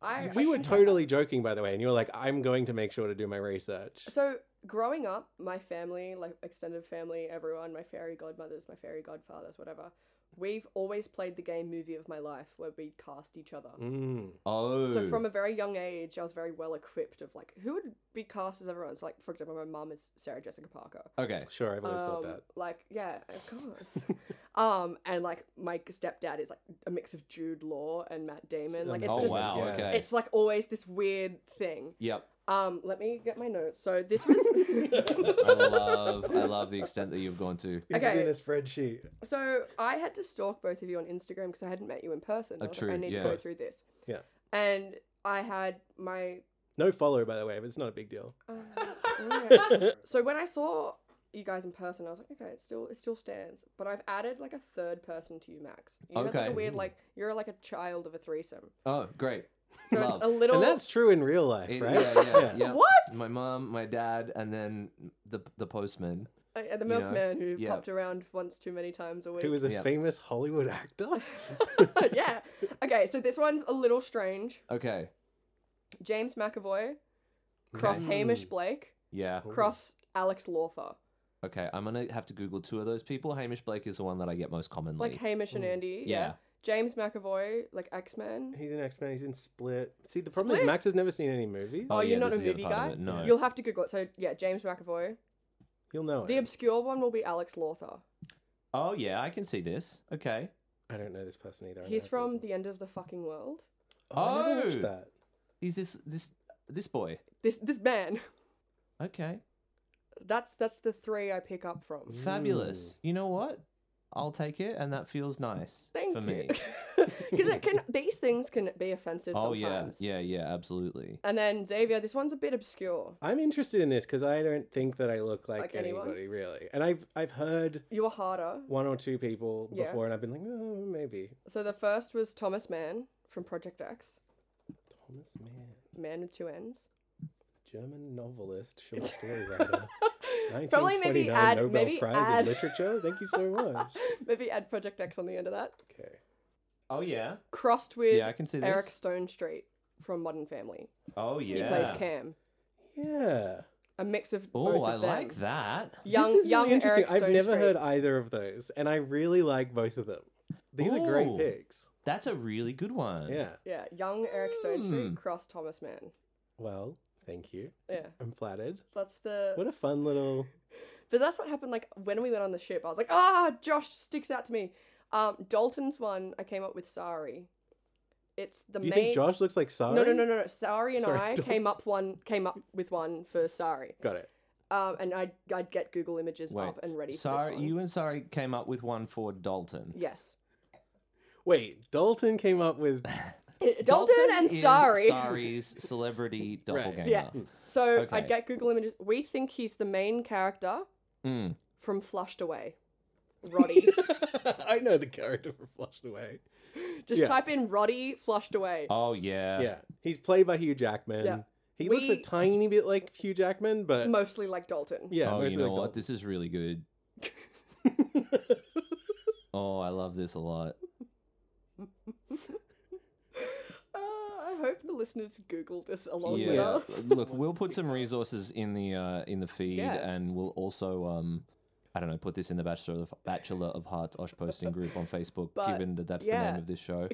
I we I were think- totally joking, by the way, and you were like, "I'm going to make sure to do my research." So growing up, my family, like extended family, everyone, my fairy godmothers, my fairy godfathers, whatever, we've always played the game movie of my life where we cast each other. Mm. Oh, So from a very young age, I was very well equipped of like who would be cast as everyone. So like for example, my mum is Sarah Jessica Parker. okay, Sure, I've always thought Um, that. Like yeah, of course. [LAUGHS] um, and like my stepdad is like a mix of Jude Law and Matt Damon. Um, Like it's oh just wow, yeah. okay, it's like always this weird thing. yep. Um, let me get my notes. So this was [LAUGHS] [LAUGHS] I love, I love the extent that you've gone to. He's okay. doing a spreadsheet. So I had to stalk both of you on Instagram because I hadn't met you in person. Oh, I was like, I true, need yeah. to go Course. through this. Yeah. And I had my. No follow, by the way, but it's not a big deal. Um, [LAUGHS] okay. so when I saw you guys in person, I was like, okay, it still it still stands, but I've added like a third person to you, Max. You had like a Okay. weird like you're like a child of a threesome. Oh, great. So Love. it's a little. And that's true in real life, It- right? [LAUGHS] Yeah, yeah, yeah. What? My mom, my dad, and then the the postman. Uh, the know, milkman who yeah. popped around once too many times a week. Who [LAUGHS] was a Yeah. famous Hollywood actor? yeah. Okay, so this one's a little strange. Okay, James McAvoy, cross Okay. Hamish Blake, yeah. cross Alex Lawther. Okay, I'm gonna have to Google two of those people. Hamish Blake is the one that I get most commonly. like Hamish and Andy. Yeah. Yeah. James McAvoy, like X Men. He's in X Men. He's in Split. See, the problem Split? is Max has never seen any movies. Oh, yeah, you're not this is a the other movie part of guy? it. No. You'll have to Google it. So yeah, James McAvoy. You'll know it. The obscure one will be Alex Lawther. oh yeah, I can see this. Okay. I don't know this person either. I'm gonna He's have to from look him The End of the Fucking World. up. Oh, I never Oh! watched that. He's this this this boy. This this man. [LAUGHS] Okay. That's that's the three I pick up from. Mm. Fabulous. You know what? I'll take it, and that feels nice Thank for you. [LAUGHS] me. [LAUGHS] Because it can these things can be offensive oh yeah, sometimes. yeah, yeah, absolutely. And then Xavier, this one's a bit obscure. I'm interested in this because I don't think that I look like, Like anyone? anybody really. And I've I've heard You were harder. one or two people Yeah. before, and I've been like, oh, maybe So the first was Thomas Mann from Project X. Thomas Mann. Man with two N's. [LAUGHS] German novelist, short story writer. [LAUGHS] Probably 1929 maybe add- Nobel maybe Prize add- in Literature. Thank you so much. [LAUGHS] Maybe add Project X on the end of that. Okay. Oh yeah. Crossed with Yeah, I can see this. Eric Stone Street from Modern Family. Oh yeah. He plays Cam. Yeah. A mix of both Oh, of I them. like that. Young, this is young really interesting. Eric I've Stone never Street. heard either of those, and I really like both of them. These are great Ooh. picks. That's a really good one. Yeah. Yeah, young Eric Stone Hmm. Street cross Thomas Mann. Well, thank you. Yeah, I'm flattered. that's the. What a fun little. But that's what happened. Like when we went on the ship, I was like, ah, Josh sticks out to me. Um, Dalton's one, I came up with Sari. It's the You main. think Josh looks like Sari? No, no, no, no, no. Sari and Sorry, I Dalton. came up one, came up with one for Sari. Got it. Um, and I'd, I'd get Google images Wait, up and ready. for this Sorry, one. you and Sorry [LAUGHS] came up with one for Dalton. Yes. Wait, Dalton came up with [LAUGHS] Dalton, and [LAUGHS] Sari. Sari's celebrity doppelganger. Yeah. So I Okay. get Google images. We think he's the main character Mm. from Flushed Away. Roddy. I know the character from Flushed Away. [LAUGHS] Just Yeah. Uh, type in Roddy Flushed Away. Oh yeah. yeah, he's played by Hugh Jackman. Yeah. He looks We- a tiny bit like Hugh Jackman, but Mostly like Dalton. yeah, oh, you mostly know like what? Dalton. This is really good. [LAUGHS] oh, I love this a lot. Uh, I hope the listeners Google this along Yeah. with us. [LAUGHS] Look, we'll put some resources in the uh, in the feed, Yeah. and we'll also um, I don't know, put this in the Bachelor of Bachelor of Hearts Osh posting group on Facebook, But, given that that's the yeah. name of this [LAUGHS] show.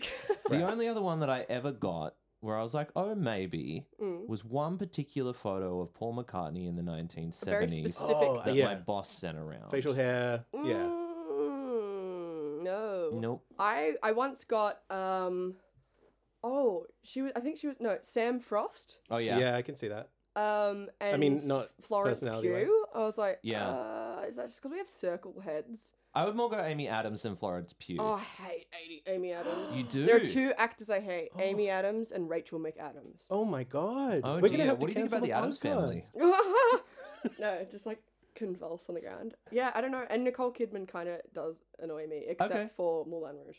The only other one that I ever got where I was like, oh maybe, Mm. was one particular photo of Paul McCartney in the 1970s. very specific- Oh, that my yeah. boss sent around. Facial hair. Yeah. Mm, no. Nope. I I once got um oh, she was I think she was no, Sam Frost. Oh yeah. yeah. I can see that. Um and mean, not F- Florence personality-wise. Pugh. I was like, Yeah. uh, is that just because we have circle heads? I would more go Amy Adams and Florence Pugh. Oh, I hate Amy, [GASPS] Amy Adams. You do. There are two actors I hate: Amy Adams and Rachel McAdams. Oh my god. Oh, We're dear. gonna have What to do you think cancel about the Addams Family? podcast. Oh. [LAUGHS] no, just like convulse on the ground. Yeah, I don't know. And Nicole Kidman kind of does annoy me, except Okay. for Moulin Rouge.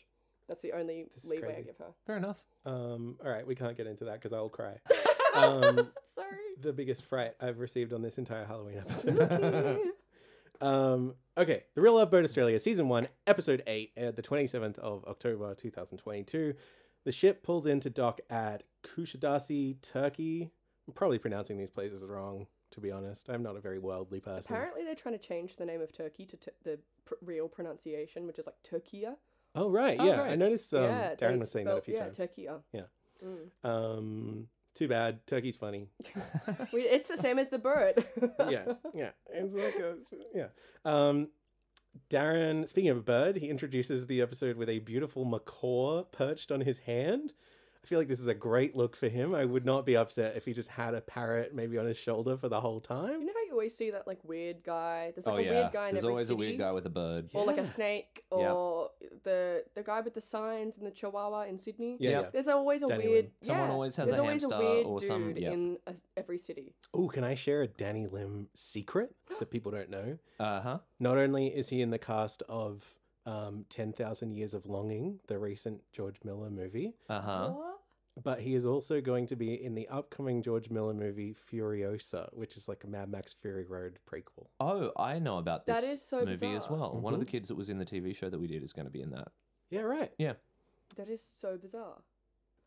That's the only This is leeway I crazy. give her. Fair enough. Um, all right, we can't get into that because I'll [LAUGHS] cry. Um, [LAUGHS] Sorry. the biggest fright I've received on this entire Halloween episode. um, okay, The Real Love Boat Australia, Season 1, Episode 8, aired the 27th of October 2022. The ship pulls into dock at Kushadasi, Turkey. I'm probably pronouncing these places wrong, to be honest. I'm not a very worldly person. Apparently, they're trying to change the name of Turkey to t- the pr- real pronunciation, which is like Turkia. Oh, right, Oh, yeah. I right. noticed um, yeah, they Darren was saying that a spelt- few yeah, times. Turkia. Yeah. Mm. Um, too bad. Turkey's funny. We, it's the same as the [LAUGHS] bird. [LAUGHS] yeah, yeah. It's like a yeah. Um, Darren, speaking of a bird, he introduces the episode with a beautiful macaw perched on his hand. I feel like this is a great look for him. I would not be upset if he just had a parrot maybe on his shoulder for the whole You time. know how you always see that like weird guy? There's like oh a yeah. weird guy in There's every always city. a weird guy with a bird. or like Yeah. a snake, Yeah. or the the guy with the signs and the chihuahua in Sydney. Yeah. Yep. There's always a Danny weird. Lim. Someone yeah, always has there's a always a hamster weird or some- dude yeah. in a, every city. Oh, can I share a Danny Lim secret that people don't know? Uh huh. Not only is he in the cast of um, 10,000 Years of Longing, the recent George Miller movie, Uh huh. What? But he is also going to be in the upcoming George Miller movie Furiosa, which is like a Mad Max Fury Road prequel. Oh, I know about this That is so movie as bizarre. well. One Mm-hmm. of the kids that was in the TV show that we did is going to be in that. Yeah, right. That is so bizarre.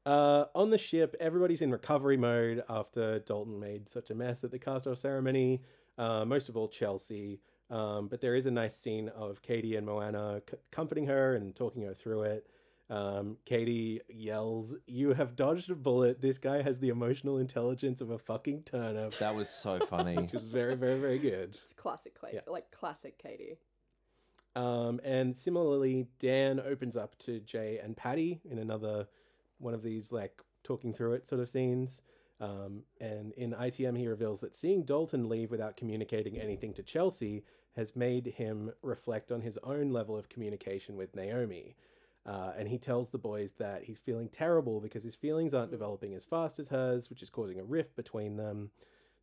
Uh, on the ship, everybody's in recovery mode after Dalton made such a mess at the cast off ceremony, uh, most of all Chelsea. Um, but there is a nice scene of Katie and Moana c- comforting her and talking her through it. Um, Katie yells, You have dodged a bullet. This guy has the emotional intelligence of a fucking turnip. That [LAUGHS] was so funny. Which is very, very, very good. It's classic, Clay, Yeah. like classic Katie. Um, and similarly, Dan opens up to Jay and Patty in another one of these like talking through it sort of scenes. Um, and in ITM, he reveals that seeing Dalton leave without communicating anything to Chelsea has made him reflect on his own level of communication with Naomi. Uh, and he tells the boys that he's feeling terrible because his feelings aren't developing as fast as hers, which is causing a rift between them.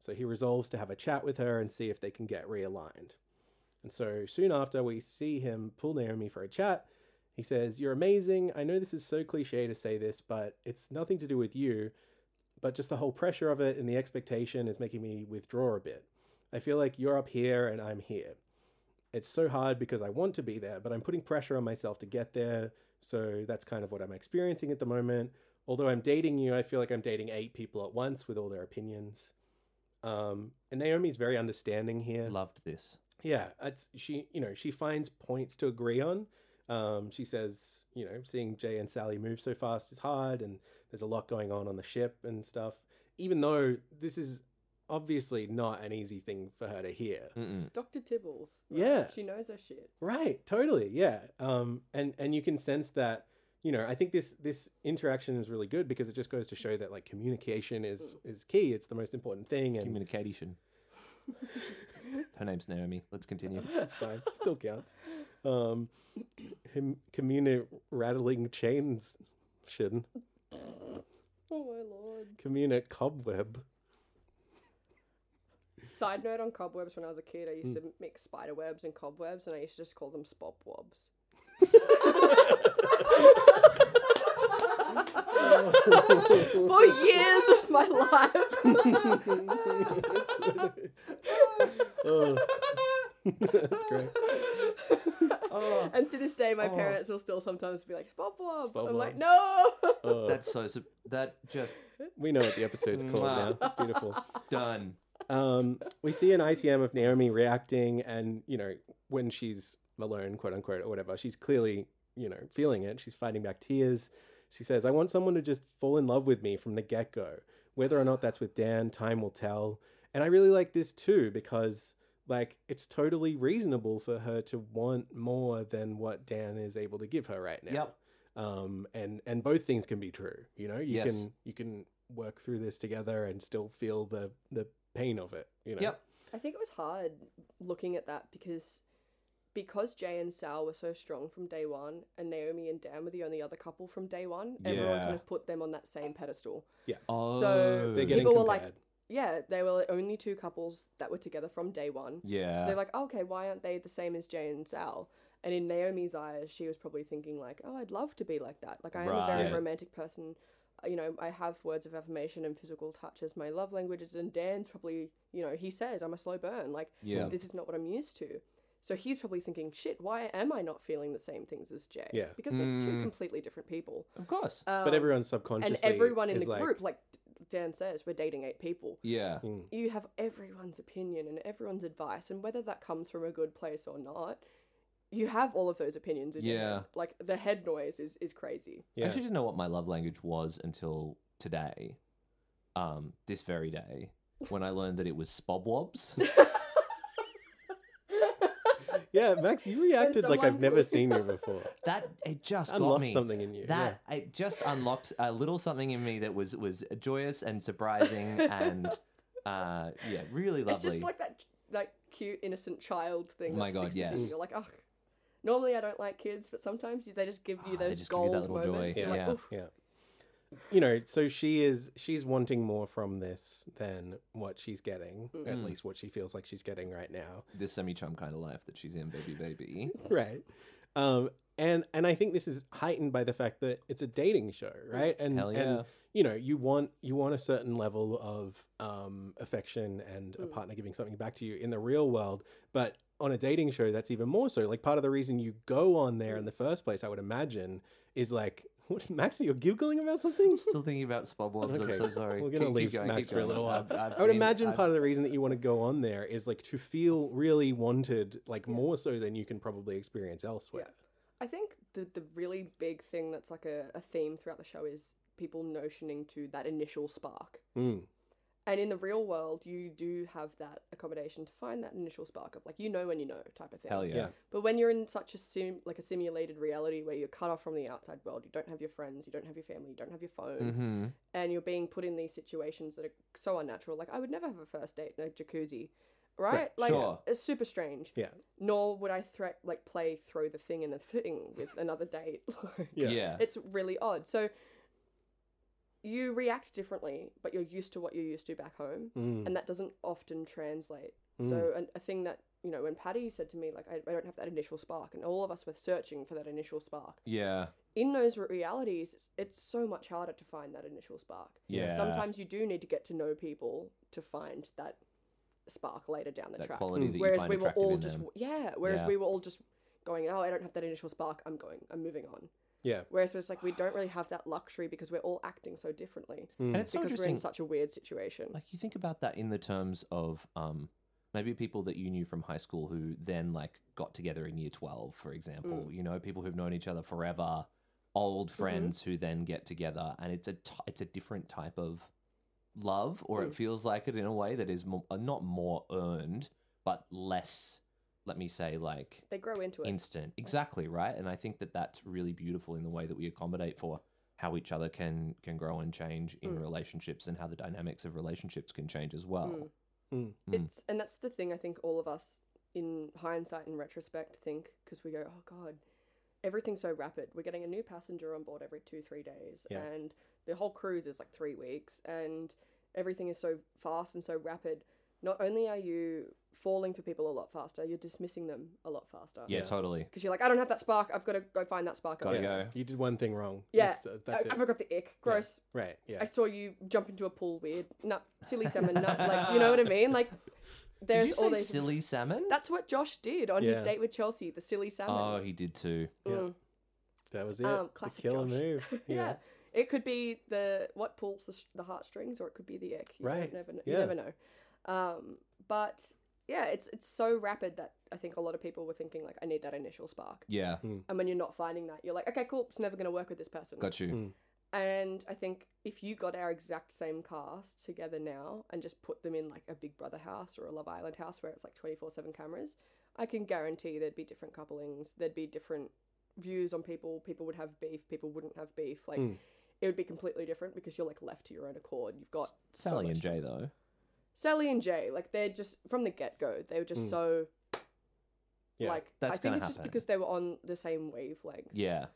So he resolves to have a chat with her and see if they can get realigned. And so soon after, we see him pull Naomi for a chat. He says, You're amazing. I know this is so cliche to say this, but it's nothing to do with you. But just the whole pressure of it and the expectation is making me withdraw a bit. I feel like you're up here and I'm here. It's so hard because I want to be there, but I'm putting pressure on myself to get there. So that's kind of what I'm experiencing at the moment. Although I'm dating you, I feel like I'm dating eight people at once with all their opinions. Um, and Naomi's very understanding here. Loved this. Yeah, it's she. You know, she finds points to agree on. Um, she says, you know, seeing Jay and Sally move so fast is hard, and there's a lot going on on the ship and stuff. Even though this is obviously not an easy thing for her to hear. Mm-mm. It's Dr. Tibbles. right? Yeah. She knows her shit. Right, totally. Yeah. Um and and you can sense that, you know, I think this this interaction is really good because it just goes to show that like communication is is key. It's the most important thing and [LAUGHS] Communication. Her name's Naomi. Let's [LAUGHS] continue. It's fine. It Still counts. Um, him communi rattling chains. Shouldn't. Oh my lord. Communa cobweb. [LAUGHS] Side note on cobwebs when I was a kid, I used Hmm. to mix spider webs and cobwebs and I used to just call them spop wobs. For years of my life. [LAUGHS] Oh. That's [LAUGHS] great. Oh, And to this day, my parents will still sometimes be like, spop wob. Spop I'm like, wobs. no. [LAUGHS] Oh, that's so. sub- That just we know what the episode's called now. Wow. It's beautiful. done. Um, we see an ICM of Naomi reacting, and you know when she's alone, quote unquote, or whatever, she's clearly you know feeling it. She's fighting back tears. She says, "I want someone to just fall in love with me from the get go. Whether or not that's with Dan, time will tell." And I really like this too because like it's totally reasonable for her to want more than what Dan is able to give her right now. Yep. Um, and and both things can be true. You know, you Yes. can you can work through this together and still feel the the pain of it. You know. Yep. I think it was hard looking at that because because Jay and Sal were so strong from day one, and Naomi and Dan were the only other couple from day one. Everyone Yeah. kind of put them on that same pedestal. Oh, They're getting People were compared. like- Yeah, they were the only two couples that were together from day one. yeah. So they're like, oh, okay, why aren't they the same as Jay and Sal? And in Naomi's eyes, she was probably thinking like, oh, I'd love to be like that. Like I am a Right. very romantic person. Uh, You know, I have words of affirmation and physical touch as my love languages. And Dan's probably, you know, he says I'm a slow burn. Like Yeah. this is not what I'm used to. So he's probably thinking, shit, why am I not feeling the same things as Jay? Yeah. Because they're two Mm. completely different people. of course. Um, but everyone and subconsciously everyone in is the like, group, like Dan says, we're dating eight people yeah. you have everyone's opinion and everyone's advice and whether that comes from a good place or not you have all of those opinions in your Yeah. head. like the head noise is is crazy [LAUGHS] Yeah. I actually didn't know what my love language was until today, um, this very day, when I learned that it was [LAUGHS] spobwobs. yeah, Max, you reacted like I've someone never goes- seen [LAUGHS] you before. that it just got Unlocked me. something in you. That it just unlocked a little something in me that was was joyous and [LAUGHS] surprising and uh, yeah, really lovely. it's just like that that cute innocent child thing Oh my that God, sticks with you. yes. you're like oh normally i don't like kids but sometimes they just give you Ah, they those just give you that gold little joy. moments You're Yeah. like, "Oof." yeah. yeah. You know, so she is she's wanting more from this than what she's getting, at Mm-hmm. Mm. least what she feels like she's getting right now. [LAUGHS] this semi chum kind of life that she's in, baby, baby. right um and and i think this is heightened by the fact that it's a dating show right and Hell yeah. Mm, and you know you want you want a certain level of um affection and a Mm. partner giving something back to you in the real world but on a dating show that's even more so like part of the reason you go on there Mm. in the first place i would imagine is like [LAUGHS] what maxie you're giggling about something I'm still thinking about spobwobs. Okay, I'm so sorry. we're gonna Keep- keep leave going, Max keep for a going. little I've- while. I've I would been- imagine I've- part of the reason that you want to go on there is like to feel really wanted, like more so than you can probably experience elsewhere. I think the the really big thing that's like a, a theme throughout the show is people notioning to that initial spark. Mm. And in the real world, you do have that accommodation to find that initial spark of like you know when you know type of thing. Hell yeah. Yeah. But when you're in such a sim like a simulated reality where you're cut off from the outside world, you don't have your friends, you don't have your family, you don't have your phone, Mm-hmm. and you're being put in these situations that are so unnatural. Like I would never have a first date in a jacuzzi, right? like sure. it's super strange. Yeah. Nor would I threat like play throw the thing in the thing with another date. [LAUGHS] Like, Yeah. Yeah. it's really odd. So you react differently, but you're used to what you're used to back home, Mm. and that doesn't often translate. Mm. So an, a thing that you know, when Patty said to me, like, I, I don't have that initial spark, and all of us were searching for that initial spark. Yeah. In those re- realities, it's, it's so much harder to find that initial spark. Yeah. Sometimes you do need to get to know people to find that spark later down the that track. quality that you Whereas find we were attractive all in just them. yeah. Whereas Yeah. we were all just going, oh, I don't have that initial spark. I'm going. I'm moving on. Yeah. Whereas it's like we don't really have that luxury because we're all acting so differently mm. And it's so because we're in interesting. such a weird situation. Like you think about that in the terms of um, maybe people that you knew from high school who then like got together in year twelve, for example. You know, people who've known each other forever, old friends who then get together, and it's a t- it's a different type of love, or it feels like it in a way that is mo- uh, not more earned, but less. Let me say, like they grow into it. instant exactly right and i think that that's really beautiful in the way that we accommodate for how each other can can grow and change in Mm. relationships and how the dynamics of relationships can change as well Mm. Mm. Mm. It's and that's the thing I think all of us in hindsight and retrospect think because we go, oh god, everything's so rapid. We're getting a new passenger on board every two three days, Yeah. and the whole cruise is like three weeks and everything is so fast and so rapid not only are you falling for people a lot faster you're dismissing them a lot faster Yeah, totally. because you're like i don't have that spark i've got to go find that spark Gotta elsewhere." go. You did one thing wrong. Yeah, That's, uh, that's I, it. I forgot the ick gross Right. I Yeah. saw you jump into a pool weird. Nut, silly salmon, nut, like you know what I mean? Like Did there's you all say these silly salmon? That's what Josh did on his Yeah. date with Chelsea, the silly Oh, salmon. he did too. yeah. Mm. That was it. Um, The classic killer Josh. move. [LAUGHS] yeah. Yeah. It could be the what pulls the, s- the heartstrings or it could be the ick. You Right, don't never kn- yeah. you never know. Um but yeah, it's it's so rapid that I think a lot of people were thinking like I need that initial spark. Yeah, And when you're not finding that, you're like, okay, cool, it's never going to work with this person. got Mm. you. And I think if you got our exact same cast together now and just put them in like a Big Brother house or a Love Island house where it's like 24 7 cameras, I can guarantee there'd be different couplings, there'd be different views on people, people would have beef, people wouldn't have beef. Like Hmm. it would be completely different because you're like left to your own accord. You've got so Sally and much- Jay though. Sally and Jay, like they're just from the get go, they were just so. Yeah, like Hmm. that's I think gonna it's just happen. because they were on the same wavelength. Yeah,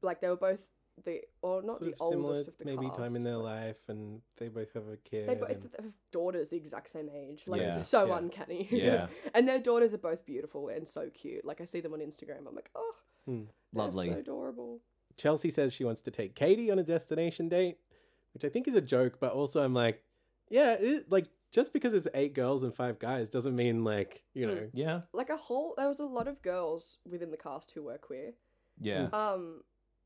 Like they were both the or not Sort the of similar, oldest of the maybe cast. time in their life, and they both have a kid. They both and- have daughters the exact same age. Like Yeah. it's so Yeah. uncanny. Yeah. [LAUGHS] and their daughters are both beautiful and so cute. Like I see them on Instagram. I'm like, oh, Hmm. they're lovely. so adorable. Chelsea says she wants to take Katie on a destination date, which I think is a joke, but also I'm like, yeah, it is, like just because it's eight girls and five guys doesn't mean like Hmm. you know. Yeah, Like a whole, there was a lot of girls within the cast who were queer. yeah. Um,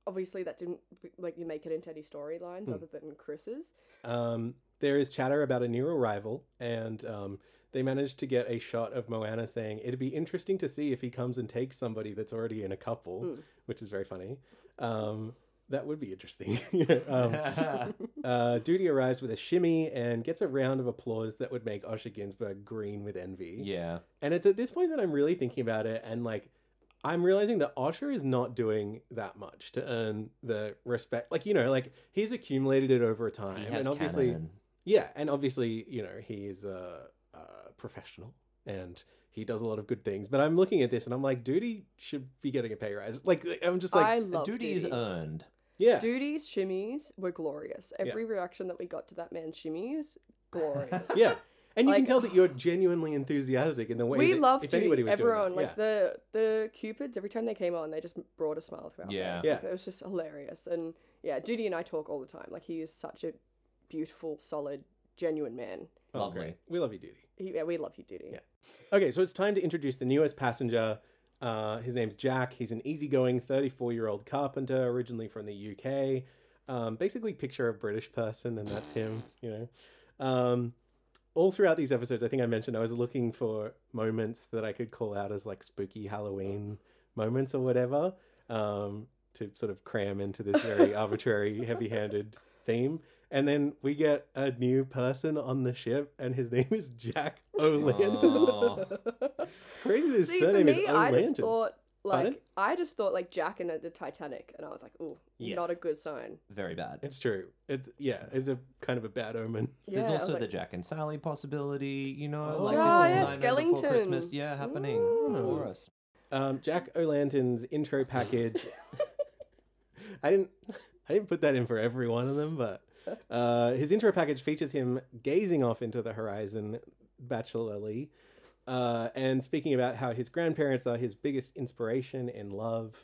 obviously that didn't like you make it into any storylines Hmm. other than Chris's. Um, there is chatter about a new arrival, and um, they managed to get a shot of Moana saying, It'd be interesting to see if he comes and takes somebody that's already in a couple, Hmm. which is very funny. Um, that would be interesting. [LAUGHS] you know, [LAUGHS] Mm. um, uh, Duty arrives with a shimmy and gets a round of applause that would make Osher Ginsburg green with envy. Yeah, And it's at this point that I'm really thinking about it and like I'm realizing that Osher is not doing that much to earn the respect. Like, you know, like he's accumulated it over time. he has and obviously canon. Yeah, and obviously, you know, he is a, a professional and he does a lot of good things. But I'm looking at this and I'm like, Duty should be getting a pay rise. Like I'm just like uh, I love Duty is earned. Yeah. Duty's shimmies were glorious. Every reaction that we got to that man's shimmies, [LAUGHS] glorious. yeah. And you can Like- tell that you're genuinely enthusiastic in the way we that love if Judy. anybody was doing that, everyone yeah. like the the cupids every time they came on they just brought a smile to our Yeah. face Like, Yeah. it was just hilarious and yeah Judy and I talk all the time like he is such a beautiful solid genuine man Oh, Lovely. great. We love you, Duty. he, yeah we love you Judy Yeah. Okay, so it's time to introduce the newest passenger. Uh, his name's Jack. He's an easygoing 34 year old carpenter, originally from the UK. Um, basically, picture a British person, and that's him, you know. Um, all throughout these episodes, I think I mentioned I was looking for moments that I could call out as like spooky Halloween moments or whatever um, to sort of cram into this [LAUGHS] very arbitrary, heavy handed theme. And then we get a new person on the ship, and his name is Jack O'Lantern. Oh. [LAUGHS] It's crazy this see for surname me is I just O'Lantern. thought like Pardon? I just thought like Jack and the Titanic and I was like oh Yeah. not a good sign Very bad. It's true. It, yeah, it's a kind of a bad omen. yeah, There's I was also the like, Jack and Sally possibility. You know, Oh. Mm. like Ah, this yeah, is Nightmare Before Skellington. Christmas. Yeah, happening before us. Um, Jack O'Lantern's intro package. I didn't. I didn't put that in for every one of them, but uh, his intro package features him gazing off into the horizon, bachelorly, uh, and speaking about how his grandparents are his biggest inspiration in love.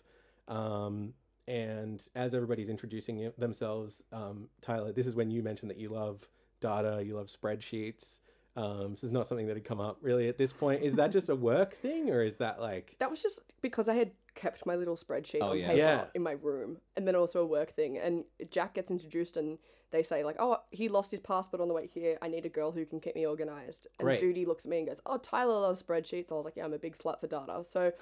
Um, and as everybody's introducing it- themselves, um, Tyler, this is when you mentioned that you love data, you love spreadsheets. Um, this is not something that had come up really at this point. Is that just a work thing, or is that like that was just because I had kept my little spreadsheet Oh, on yeah. paper Yeah. in my room, and then also a work thing. And Jack gets introduced, and they say like, "Oh, he lost his passport on the way here. I need a girl who can keep me organized." And Right. Judy looks at me and goes, "Oh, Tyler loves spreadsheets." I was like, "Yeah, I'm a big slut for data." So,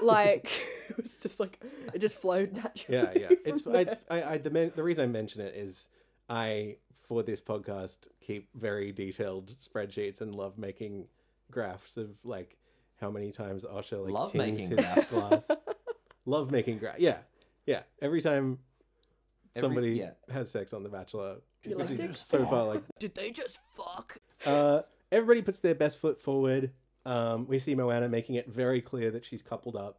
like, [LAUGHS] it was just like it just flowed [LAUGHS] naturally. yeah, yeah. It's, it's I, I the, men, the reason I mention it is I for this podcast keep very detailed spreadsheets and love making graphs of like how many times Osher like Love tings making his graphs. glass. [LAUGHS] love making graphs. Yeah, yeah. Every time Every- somebody yeah. has sex on The Bachelor, You which like is it? so far like Did they just fuck? uh, everybody puts their best foot forward. Um, we see Moana making it very clear that she's coupled up.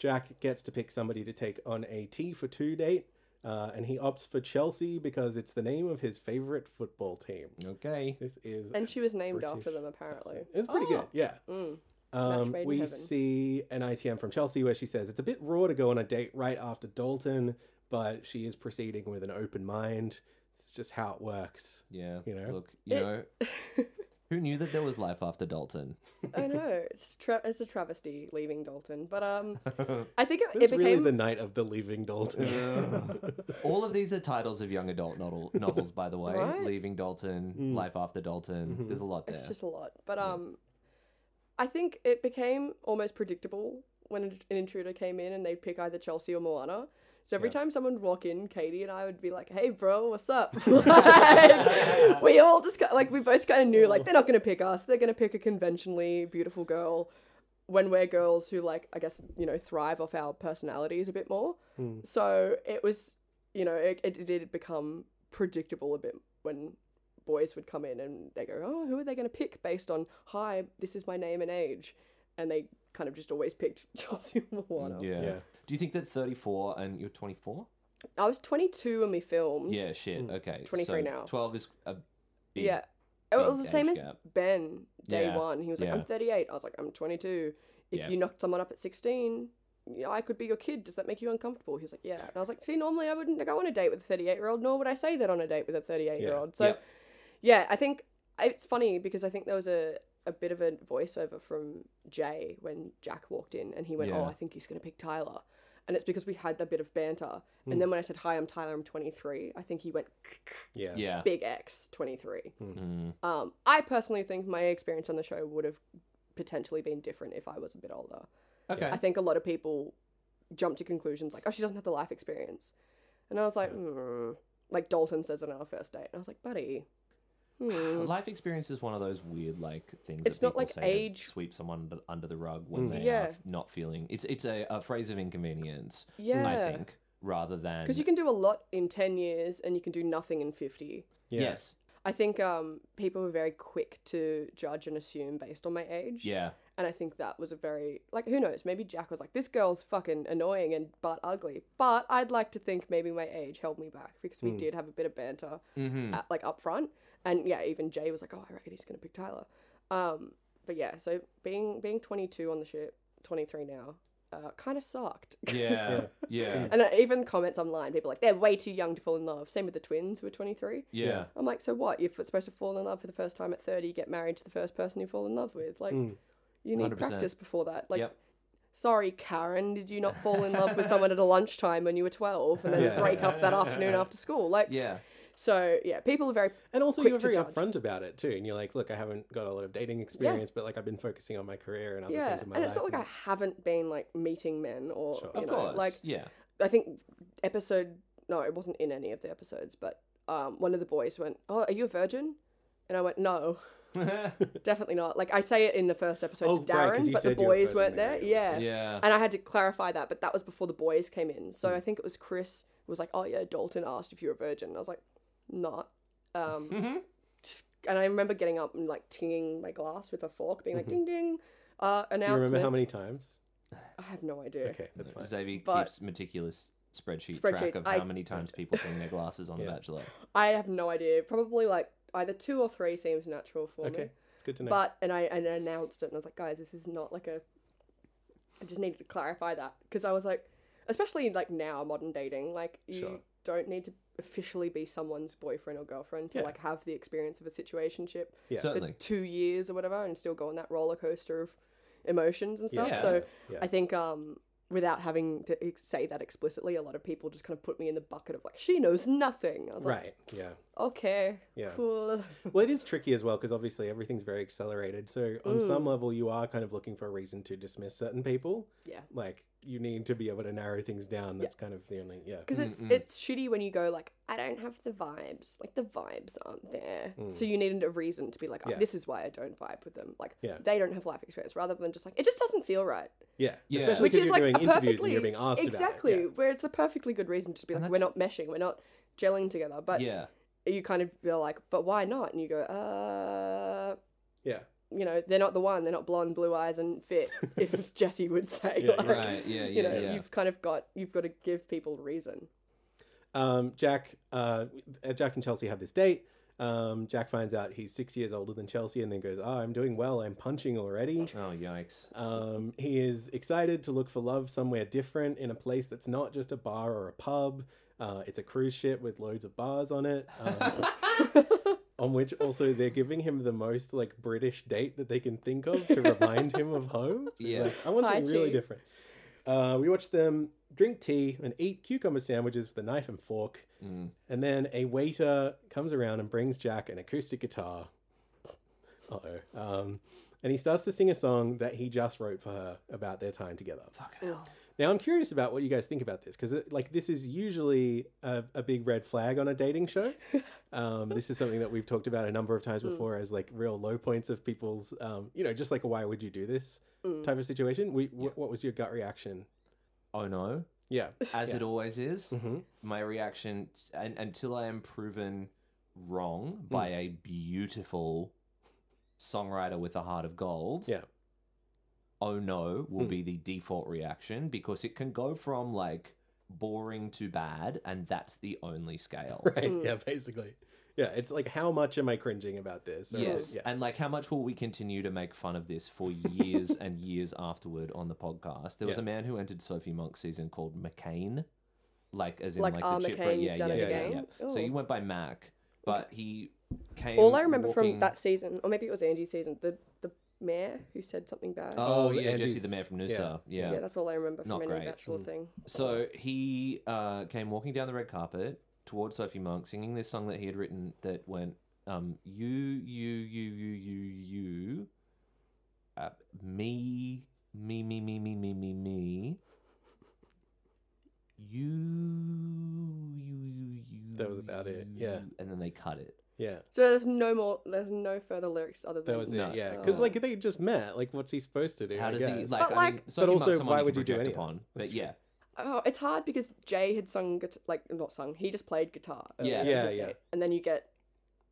Jack gets to pick somebody to take on a tea for two date, Uh, and he opts for Chelsea because it's the name of his favorite football team. Okay. This is And she was named after British them, apparently. It was pretty Oh. good, yeah. Mm. [LAUGHS] Um, made in we heaven. see an ITM from Chelsea where she says it's a bit raw to go on a date right after Dalton, but she is proceeding with an open mind. It's just how it works. Yeah. You know? Look, you It- know, who knew that there was life after [LAUGHS] Dalton? I know it's tra- it's a travesty leaving Dalton, but um, I think it, it It's became really the night of the leaving Dalton. [LAUGHS] All of these are titles of young adult novel- novels, by the way. Right? Mm. Mm-hmm. Leaving Dalton, Life After Dalton. There's a lot there. It's just a lot. But um, I think it became almost predictable when an an intruder came in and they'd pick either Chelsea or Moana. So every time someone would walk in, Katie and I would be like, "Hey, bro, what's up?" [LAUGHS] like, we all just got, like we both kind of knew like they're not gonna pick us. They're gonna pick a conventionally beautiful girl. When we're girls who like, I guess you know, thrive off our personalities a bit more. So it was, you know, it, it did become predictable a bit when boys would come in and they go, oh, who are they going to pick based on, hi, this is my name and age. And they kind of just always picked [LAUGHS] Chelsea Moana. Mm, yeah. Yeah. Do you think that 34 and you're 24? I was 22 when we filmed. Yeah, shit. Okay. 23 so mm, now. 12 is a big. Yeah. It was Big the same age as gap. Ben day Yeah. one. He was like, I'm Yeah. 38. I was like, I'm 22. If Yeah. you knocked someone up at 16, yeah, I could be your kid. Does that make you uncomfortable? He's like, yeah. And I was like, see, normally I wouldn't go on a date with a 38 year old, nor would I say that on a date with a 38 year old. So, Yeah. yeah, I think it's funny because I think there was a, a bit of a voiceover from Jay when Jack walked in and he went, oh, Yeah. I think he's going to pick Tyler. And it's because we had that bit of banter. Hmm. And then when I said, hi, I'm Tyler, I'm 23, I think he went, [LAUGHS] Yeah. Yeah. big X, 23. Mm. Um, I personally think my experience on the show would have potentially been different if I was a bit older. Okay. I think a lot of people jump to conclusions like, oh, she doesn't have the life experience. And I was like, hmm. Like Dalton says it on our first date. And I was like, buddy, hmm. [SIGHS] Life experience is one of those weird like things. It's that not people like say to age- Mm. sweep someone under, under the rug when they Yeah. are f- not feeling. It's it's a, a phrase of inconvenience. I Yeah. think rather than Because you can do a lot in 10 years and you can do nothing in 50. Yeah. yes I think um, people were very quick to judge and assume based on my age. yeah And I think that was a very like who knows, maybe Jack was like, This girl's fucking annoying and but ugly. But I'd like to think maybe my age held me back because we did have a bit of banter mm-hmm. at, like up front. And yeah, even Jay was like, Oh, I reckon he's gonna pick Tyler. Um, but yeah, so being being twenty two on the ship, twenty three now, uh, kinda sucked. [LAUGHS] yeah yeah and uh, even comments online, people are like, They're way too young to fall in love. Same with the twins who are twenty three. yeah I'm like, so what? You're f- supposed to fall in love for the first time at 30, get married to the first person you fall in love with. Like, Mm. you need 100%. practice before that. Like, Yep. sorry, Karen, did you not fall in love with someone at a lunchtime when you were 12 and then Yeah. break up that afternoon after school? Like, yeah so yeah, people are very. And also, Quick you were to very judge. upfront about it too. And you're like, look, I haven't got a lot of dating experience, but like I've been focusing on my career and other Yeah, things in my and life. it's not like I haven't been like meeting men or Sure. you of know, course like yeah [LAUGHS] I think episode no, it wasn't in any of the episodes, but um, one of the boys went, "Oh, are you a virgin?" And I went, "No, definitely not." Like I say it in the first episode Oh, right, to 'cause Darren, you but the said you were a boys virgin when weren't there. you were Yeah. yeah and I had to clarify that, but that was before the boys came in. So Hmm. I think it was Chris was like, "Oh yeah, Dalton asked if you're a virgin." And I was like, "Not." [LAUGHS] Um, Mm-hmm. just- and I remember getting up and like tinging my glass with a fork, being like, "Ding ding." Uh, Mm-hmm. Do you announcement. remember how many times? I have no idea. Okay, that's fine. Xavier But- keeps meticulous spreadsheet track Spreadsheets, of how I- many times people hang their glasses on Yeah. The Bachelor I have no idea. Probably like either two or three seems natural for me. Okay, it's good to know. But and I and I announced it, and I was like, guys, this is not like a. I just needed to clarify that because I was like, especially like now modern dating, like you Sure. don't need to officially be someone's boyfriend or girlfriend to Yeah. like have the experience of a situationship Yeah. for certainly two years or whatever, and still go on that roller coaster of emotions and stuff. Yeah. So Yeah. I think um. Without having to ex- say that explicitly, a lot of people just kind of put me in the bucket of like, she knows nothing. I was like, right, yeah. okay, Yeah. cool. Well, it is tricky as well because obviously everything's very accelerated. So on Mm. some level, you are kind of looking for a reason to dismiss certain people. Yeah. Like you need to be able to narrow things down. That's kind of the only yeah. because it's it's shitty when you go like I don't have the vibes, like the vibes aren't there. So you need a reason to be like, oh, Yeah. this is why I don't vibe with them. Like Yeah. they don't have life experience, rather than just like it just doesn't feel right. Yeah. Yeah. Especially Which because is you're like doing a interviews perfectly and you're being asked exactly about it. where it's a perfectly good reason to be like we're not meshing, we're not gelling together. But [LAUGHS] yeah you kind of feel like, but why not? And you go, uh. Yeah. You know, they're not the one. They're not blonde, blue eyes, and fit. if it's Jesse would say, Yeah, like, right yeah yeah you know, yeah you've kind of got you've got to give people reason. [LAUGHS] Um, Jack, uh, uh, Jack and Chelsea have this date. Um, Jack finds out he's six years older than Chelsea, and then goes, "Oh, I'm doing well. I'm punching already." Oh yikes! Um, he is excited to look for love somewhere different in a place that's not just a bar or a pub. Uh, it's a cruise ship with loads of bars on it. [LAUGHS] Um, on which also they're giving him the most like British date that they can think of to remind him of home. So he's Yeah. like, I want Hi, something really tea." different. Uh, we watch them drink tea and eat cucumber sandwiches with a knife and fork. Mm. And then a waiter comes around and brings Jack an acoustic guitar. Uh oh. Um, and he starts to sing a song that he just wrote for her about their time together. Fucking hell. Mm. Now, I'm curious about what you guys think about this because, like, this is usually a, a big red flag on a dating show. Um, this is something that we've talked about a number of times before as like real low points of people's, um, you know, just like a why would you do this Mm. type of situation. We, wh- What was your gut reaction? Oh [LAUGHS] no! Yeah. As Yeah. it always is, hmm my reaction and, until I am proven wrong by Hmm. a beautiful songwriter with a heart of gold. Yeah. Oh no will Mm. be the default reaction because it can go from like boring to bad, and that's the only scale. [LAUGHS] Right. Mm. Yeah, basically. Yeah. It's like, how much am I cringing about this? Or, like, yes. Yeah. And like, how much will we continue to make fun of this for years and years afterward on the podcast? There was Yeah. a man who entered Sophie Monk's season called McCain, like as in Like, like, "Ah, the chip. McCain, you've yeah, done yeah, it yeah, yeah, again? yeah. So he Oh. went by Mac, but he came. All I remember walking- from that season, or maybe it was Angie's season, the the mayor who said something bad. Oh, Oh, yeah, Jesse Angie's- the man from yeah. Noosa. Yeah. yeah. that's all I remember from Not any great. bachelor thing. So he uh, came walking down the red carpet towards Sophie Monk, singing this song that he had written that went, um, "You, you, you, you, you, you, uh, me, me, me, me, me, me, me, me, you, you, you, you." That was about it, yeah. you," And then they cut it. Yeah. So there's no more. There's no further lyrics other than That was No. it. Yeah. Because, Oh. like, they just met. Like, what's he supposed to do? How I does he guess? like? But, I mean, like- Sophie But Monk's also, someone why can would you do project any of that? upon? That's But true. yeah, Oh, it's hard because Jay had sung guit- like not sung. He just played guitar. earlier Yeah. in Yeah, his yeah. day. And then you get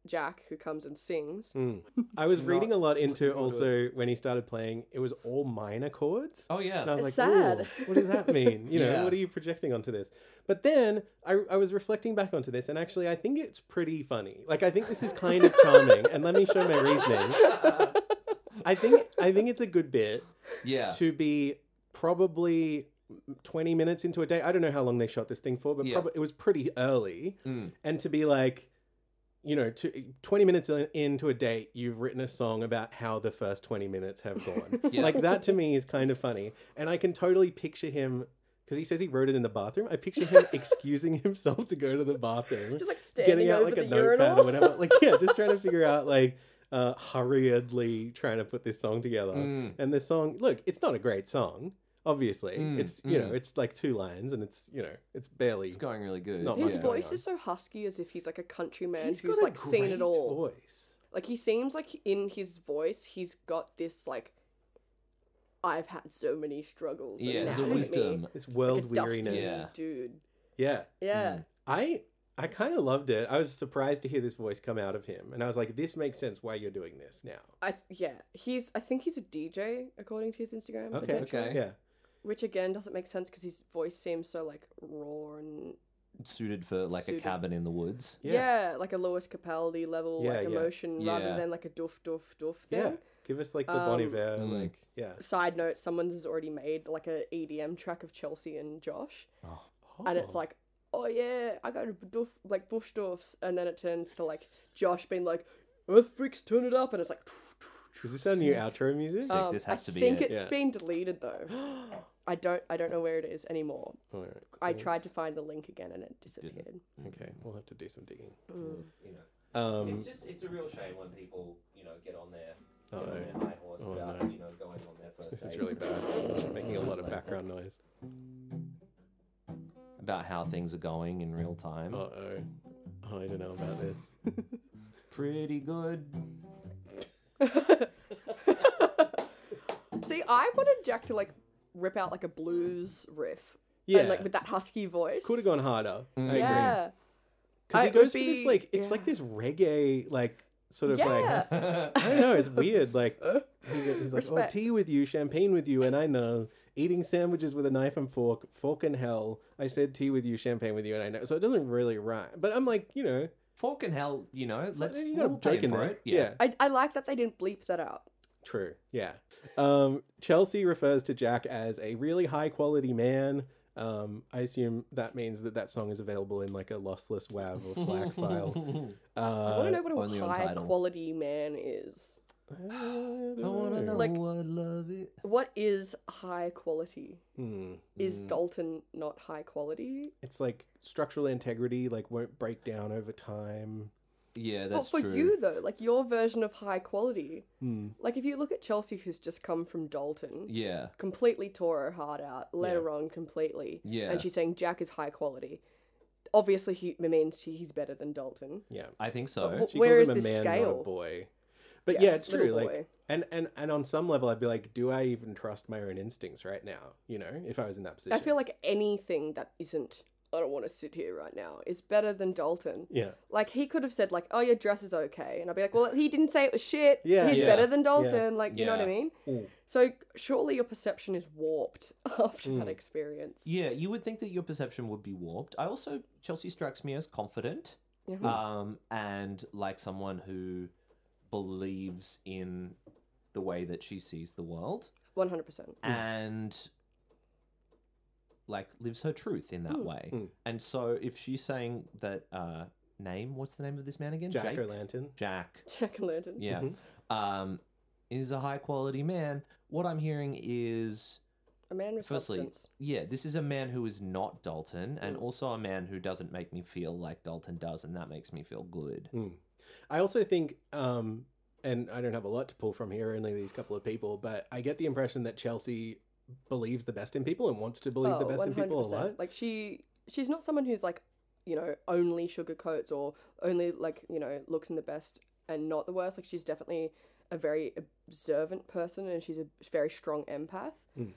Jack who comes and sings. Mm. I was [LAUGHS] Not reading a lot looking into forward to also when he started playing, it was all minor chords. oh yeah. And I was It's like, sad. "Ooh, what does that mean? [LAUGHS] You know, Yeah. what are you projecting onto this? But then I, I was reflecting back onto this, and actually, I think it's pretty funny. Like, I think this is kind of charming. and let me show my reasoning. I think I think it's a good bit [LAUGHS] yeah. to be probably 20 minutes into a day. I don't know how long they shot this thing for, but Yeah. probably it was pretty early. Mm. And to be like, you know, to, 20 minutes in, into a date, you've written a song about how the first 20 minutes have [LAUGHS] gone. Yeah. Like, that to me is kind of funny. And I can totally picture him. Because he says he wrote it in the bathroom. I picture [LAUGHS] him excusing himself to go to the bathroom Just like standing getting out over like the a notepad or [LAUGHS] urinal. [LAUGHS] whatever. Like, yeah, just trying to figure out like uh, hurriedly trying to put this song together. Mm. And this song, look, it's not a great song. Obviously, Mm, it's you know, mm. it's like two lines, and it's you know, it's barely. It's going really good. not His Yeah. voice is so husky, as if he's like a countryman who's like seen it all. Voice. Like he seems like in his voice, he's got this like, I've had so many struggles. and Yeah, there's a now look at me," wisdom. This world like a dusty weariness. Yeah. Hmm. dude. yeah. Yeah, I I kind of loved it. I was surprised to hear this voice come out of him, and I was like, "This makes sense. Why you're doing this now?" I th- yeah, he's. I think he's a DJ according to his Instagram. Okay. potentially, Okay. Yeah, Which again doesn't make sense because his voice seems so like raw and suited for like a Suited. cabin in the woods. yeah, like a Lewis Capaldi level Yeah, like yeah. emotion rather Yeah. than like a doof doof doof thing. yeah. Give us like the Bon Um, Iver, Mm. like yeah. Side note: someone's already made like a EDM track of Chelsea and Josh, Oh, and it's Oh. like, oh yeah, I got a doof like bush doofs, and then it turns to like Josh being like, Earth freaks, turn it up, and it's like. Oh. Is [LAUGHS] this our new Sick. outro music? Uh, Sick. this has I to be think it. it's Yeah. been [GASPS] deleted though. I don't. I don't know where it is anymore. All right. I cool. tried to find the link again and it disappeared. Okay, we'll have to do some digging. Mm. You know, Um, just it's a real shame when people you know get on their, get on Uh-oh. their high horse Oh, about, no. you know going on their first. this is really bad. It's [LAUGHS] making a lot of background noise. about how things are going in real time. Uh oh. Oh, I don't know about this. Pretty good. [LAUGHS] [LAUGHS] See, I wanted Jack to like rip out like a blues riff. Yeah, And, like with that husky voice. could have gone harder. I agree. Yeah. Because I- he it would goes for this be- like it's yeah. like this reggae like sort of Yeah. [LAUGHS] like I don't know. It's weird. Like He goes- He's like, oh, Respect. tea with you, champagne with you, and I know. Eating sandwiches with a knife and fork, fork and hell. I said tea with you, champagne with you, and I know. So it doesn't really rhyme. But I'm like, you know, Fork and hell, you know, let's you got we'll a joke pay in for there. it. yeah. I, I like that they didn't bleep that out. True. Yeah. Um, Chelsea refers to Jack as a really high quality man. Um, I assume that means that that song is available in like a lossless WAV or FLAC [LAUGHS] file. I want Uh, to know what only a on high Tidal. quality man is. I Oh, I want to know Like- what love is. What is high quality? Hmm. Is Mm. Dalton not high quality? It's like structural integrity, like won't break down over time. Yeah, But that's for true. you though, like your version of high quality, Hmm. like if you look at Chelsea, who's just come from Dalton, Yeah. completely tore her heart out, let Yeah. her on completely, Yeah. and she's saying Jack is high quality. Obviously, he means he, he's better than Dalton. Yeah. I think But so. what- She Where calls is him a this man, not scale? a boy. But yeah, Yeah, it's true. little Like, boy. and, and and on some level, I'd be like, do I even trust my own instincts right now? You know, if I was in that position. I feel like anything that isn't, I don't want to sit here right now, is better than Dalton. yeah. Like he could have said like, "Oh, your dress is okay," and I'd be like, "Well, he didn't say it was shit. Yeah, he's yeah, better than yeah. Dalton." Like, you know what I Yeah. mean? Mm. So surely your perception is warped [LAUGHS] after Mm. that experience. Yeah, you would think that your perception would be warped. I also Chelsea strikes me as confident, Yeah. um, and like someone who believes in the way that she sees the world One hundred percent. Hmm. and like lives her truth in that way. Mm. And so if she's saying that uh, name, what's the name of this man again? Jack Jake? or Lantern. Jack. Jack and Lantern. Yeah. Um, is a high quality man. What I'm hearing is A man with Firstly, substance. yeah, this is a man who is not Dalton, and Mm. also a man who doesn't make me feel like Dalton does, and that makes me feel good. Mm. I also think, um, and I don't have a lot to pull from here, only these couple of people, but I get the impression that Chelsea believes the best in people and wants to believe the Oh, best in people a 100%. lot. Like she, she's not someone who's like, you know, only sugarcoats or only like you know looks in the best and not the worst. Like she's definitely a very observant person and she's a very strong empath. Mm.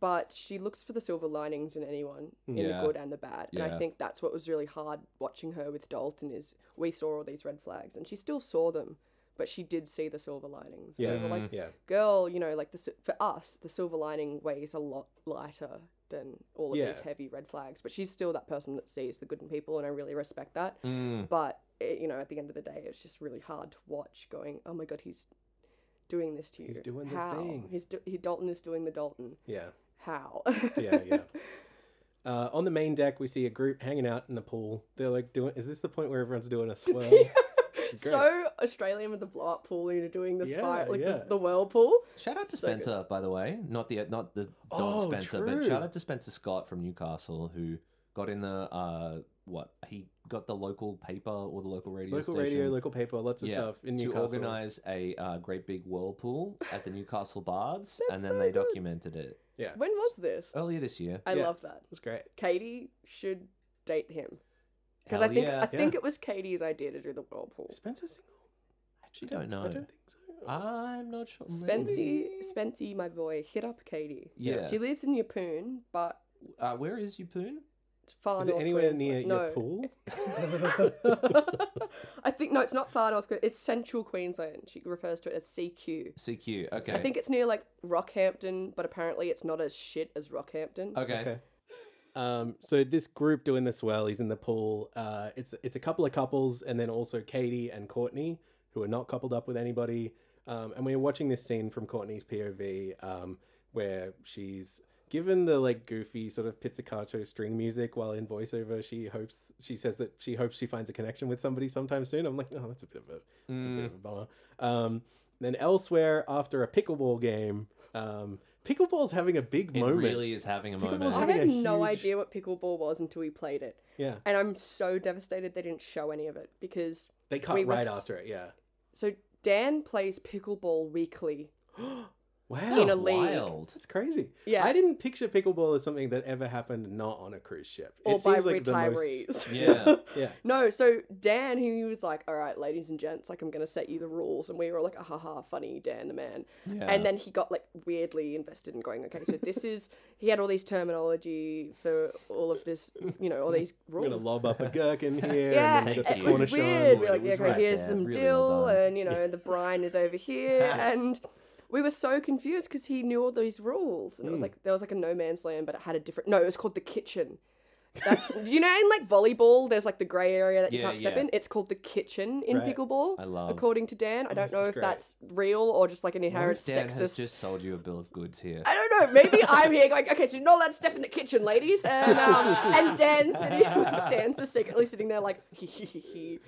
But she looks for the silver linings in anyone, in Yeah. the good and the bad. And I Yeah. think that's what was really hard watching her with Dalton is we saw all these red flags and she still saw them, but she did see the silver linings. And Yeah. we were like, Yeah. girl, you know, like the si- for us, the silver lining weighs a lot lighter than all of these Yeah. heavy red flags. But she's still that person that sees the good in people, and I really respect that. Mm. But it, you know, at the end of the day, it's just really hard to watch. Going, oh my god, he's doing this to you. He's doing the How? thing." He's do- he, Dalton is doing the Dalton. Yeah. How? Yeah. Yeah. [LAUGHS] Uh, on the main deck, we see a group hanging out in the pool. They're like doing. Is this the point where everyone's doing a [LAUGHS] swirl? Great. so Australian with the blow up pool, you know, doing the spy, Yeah, like yeah. the, the whirlpool. Shout out to So good. Spencer, by the way, not the not the dog Oh, Spencer, true. but shout out to Spencer Scott from Newcastle who got in the uh what he got the local paper or the local [LAUGHS] radio local station radio, local paper, lots of Yeah, stuff in to Newcastle. organize a uh, great big whirlpool at the Newcastle Baths, and then so they good. documented it Yeah, it When was this? earlier this year. I Uh, yeah. love that. was great. Katie should date him. Because Hell I think yeah. I think it was Katie's idea to do the whirlpool. Spencer single? I actually don't I don't know. think so. I'm not sure. Spency, Maybe. Spency, my boy, hit up Katie. Yeah. She lives in Yapoon, but Uh, where is Yupoon? it's far is it north. anywhere near Queensland. your no. pool? [LAUGHS] [LAUGHS] I think no, it's not far north. Queen- It's central Queensland. She refers to it as CQ. CQ. Okay. I think it's near like Rockhampton, but apparently it's not as shit as Rockhampton. Okay. Okay. Um, so this group doing this well, he's in the pool. Uh, it's it's a couple of couples, and then also Katie and Courtney, who are not coupled up with anybody. Um, and we are watching this scene from Courtney's POV, um, where she's given the like goofy sort of pizzicato string music while in voiceover. She hopes she says that she hopes she finds a connection with somebody sometime soon. I'm like, oh, that's a bit of a that's a bit Mm. of a bummer. Um, then elsewhere, after a pickleball game, um, pickleball's having a big It moment. really is having a Pickleball's moment. I having had a no huge- idea what pickleball was until we played it. Yeah. And I'm so devastated they didn't show any of it because They cut We were right s- after it, yeah. so Dan plays pickleball weekly. Wow. in a That's league. wild. [LAUGHS] That's crazy. Yeah. I didn't picture pickleball as something that ever happened not on a cruise ship. or it by seems like the retirees. most. Yeah. Yeah. [LAUGHS] No, so Dan, he was like, "All right, ladies and gents, like I'm gonna set you the rules," and we were like, "Ah, "Ha ha, funny, Dan the man." Yeah. And then he got like weirdly invested in going, "Okay, so this is." He had all these terminology for all of this, [LAUGHS] you know, all these I'm going to rules. lob up a [LAUGHS] gherkin here. yeah, and then Thank you got the it you. was cornichon, weird. We're and like, it was "Okay, right here's there. some Really well dill, done." and you know, the brine is over here," and we were so confused because he knew all these rules, and it was like there was like a no man's land, but it had a different. No, it was called the kitchen. That's [LAUGHS] you know, in like volleyball, there's like the grey area that you Yeah, can't step yeah. in. It's called the kitchen in Right. pickleball. I love- According to Dan, I don't know is if great. that's real or just like an What inherent if Dan has sexist. just sold you a bill of goods here. I don't know. Maybe I'm here going, okay, so you're not allowed to step in the kitchen, ladies. And um, and Dan's sitting, [LAUGHS] Dan's just secretly sitting there like, hee hee hee hee.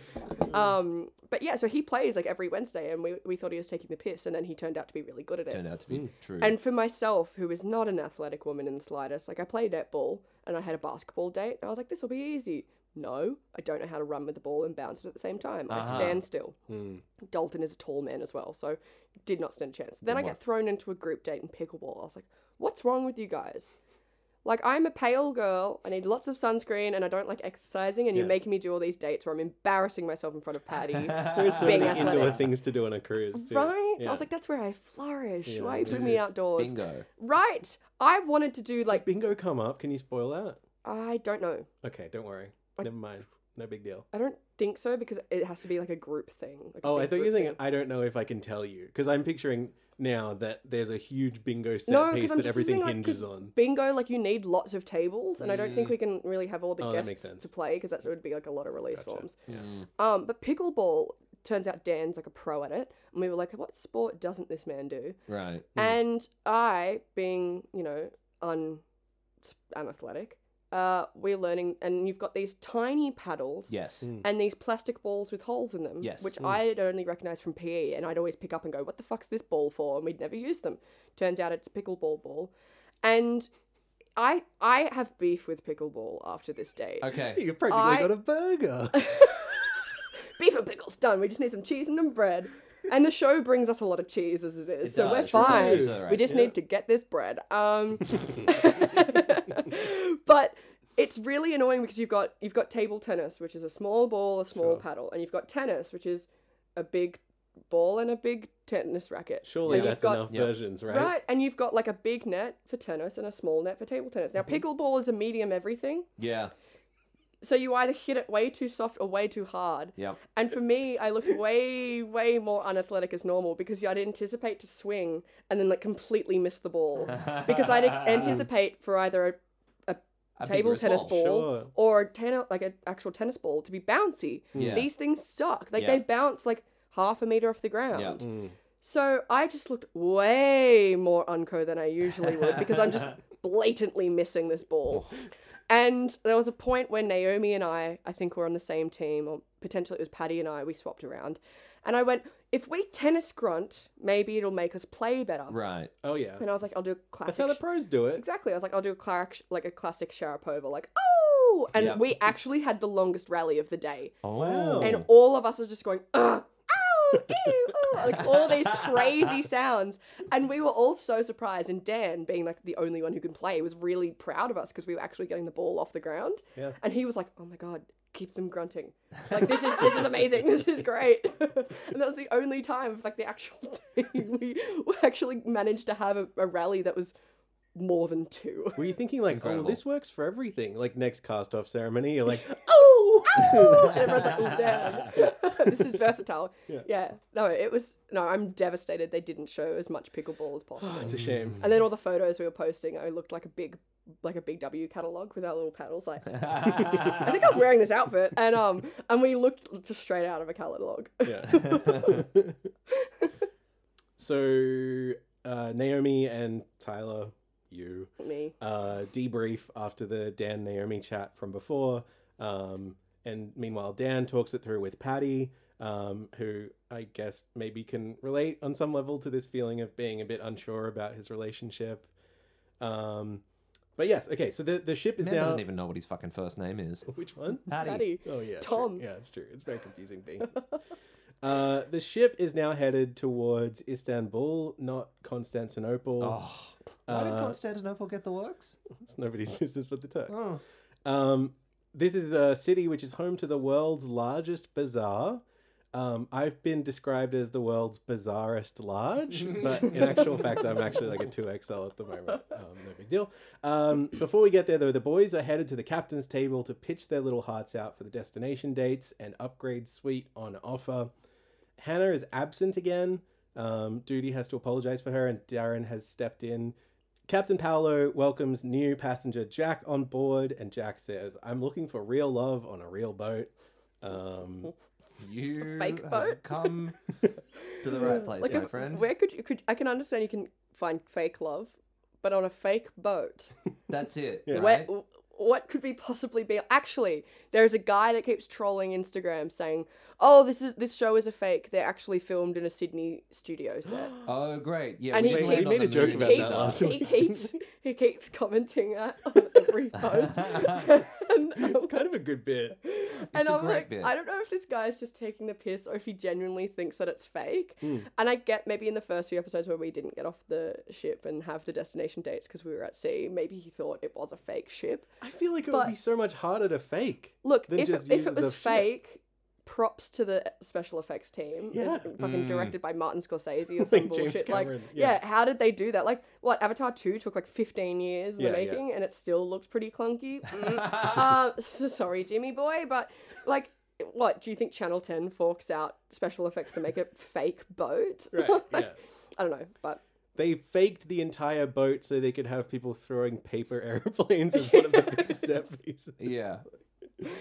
Um, but yeah, so he plays like every Wednesday, and we we thought he was taking the piss, and then he turned out to be really good at it. Turned out to be true. Mm. [LAUGHS] And for myself, who is not an athletic woman in the slightest, like I played netball and I had a basketball date, and I was like, this will be easy. No, I don't know how to run with the ball and bounce it at the same time. Uh-huh. I stand still. Hmm. Dalton is a tall man as well, so did not stand a chance. Then I get thrown into a group date in pickleball. I was like, what's wrong with you guys? Like, I'm a pale girl, I need lots of sunscreen, and I don't like exercising, and you're making me do all these dates where I'm embarrassing myself in front [LAUGHS] of Patty. There's so Being many indoor athletic. things to do on a cruise. Too. Right? I Yeah. was like, that's where I flourish. Why are you you putting me outdoors? Bingo. Right. I wanted to do like bingo come up. Can you spoil that? I don't know. Okay, don't worry. Never mind. No big deal. I don't think so because it has to be like a group thing. like a Oh, I big thought you were group saying thing. I don't know if I can tell you because I'm picturing now that there's a huge bingo set No, piece because I'm that just everything thinking, like, 'cause hinges on. bingo. Like you need lots of tables, and I don't think we can really have all the Oh, that makes guests sense. to play because that would be like a lot of release forms. Yeah. Mm. Um, but pickleball turns out Dan's like a pro at it, and we were like, what sport doesn't this man do? Right. Mm. Hmm. And I, being you know un unathletic, uh, we're learning, and you've got these tiny paddles. Yes. and these plastic balls with holes in them, Mm. Yes. Mm. which I'd only recognise from PE, and I'd always pick up and go, "What the fuck's this ball for?" And we'd never use them. Turns out it's a pickleball ball, and I I have beef with pickleball after this date. Okay. You've practically I- got a burger. Beef and pickles done. We just need some cheese and some bread. And the show brings us a lot of cheese as it is, It so we're does, it does, fine. you're right. We just need to get this bread. Um, [LAUGHS] but it's really annoying because you've got you've got table tennis, which is a small ball, a small paddle, and you've got tennis, which is a big ball and a big tennis racket. Surely and you've that's got- enough Yep. versions, right? Right? and you've got like a big net for tennis and a small net for table tennis. Now pickleball is a medium everything, Yeah. so you either hit it way too soft or way too hard. Yep. And for me, I looked way, way more unathletic as normal because I'd anticipate to swing and then like completely miss [LAUGHS] the ball [LAUGHS] because I'd ex- anticipate for either a, a A table bigger tennis ball. ball Sure. or a ten- like an actual tennis ball to be bouncy. Yeah. These things suck. Like Yeah. they bounce like half a meter off the ground. Mm. So I just looked way more unco than I usually would because I'm just blatantly missing this ball. Oh. And there was a point where Naomi and I, I think we're on the same team, or potentially it was Patty and I, we swapped around. And I went, if we tennis grunt, maybe it'll make us play better. [LAUGHS] Right. Oh yeah, And I was like, I'll do a classic. that's how the sh- pros do it. exactly. I was like, I'll do a claric, like a classic Sharapova, like oh. And Yep. we actually had the longest rally of the day Oh. and [LAUGHS] all of us are just going, Ugh, ow, ew, ooh," like all these crazy sounds. And we were all so surprised. And Dan, being like the only one who can play, was really proud of us because we were actually getting the ball off the ground. Yeah. And he was like, oh my God. Keep them grunting. Like this is this is amazing. This is great. [LAUGHS] and that was the only time of like the actual [LAUGHS] team we we actually managed to have a, a rally that was more than two. Were you thinking like, oh, Incredible. this works for everything? Like next cast off ceremony, you're like, [LAUGHS] oh, [LAUGHS] and [LAUGHS] everyone's like, oh, damn, [LAUGHS] this is versatile. Yeah. no, it was no. I'm devastated they didn't show as much pickleball as oh, possible. it's a [LAUGHS] shame. and then all the photos we were posting, I looked like a big, like a big W catalog with our little [LAUGHS] paddles. Like, [LAUGHS] I think I was wearing this outfit, and um, and we looked just straight out of a catalog. [LAUGHS] Yeah. [LAUGHS] so uh, Naomi and Tyler, you Me, uh, debrief after the Dan Naomi chat from before, um, and meanwhile Dan talks it through with Patty, um, who I guess maybe can relate on some level to this feeling of being a bit unsure about his relationship. Um, but yes, okay. So the the ship is Man now. doesn't even know what his fucking first name is. [LAUGHS] Which one? Patty. Daddy, [LAUGHS] Oh yeah, it's Tom. True. Yeah, it's true. It's very confusing thing. [LAUGHS] uh, the ship is now headed towards Istanbul, not Constantinople. Oh. Why did Uh, Constantinople get the works? It's nobody's [LAUGHS] business but the Turks. Oh. Um, this is a city which is home to the world's largest bazaar. Um, I've been described as the world's bizarrest large, but in actual fact, I'm actually like a 2XL at the moment. Um, no big deal. Um, before we get there, though, the boys are headed to the captain's table to pitch their little hearts out for the destination dates and upgrade suite on offer. Hannah is absent again, Um, Duty has to apologize for her, and Darren has stepped in. Captain Paolo welcomes new passenger Jack on board, and Jack says, "I'm looking for real love on a real boat." Um, You fake have boat? come to the right place, my if- friend. Where could you could I can understand you can find fake love, but on a fake boat, That's it. where Right? w- what could we possibly be? Actually, there is a guy that keeps trolling Instagram saying, "Oh, this is this show is a fake. They're actually filmed in a Sydney [GASPS] studio set." Oh, great. Yeah, And we he didn't land keeps- on We made a the joke moon. about that last [LAUGHS] he week. keeps he keeps commenting at on [LAUGHS] every post. [LAUGHS] and, it's kind of a good bit. and a I'm great like, bit. I don't know if this guy's just taking the piss or if he genuinely thinks that it's fake. Hmm. And I get maybe in the first few episodes where we didn't get off the ship and have the destination dates because we were at sea, maybe he thought it was a fake ship. I feel like it would But- be so much harder to fake. Look, Then if just it, if use it the was ship. fake, props to the special effects team. It's Yeah. fucking directed by Martin Scorsese or [LAUGHS] some Like James bullshit. Like, Cameron, yeah. yeah. how did they do that? Like, what Avatar two took like fifteen years in the Yeah, yeah. making, and it still looks [LAUGHS] pretty clunky. Mm. uh, [LAUGHS] sorry, Jimmy boy, but like. What do you think? Channel Ten forks out special effects to make a fake boat. [LAUGHS] Right? Yeah. I don't know, but They faked the entire boat so they could have people throwing paper [LAUGHS] airplanes as one of the biggest set [LAUGHS] pieces. [LAUGHS] Yeah.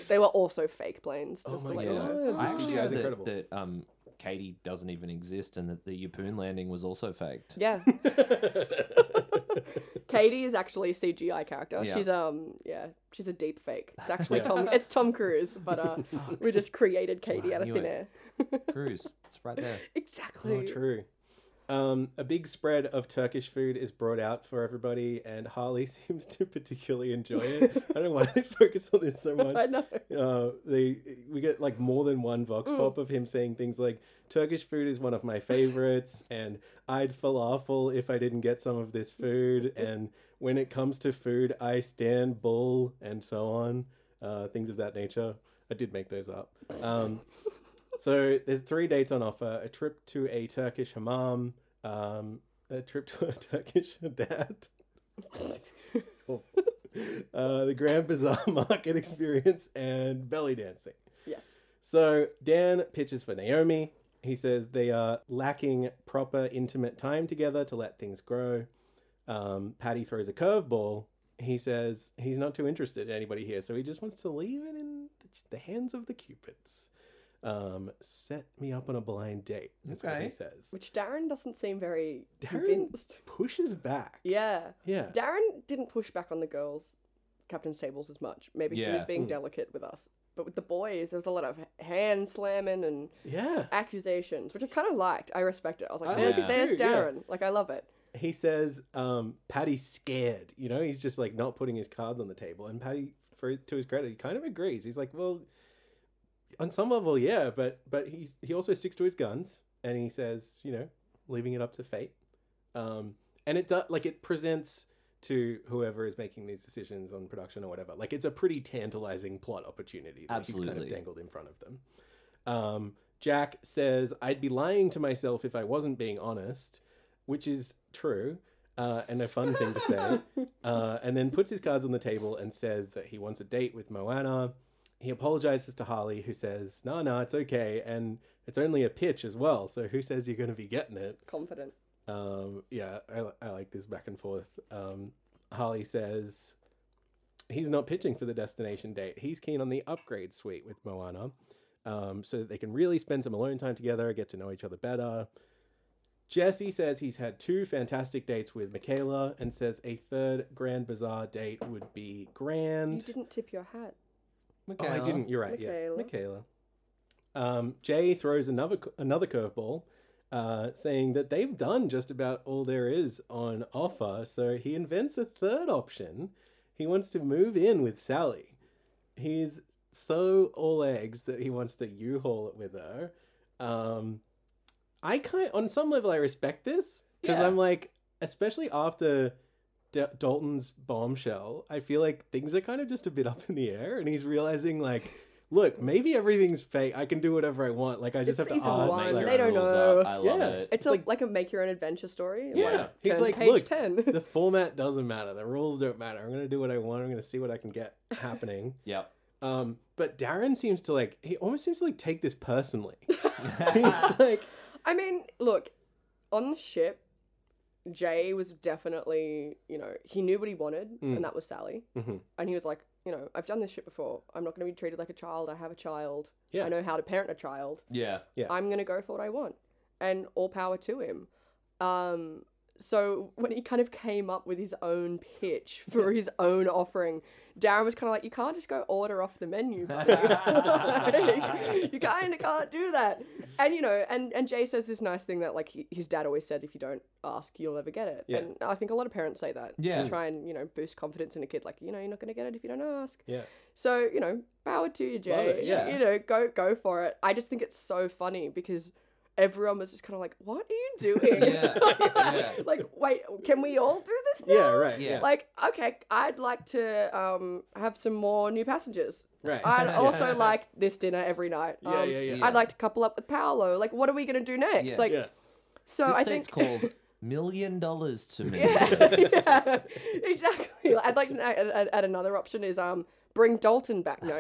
they were also fake planes. Just Oh to my let you Yeah. God. know. I this actually CGI is heard that, incredible. that um, Katie doesn't even exist and that the Yapoon landing was also faked. Yeah. Katie is actually a CGI character. Yeah. She's um yeah, she's a deep fake. [LAUGHS] It's actually Tom it's Tom Cruise, but uh we just created Katie I out of knew thin it. air. Cruise. It's right there. Exactly. Oh, true. Um, a big spread of Turkish food is brought out for everybody, and Harley [LAUGHS] seems to particularly enjoy it. I don't know why they [LAUGHS] focus on this so much. [LAUGHS] I know. Uh, they we get like more than one vox pop of him saying things like Turkish food is one of my favorites, [LAUGHS] and I'd falafel if I didn't get some of this food, and when it comes to food, I stand bull, and so on, uh, things of that nature. I did make those up. Um, so there's three dates on offer: a trip to a Turkish hammam, um, a trip to a [LAUGHS] Turkish dad. [LAUGHS] Uh, the Grand Bazaar [LAUGHS] Market Experience and belly dancing. Yes. So Dan pitches for Naomi. He says they are lacking proper intimate time together to let things grow. Um, Patty throws a curveball. He says he's not too interested in anybody here, so he just wants to leave it in the hands of the cupids. Um, set me up on a blind date. That's what Okay. he says. Which Darren doesn't seem very Darren- convinced. Pushes back. Yeah. Yeah. Darren didn't push back on the girls Captain Stables as much. Maybe he was Yeah. Hmm. being delicate with us. But with the boys, there was a lot of hand slamming and Yeah. accusations, which I kind of liked. I respect it. I was I like, there's, liked it there's too, yeah. Darren. Like, I love it. he says um, Patty's scared. You know, he's just like not putting his cards on the table. And Patty, for to his credit, he kind of agrees. He's like, well, on some level, yeah, but but he he also sticks to his guns, and he says, you know, leaving it up to fate. Um, and it does like it presents to whoever is making these decisions on production or whatever. Like it's a pretty tantalizing plot opportunity that he's kind Absolutely. of dangled in front of them. Um, Jack says, "I'd be lying to myself if I wasn't being honest," which is true uh, and a fun thing to say. Uh, and then puts his cards on the table and says that he wants a date with Moana. He apologizes to Harley, who says, "No, no, it's okay, and it's only a pitch as well. So who says you're going to be getting it?" Confident. Um, yeah, I, li- I like this back and forth. Um, Holly says he's not pitching for the destination date. He's keen on the upgrade suite with Moana, um, so that they can really spend some alone time together, get to know each other better. Jesse says he's had two fantastic dates with Michaela and says a third Grand Bazaar date would be grand. You didn't tip your hat. Oh, I Michaela. didn't. You're right. Yes, Michaela. Michaela. Um, Jay throws another c- another curveball, uh, saying that they've done just about all there is on offer. So he invents a third option. He wants to move in with Sally. He's so all eggs that he wants to U-haul it with her. Um, I kind on some level I respect this because Yeah. I'm like, especially after D- Dalton's bombshell, I feel like things are kind of just a bit up in the air, and he's realizing like, look, maybe everything's fake. I can do whatever I want. Like I just have It's to season ask. one, like- they don't Oh, rules know. Up. I love Yeah. it. It's, a, like, a make your own adventure story. Yeah. Like, He's turn like, to page "Look, 10. [LAUGHS] the format doesn't matter. The rules don't matter. I'm gonna do what I want. I'm gonna see what I can [LAUGHS] get happening. Yep. Um, but Darren seems to [LAUGHS] like he almost seems to like take this personally. he's like, I mean, look, on the ship, Jay was definitely, you know, he knew what he wanted, and that was Sally. Mhm. And he was like, you know, I've done this shit before. I'm not going to be treated like a child. I have a child. Yeah. I know how to parent a child. Yeah. Yeah. I'm going to go for what I want. And all power to him. Um, so when he kind of came up with his own pitch for his own offering, Darren was kind of like, you can't just go order off the [LAUGHS] menu. buddy." [LAUGHS] Like, you kind of can't do that. And, you know, and, and Jay says this nice thing that, like, he, his dad always said, if you don't ask, you'll never get it. Yeah. And I think a lot of parents say that Yeah. to try and, you know, boost confidence in a kid. Like, you know, you're not going to get it if you don't ask. Yeah. So you know, power to you, Love Jay. it, yeah. You know, go go for it. I just think it's so funny because everyone was just kind of like, "What are you doing?" [LAUGHS] Yeah, yeah. [LAUGHS] Like, wait, can we all do this? Now? Yeah, right. Yeah. Yeah. Like, okay, I'd like to um, have some more new passengers. Right. [LAUGHS] I'd also like this dinner every night. Yeah, Um, yeah, yeah. I'd like to couple up with Paolo. Like, what are we gonna do next? Yeah. Like, yeah. so this I date's think [LAUGHS] called Million Dollars to Me. yeah, [LAUGHS] exactly. I'd like to add, add, add another option is um bring Dalton back. No.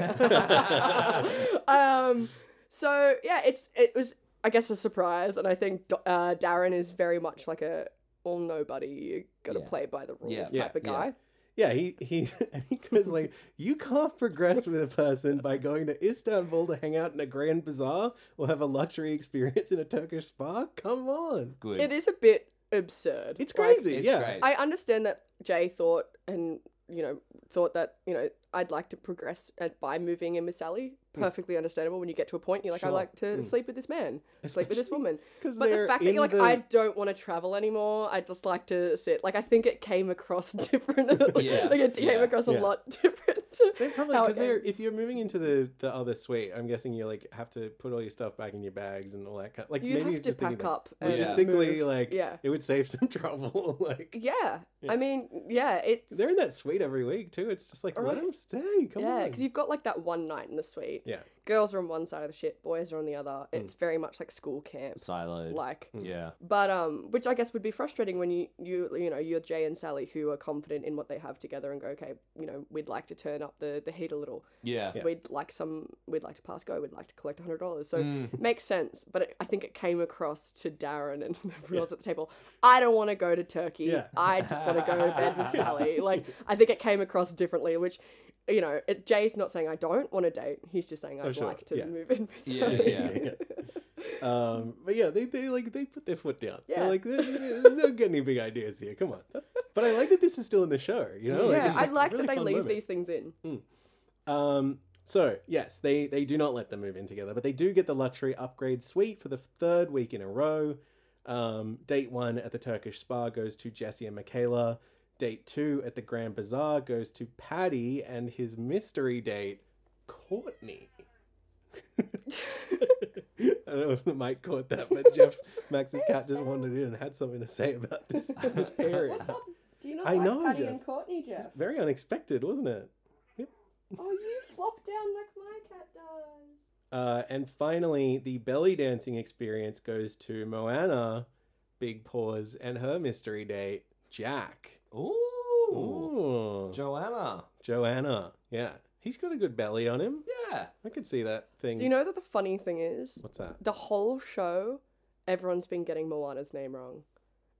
[LAUGHS] um, so yeah, it's it was I guess a surprise, and I think Do- uh, Darren is very much like a well nobody. You got to Yeah. play by the rules Yeah. type Yeah, of yeah. guy. Yeah, he he [LAUGHS] and he goes like, you can't progress with a person by going to Istanbul to hang out in a grand bazaar or have a luxury experience in a Turkish spa. Come on, Good. It is a bit absurd. it's Like, crazy. It's yeah, great. I understand that Jay thought and you know thought that you know I'd like to progress at, by moving in with Sally. Perfectly understandable when you get to a point you're like I Hmm. Sure. Hmm. like to sleep with this man, sleep with this woman. because But the fact that you're like I don't want to travel anymore. I just like to sit. Like I think it came across [LAUGHS] [LAUGHS] different. Yeah, like it yeah, came across yeah. a lot [LAUGHS] different. They probably how it because they're came. if you're moving into the the other suite, I'm guessing you like have to put all your stuff back in your bags and all that kind. Like You maybe have it's to just thinking, pack like, up and logistically, move. like Yeah. it would save some [LAUGHS] trouble. like yeah. Yeah. I mean, yeah, it's they're in that suite every week too. It's just like let Right. them stay. Come yeah, on, because you've got like that one night in the suite. yeah, Hmm. Girls are on one side of the ship, boys are on the other. It's very much like school camp. Siloed. Like yeah. but um which i guess would be frustrating when you you you know you're jay and sally who are confident in what they have together and go okay you know we'd like to turn up the the heat a little Yeah. we'd like some we'd like to pass go we'd like to collect $100 Mm. so makes sense but it, i think it came across to darren and [LAUGHS] everyone else at the table i don't want to go to turkey Yeah. i just want to go to [LAUGHS] bed with sally like i think it came across differently which you know it, jay's not saying i don't want to date he's just saying i'd Oh, sure, like to yeah. move in with Yeah, Sally." yeah. [LAUGHS] Um, but yeah, they, they like they put their foot down. They're Yeah. like they, they don't get any big ideas here. Come on. [LAUGHS] But I like that this is still in the show. You know, yeah, it's I a like really that they fun leave moment. these things in. [LAUGHS] Um, so yes, they they do not let them move in together, but they do get the luxury upgrade suite for the third week in a row. Um, date one at the Turkish spa goes to Jesse and Michaela. Date two at the Grand Bazaar goes to Paddy and his mystery date, Courtney. [LAUGHS] I don't know if the mic caught that, but Jeff Max's cat just wandered in and had something to say about this, this pairing. [LAUGHS] What's up? Do you not I like know, Patty Jeff. and Courtney, Jeff? Very unexpected, wasn't it? Oh, you flop down like my cat does. Uh, and finally, the belly dancing experience goes to Moana, Big Paws, and her mystery date, Jack. Ooh. Ooh. Joanna. Joanna. Yeah. He's got a good belly on him. Yeah. I could see that thing. So you know that the funny thing is, What's that? the whole show, everyone's been getting Moana's name wrong.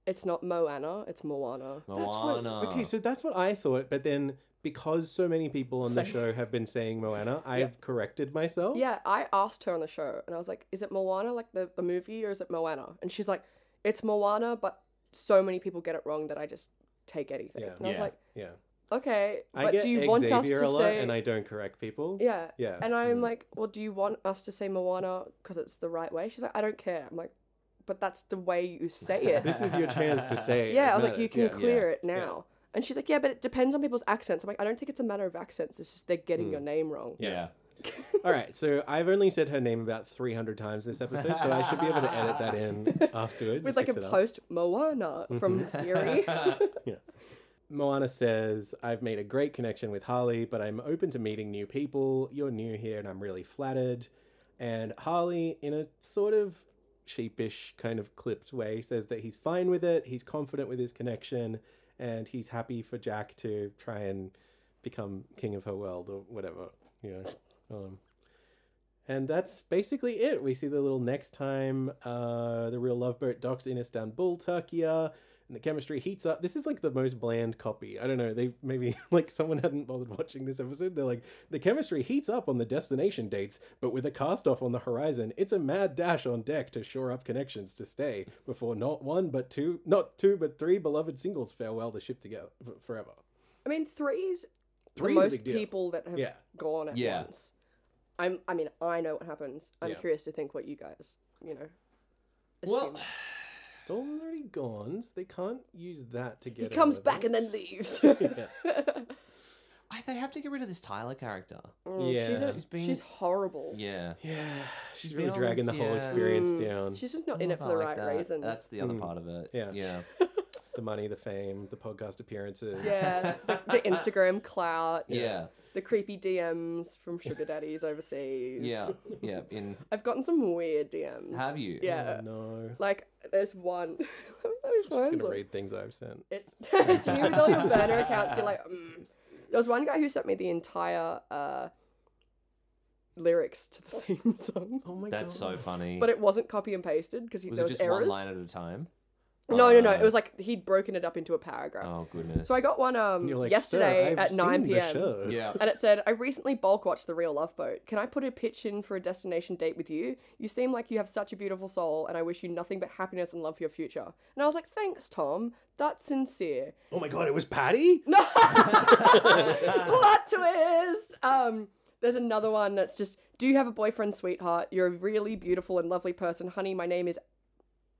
It's not Moana, it's Moana. That's what- Moana. okay, so that's what I thought, but then because so many people on the Same. show have been saying Moana, I've corrected myself. Yeah, I asked her on the show, and I was like, "Is it Moana like the the movie, or is it Moana?" And she's like, "It's Moana, but so many people get it wrong that I just take anything." Yeah. And I was Yeah. like, Yeah. "Okay, I but get do you want us Xavier to a lot, say?" and I don't correct people. yeah, Yeah. And I'm Mm. like, well, do you want us to say Moana because it's the right way? She's like, I don't care. I'm like, but that's the way [LAUGHS] you say [LAUGHS] it. this is your chance to say. it [LAUGHS] yeah, I was like, you matters, can yeah. clear it now. And she's like, yeah, but it depends on people's accents. I'm like, I don't think it's a matter of accents. It's just they're getting Mm. your name wrong. [LAUGHS] yeah. All right, so I've only said her name about 300 times this episode, so I should be able to edit that [LAUGHS] in afterwards. and With like a fix it up. Mm-hmm. post Moana [LAUGHS] from Siri. Moana says, I've made a great connection with Harley, but I'm open to meeting new people. You're new here, and I'm really flattered. And Harley, in a sort of sheepish, kind of clipped way, says that he's fine with it, he's confident with his connection, and he's happy for Jack to try and become king of her world or whatever, you know. Um, And that's basically it. We see the little next time uh, the real love boat docks in Istanbul, Turkey, and the chemistry heats up. This is like the most bland copy. I don't know. They maybe [LAUGHS] like someone hadn't bothered watching this episode. They're like, the chemistry heats up on the destination dates, but with a cast off on the horizon, it's a mad dash on deck to shore up connections to stay before not one but two, not two but three beloved singles farewell the ship together f- forever. I mean, [LAUGHS] three's the Three's a most big deal. people that have Yeah. gone at Yeah. once. I'm. I mean, I know what happens. I'm Yeah. curious to think what you guys, you know. Well, [LAUGHS] assume. It's already gone. So they can't use that to he get. comes another- back and then leaves. [LAUGHS] Yeah. I, they have to get rid of this Tyler character. [LAUGHS] Mm, She's, Yeah. a, She's she's, been- horrible. Yeah. Yeah, she's been really on dragging the it, whole yeah. experience Mm, down. She's just not in Oh, it for I the like right that. reasons. That's the other Mm. part of it. Yeah. Yeah. The money, the fame, the podcast appearances. [LAUGHS] yeah, the, the Instagram clout, Yeah. the creepy DMs from sugar daddies overseas. Yeah. Yeah. In I've gotten some weird DMs. have you? Yeah. Oh, no. Like there's one. [LAUGHS] Let me- let me I'm just find gonna one. read things I've sent. It's [LAUGHS] it's you with all your burner accounts. You're like, mm. there was one guy who sent me the entire uh, lyrics to the [LAUGHS] theme song, Oh my That's god. so funny. but it wasn't copy and pasted because was there it was just errors. one line at a time? No, no, no. Uh, It was like he'd broken it up into a paragraph. Oh goodness. So I got one um And you're like, "Sir, yesterday I've at seen 9 the p.m. show." Yeah. And it said, I recently bulk watched The Real Love Boat. Can I put a pitch in for a destination date with you? You seem like you have such a beautiful soul, and I wish you nothing but happiness and love for your future. And I was like, thanks, Tom. That's sincere. Oh my god, it was Patty. [LAUGHS] No! Plot twist! Um, there's another one that's just, do you have a boyfriend, sweetheart? You're a really beautiful and lovely person. Honey, my name is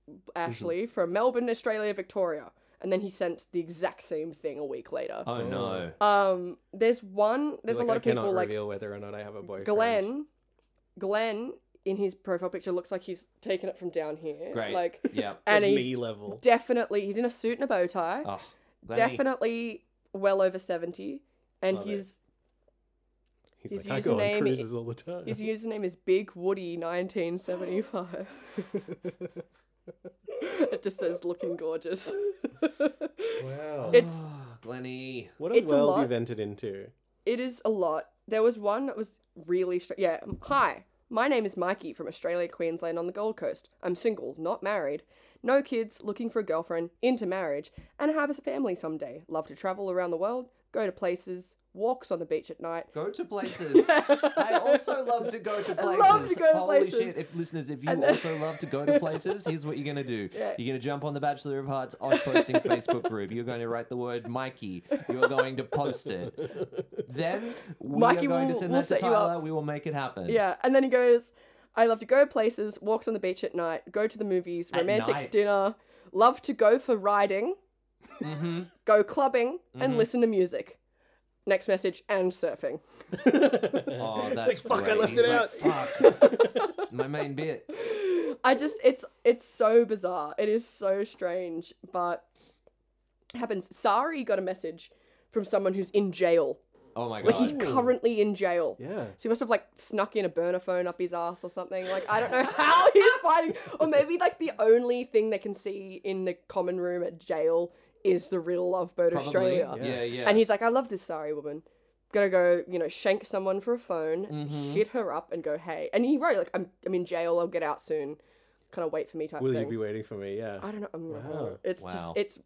Mm-hmm. Ashley from Melbourne, Australia, Victoria. And then he sent the exact same thing a week later. Oh [LAUGHS] no. Um, there's one. There's Like, a lot I of people cannot like reveal whether or not I have a boyfriend. Glenn. Glenn in his profile picture looks like he's taken it from down here. [LAUGHS] Great. Like, Yeah. and he's knee level. definitely he's in a suit and a bow tie. Oh, Glenny. definitely well over seventy, and Love it. his He's his like, I go on username cruises is- all the time. [LAUGHS] his username is Big Woody nineteen seventy five. [LAUGHS] it just says looking gorgeous. [LAUGHS] wow. It's Oh, Glenny. what a it's a world lot. you've entered [LAUGHS] into. It is a lot. There was one that was really str- yeah. um, Hi, my name is Mikey from Australia, Queensland, on the Gold Coast. I'm single, not married, no kids, looking for a girlfriend, into marriage, and have a family someday. Love to travel around the world, go to places, walks on the beach at night. Go to [LAUGHS] places. I also love to go to places. love to go to Holy places. shit! If listeners, if you [LAUGHS] also love to go to places, here's what you're gonna do. Yeah. You're gonna jump on the Bachelor of Hearts Oz [LAUGHS] posting Facebook group. You're going to write the word Mikey. You're going to post it. Then we Mikey are going to will- send will that to set you up. Tyler. We will make it happen. [LAUGHS] Yeah, and then he goes, I love to go places, walks on the beach at night, go to the movies, At romantic night. dinner, love to go for riding, Mm-hmm. go clubbing, and listen to music. Next message and surfing. Oh, It's that's like, fuck, I great. left He's it like, Fuck. [LAUGHS] My main bit. I just it's it's so bizarre. It is so strange, but it happens. Sari got a message from someone who's in jail. Oh my Like he's god. currently in jail. Yeah. So he must have like snuck in a burner phone up his ass or something. Like I don't know [LAUGHS] how he's finding or maybe like the only thing they can see in the common room at jail is the real love boat Probably. Australia. Yeah, yeah. And he's like, I love this Sari woman. Gonna go, you know, shank someone for a phone, Mm-hmm. hit her up, and go, hey. And he wrote like, I'm, I'm in jail. I'll get out soon. Kind of wait for me type Will thing. you be waiting for me? Yeah. I don't know. I'm gonna- Wow. Mm. It's Wow. just it's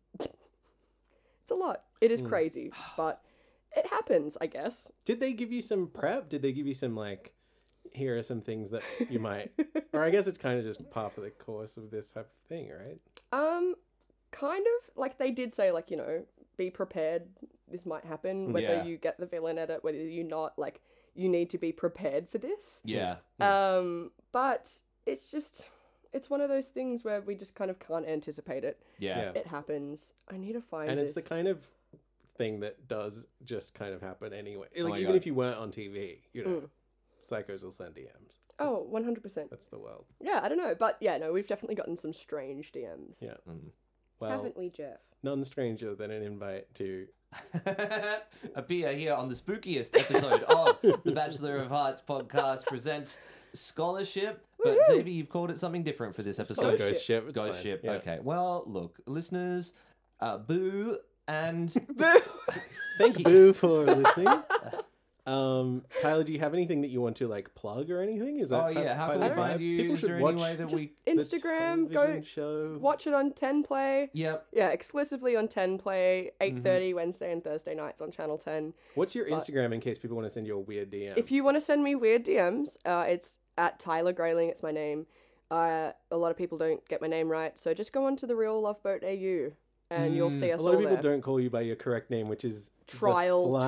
it's a lot. It [SIGHS] is crazy, but it happens, I guess. Did they give you some prep? Did they give you some like? Here are some things that you [LAUGHS] might, or I guess it's kind of just part of the course of this type of thing, right? Um, kind of like they did say, like you know, be prepared. This might happen. Whether Yeah. you get the villain at it, whether you not, like you need to be prepared for this. yeah. Hmm. Um, but it's just it's one of those things where we just kind of can't anticipate it. Yeah. Yeah. It happens. I need to find and this. it's the kind of thing that does just kind of happen anyway. Like Oh my even God. if you weren't on TV, you know, Mm. psychos will send DMs. oh, 100%. That's the world. Mm. Yeah, I don't know. But yeah, no, we've definitely gotten some strange DMs. Yeah. Mm. Well, Haven't we, [LAUGHS] Jeff? none stranger than an invite to [LAUGHS] appear here on the spookiest episode of the Bachelor of Hearts podcast presents scholarship. But Davey, you've called it something different for this oh, episode. Scholarship. ghost ship. it's Ghost fine. ship. Yeah. Okay. Well, look, listeners, uh, boo and [LAUGHS] Boo! Thank you for listening. [LAUGHS] Um, Tyler, do you have anything that you want to like plug or anything? Is that Oh Tyler- yeah, how Tyler can we don't Drive? find you? People Is should there watch any way that Just we? the Instagram, go television show. watch it on 10 Play. Yep. Yeah, exclusively on 10 Play, 8.30 Mm-hmm. Wednesday and Thursday nights on Channel 10. What's your but- Instagram in case people want to send you a weird DM? If you want to send me weird DMs, uh, it's at Tyler Grayling. It's my name. Uh, a lot of people don't get my name right, so just go on to the Real Love Boat AU, and you'll see us Mm. a lot all of people there. don't call you by your correct name, which is Trial Troy.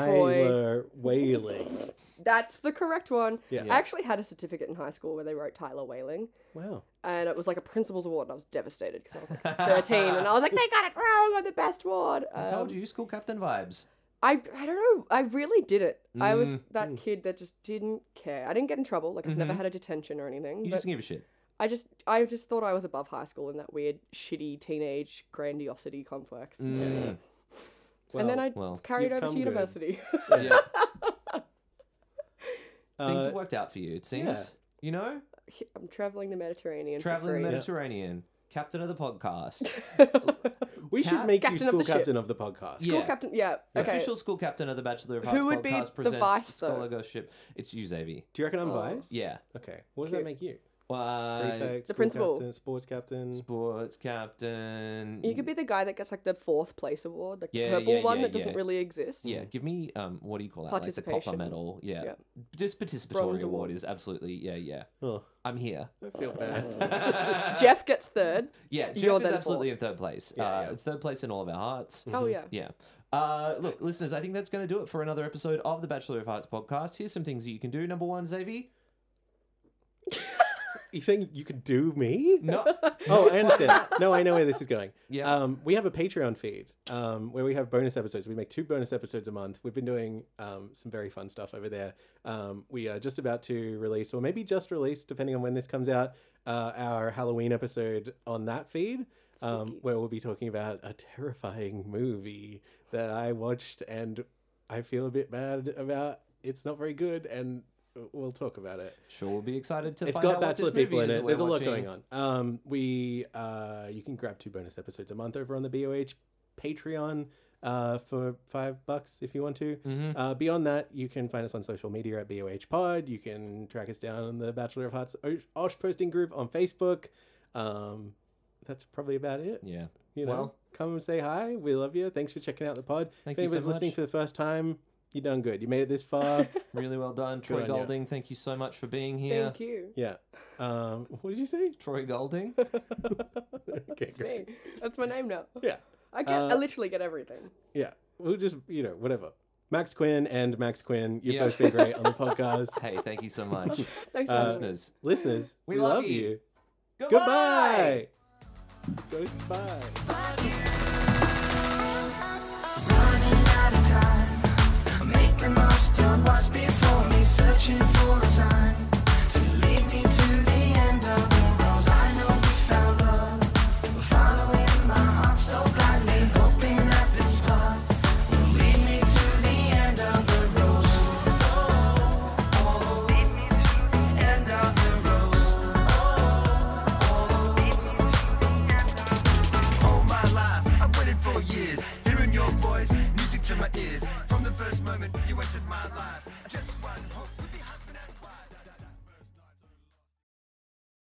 Tyler Whaling. That's the correct one. Yeah. I actually had a certificate in high school where they wrote Tyler Whaling, Wow. and it was like a principal's award, and I was devastated because [LAUGHS] I was like 13, [LAUGHS] and I was like, they got it wrong on the best award. I told Um, you, school captain vibes. I I don't know. I really did it. I was Mm-hmm. Mm. that kid that just didn't care. I didn't get in trouble. Like I've never Mhm. had a detention or anything. You Um, but just give a shit. I just I just thought I was above high school in that weird shitty teenage grandiosity complex. Mm. and then Well, I well, carried you've over come to good. university. [LAUGHS] Yeah. Things uh, have worked out for you, it seems. yeah. You know, I'm traveling the Mediterranean. traveling the for free. Mediterranean, captain of the podcast, we should Cat- make you Captain of school the ship. captain of the podcast. Yeah. School captain. Yeah. Okay. official school captain of the Bachelor of Arts would be podcast the presents vice, though? scholarship. It's you, Xavi. Do you reckon I'm Oh. vice? Yeah. Okay. What does that Cute. make you? Uh, Prefect, The school principal. captain, sports captain. sports captain. You could be the guy that gets like the fourth place award, like Yeah, the purple yeah, one yeah, that doesn't yeah. really exist. Yeah, give me um, what do you call that? Like the copper Participation. medal. Yeah, Yeah. just participatory Bronze award award. is absolutely yeah, yeah. Oh, I'm here. [LAUGHS] [LAUGHS] I feel bad. yeah, Jeff gets third. [LAUGHS] You're Jeff is then absolutely fourth. in third place. Yeah, uh, yeah. Third place in all of our hearts. Oh yeah. Yeah. Uh, look, listeners, I think that's going to do it for another episode of the Bachelor of Arts podcast. Here's some things that you can do. Number one, Xavi. [LAUGHS] you think you could do me? [LAUGHS] [LAUGHS] No. oh, I understand. No, I know where this is going. Yeah. Um, we have a Patreon feed um, where we have bonus episodes. We make two bonus episodes a month. We've been doing um, some very fun stuff over there. Um, we are just about to release, or maybe just released, depending on when this comes out, uh, our Halloween episode on that feed. Um, Spooky. where we'll be talking about a terrifying movie that I watched and I feel a bit bad about. It's not very good, and we'll talk about it Sure, we'll be excited to it's find got out what this bachelor people movie in is it. that There's a we're lot watching. going on. Um, we uh, you can grab two bonus episodes a month over on the BOH Patreon uh, for five bucks if you want to. Mm-hmm. Mhm. Uh, beyond that, you can find us on social media at BOH Pod. You can track us down on the Bachelor of Hearts Osh- Osh posting group on Facebook. Um, that's probably about it. Yeah. You know, Well- come and say hi. We love you. Thanks for checking out the pod. Thank if you so anybody's listening much. for the first time, you done good. You made it this [LAUGHS] far. Really well done, on Troy ya. Golding. Thank you so much for being here. Thank you. yeah. Um, what did you [LAUGHS] say? [LAUGHS] Troy Golding. okay, It's me. That's my name now. Yeah. I get. I Uh, literally get everything. Yeah, we'll just you know whatever. Max Quinn and Max Quinn, you've Yeah. both been great on the [LAUGHS] podcast. hey, thank you so [LAUGHS] much, Thanks Uh, for having me. listeners. Listeners, We we, love love, you. you. Uh, Goodbye. Goodbye! Ghost bye. Running out of time. Make the most of what's before me, searching for a sign to lead me to the end of the road. I know we found love, following my heart so blindly, hoping that this path will lead me to the end of the road. Oh, End of the road. All my life, I waited for years, hearing your voice, music to my ears. From the first moment you entered my life.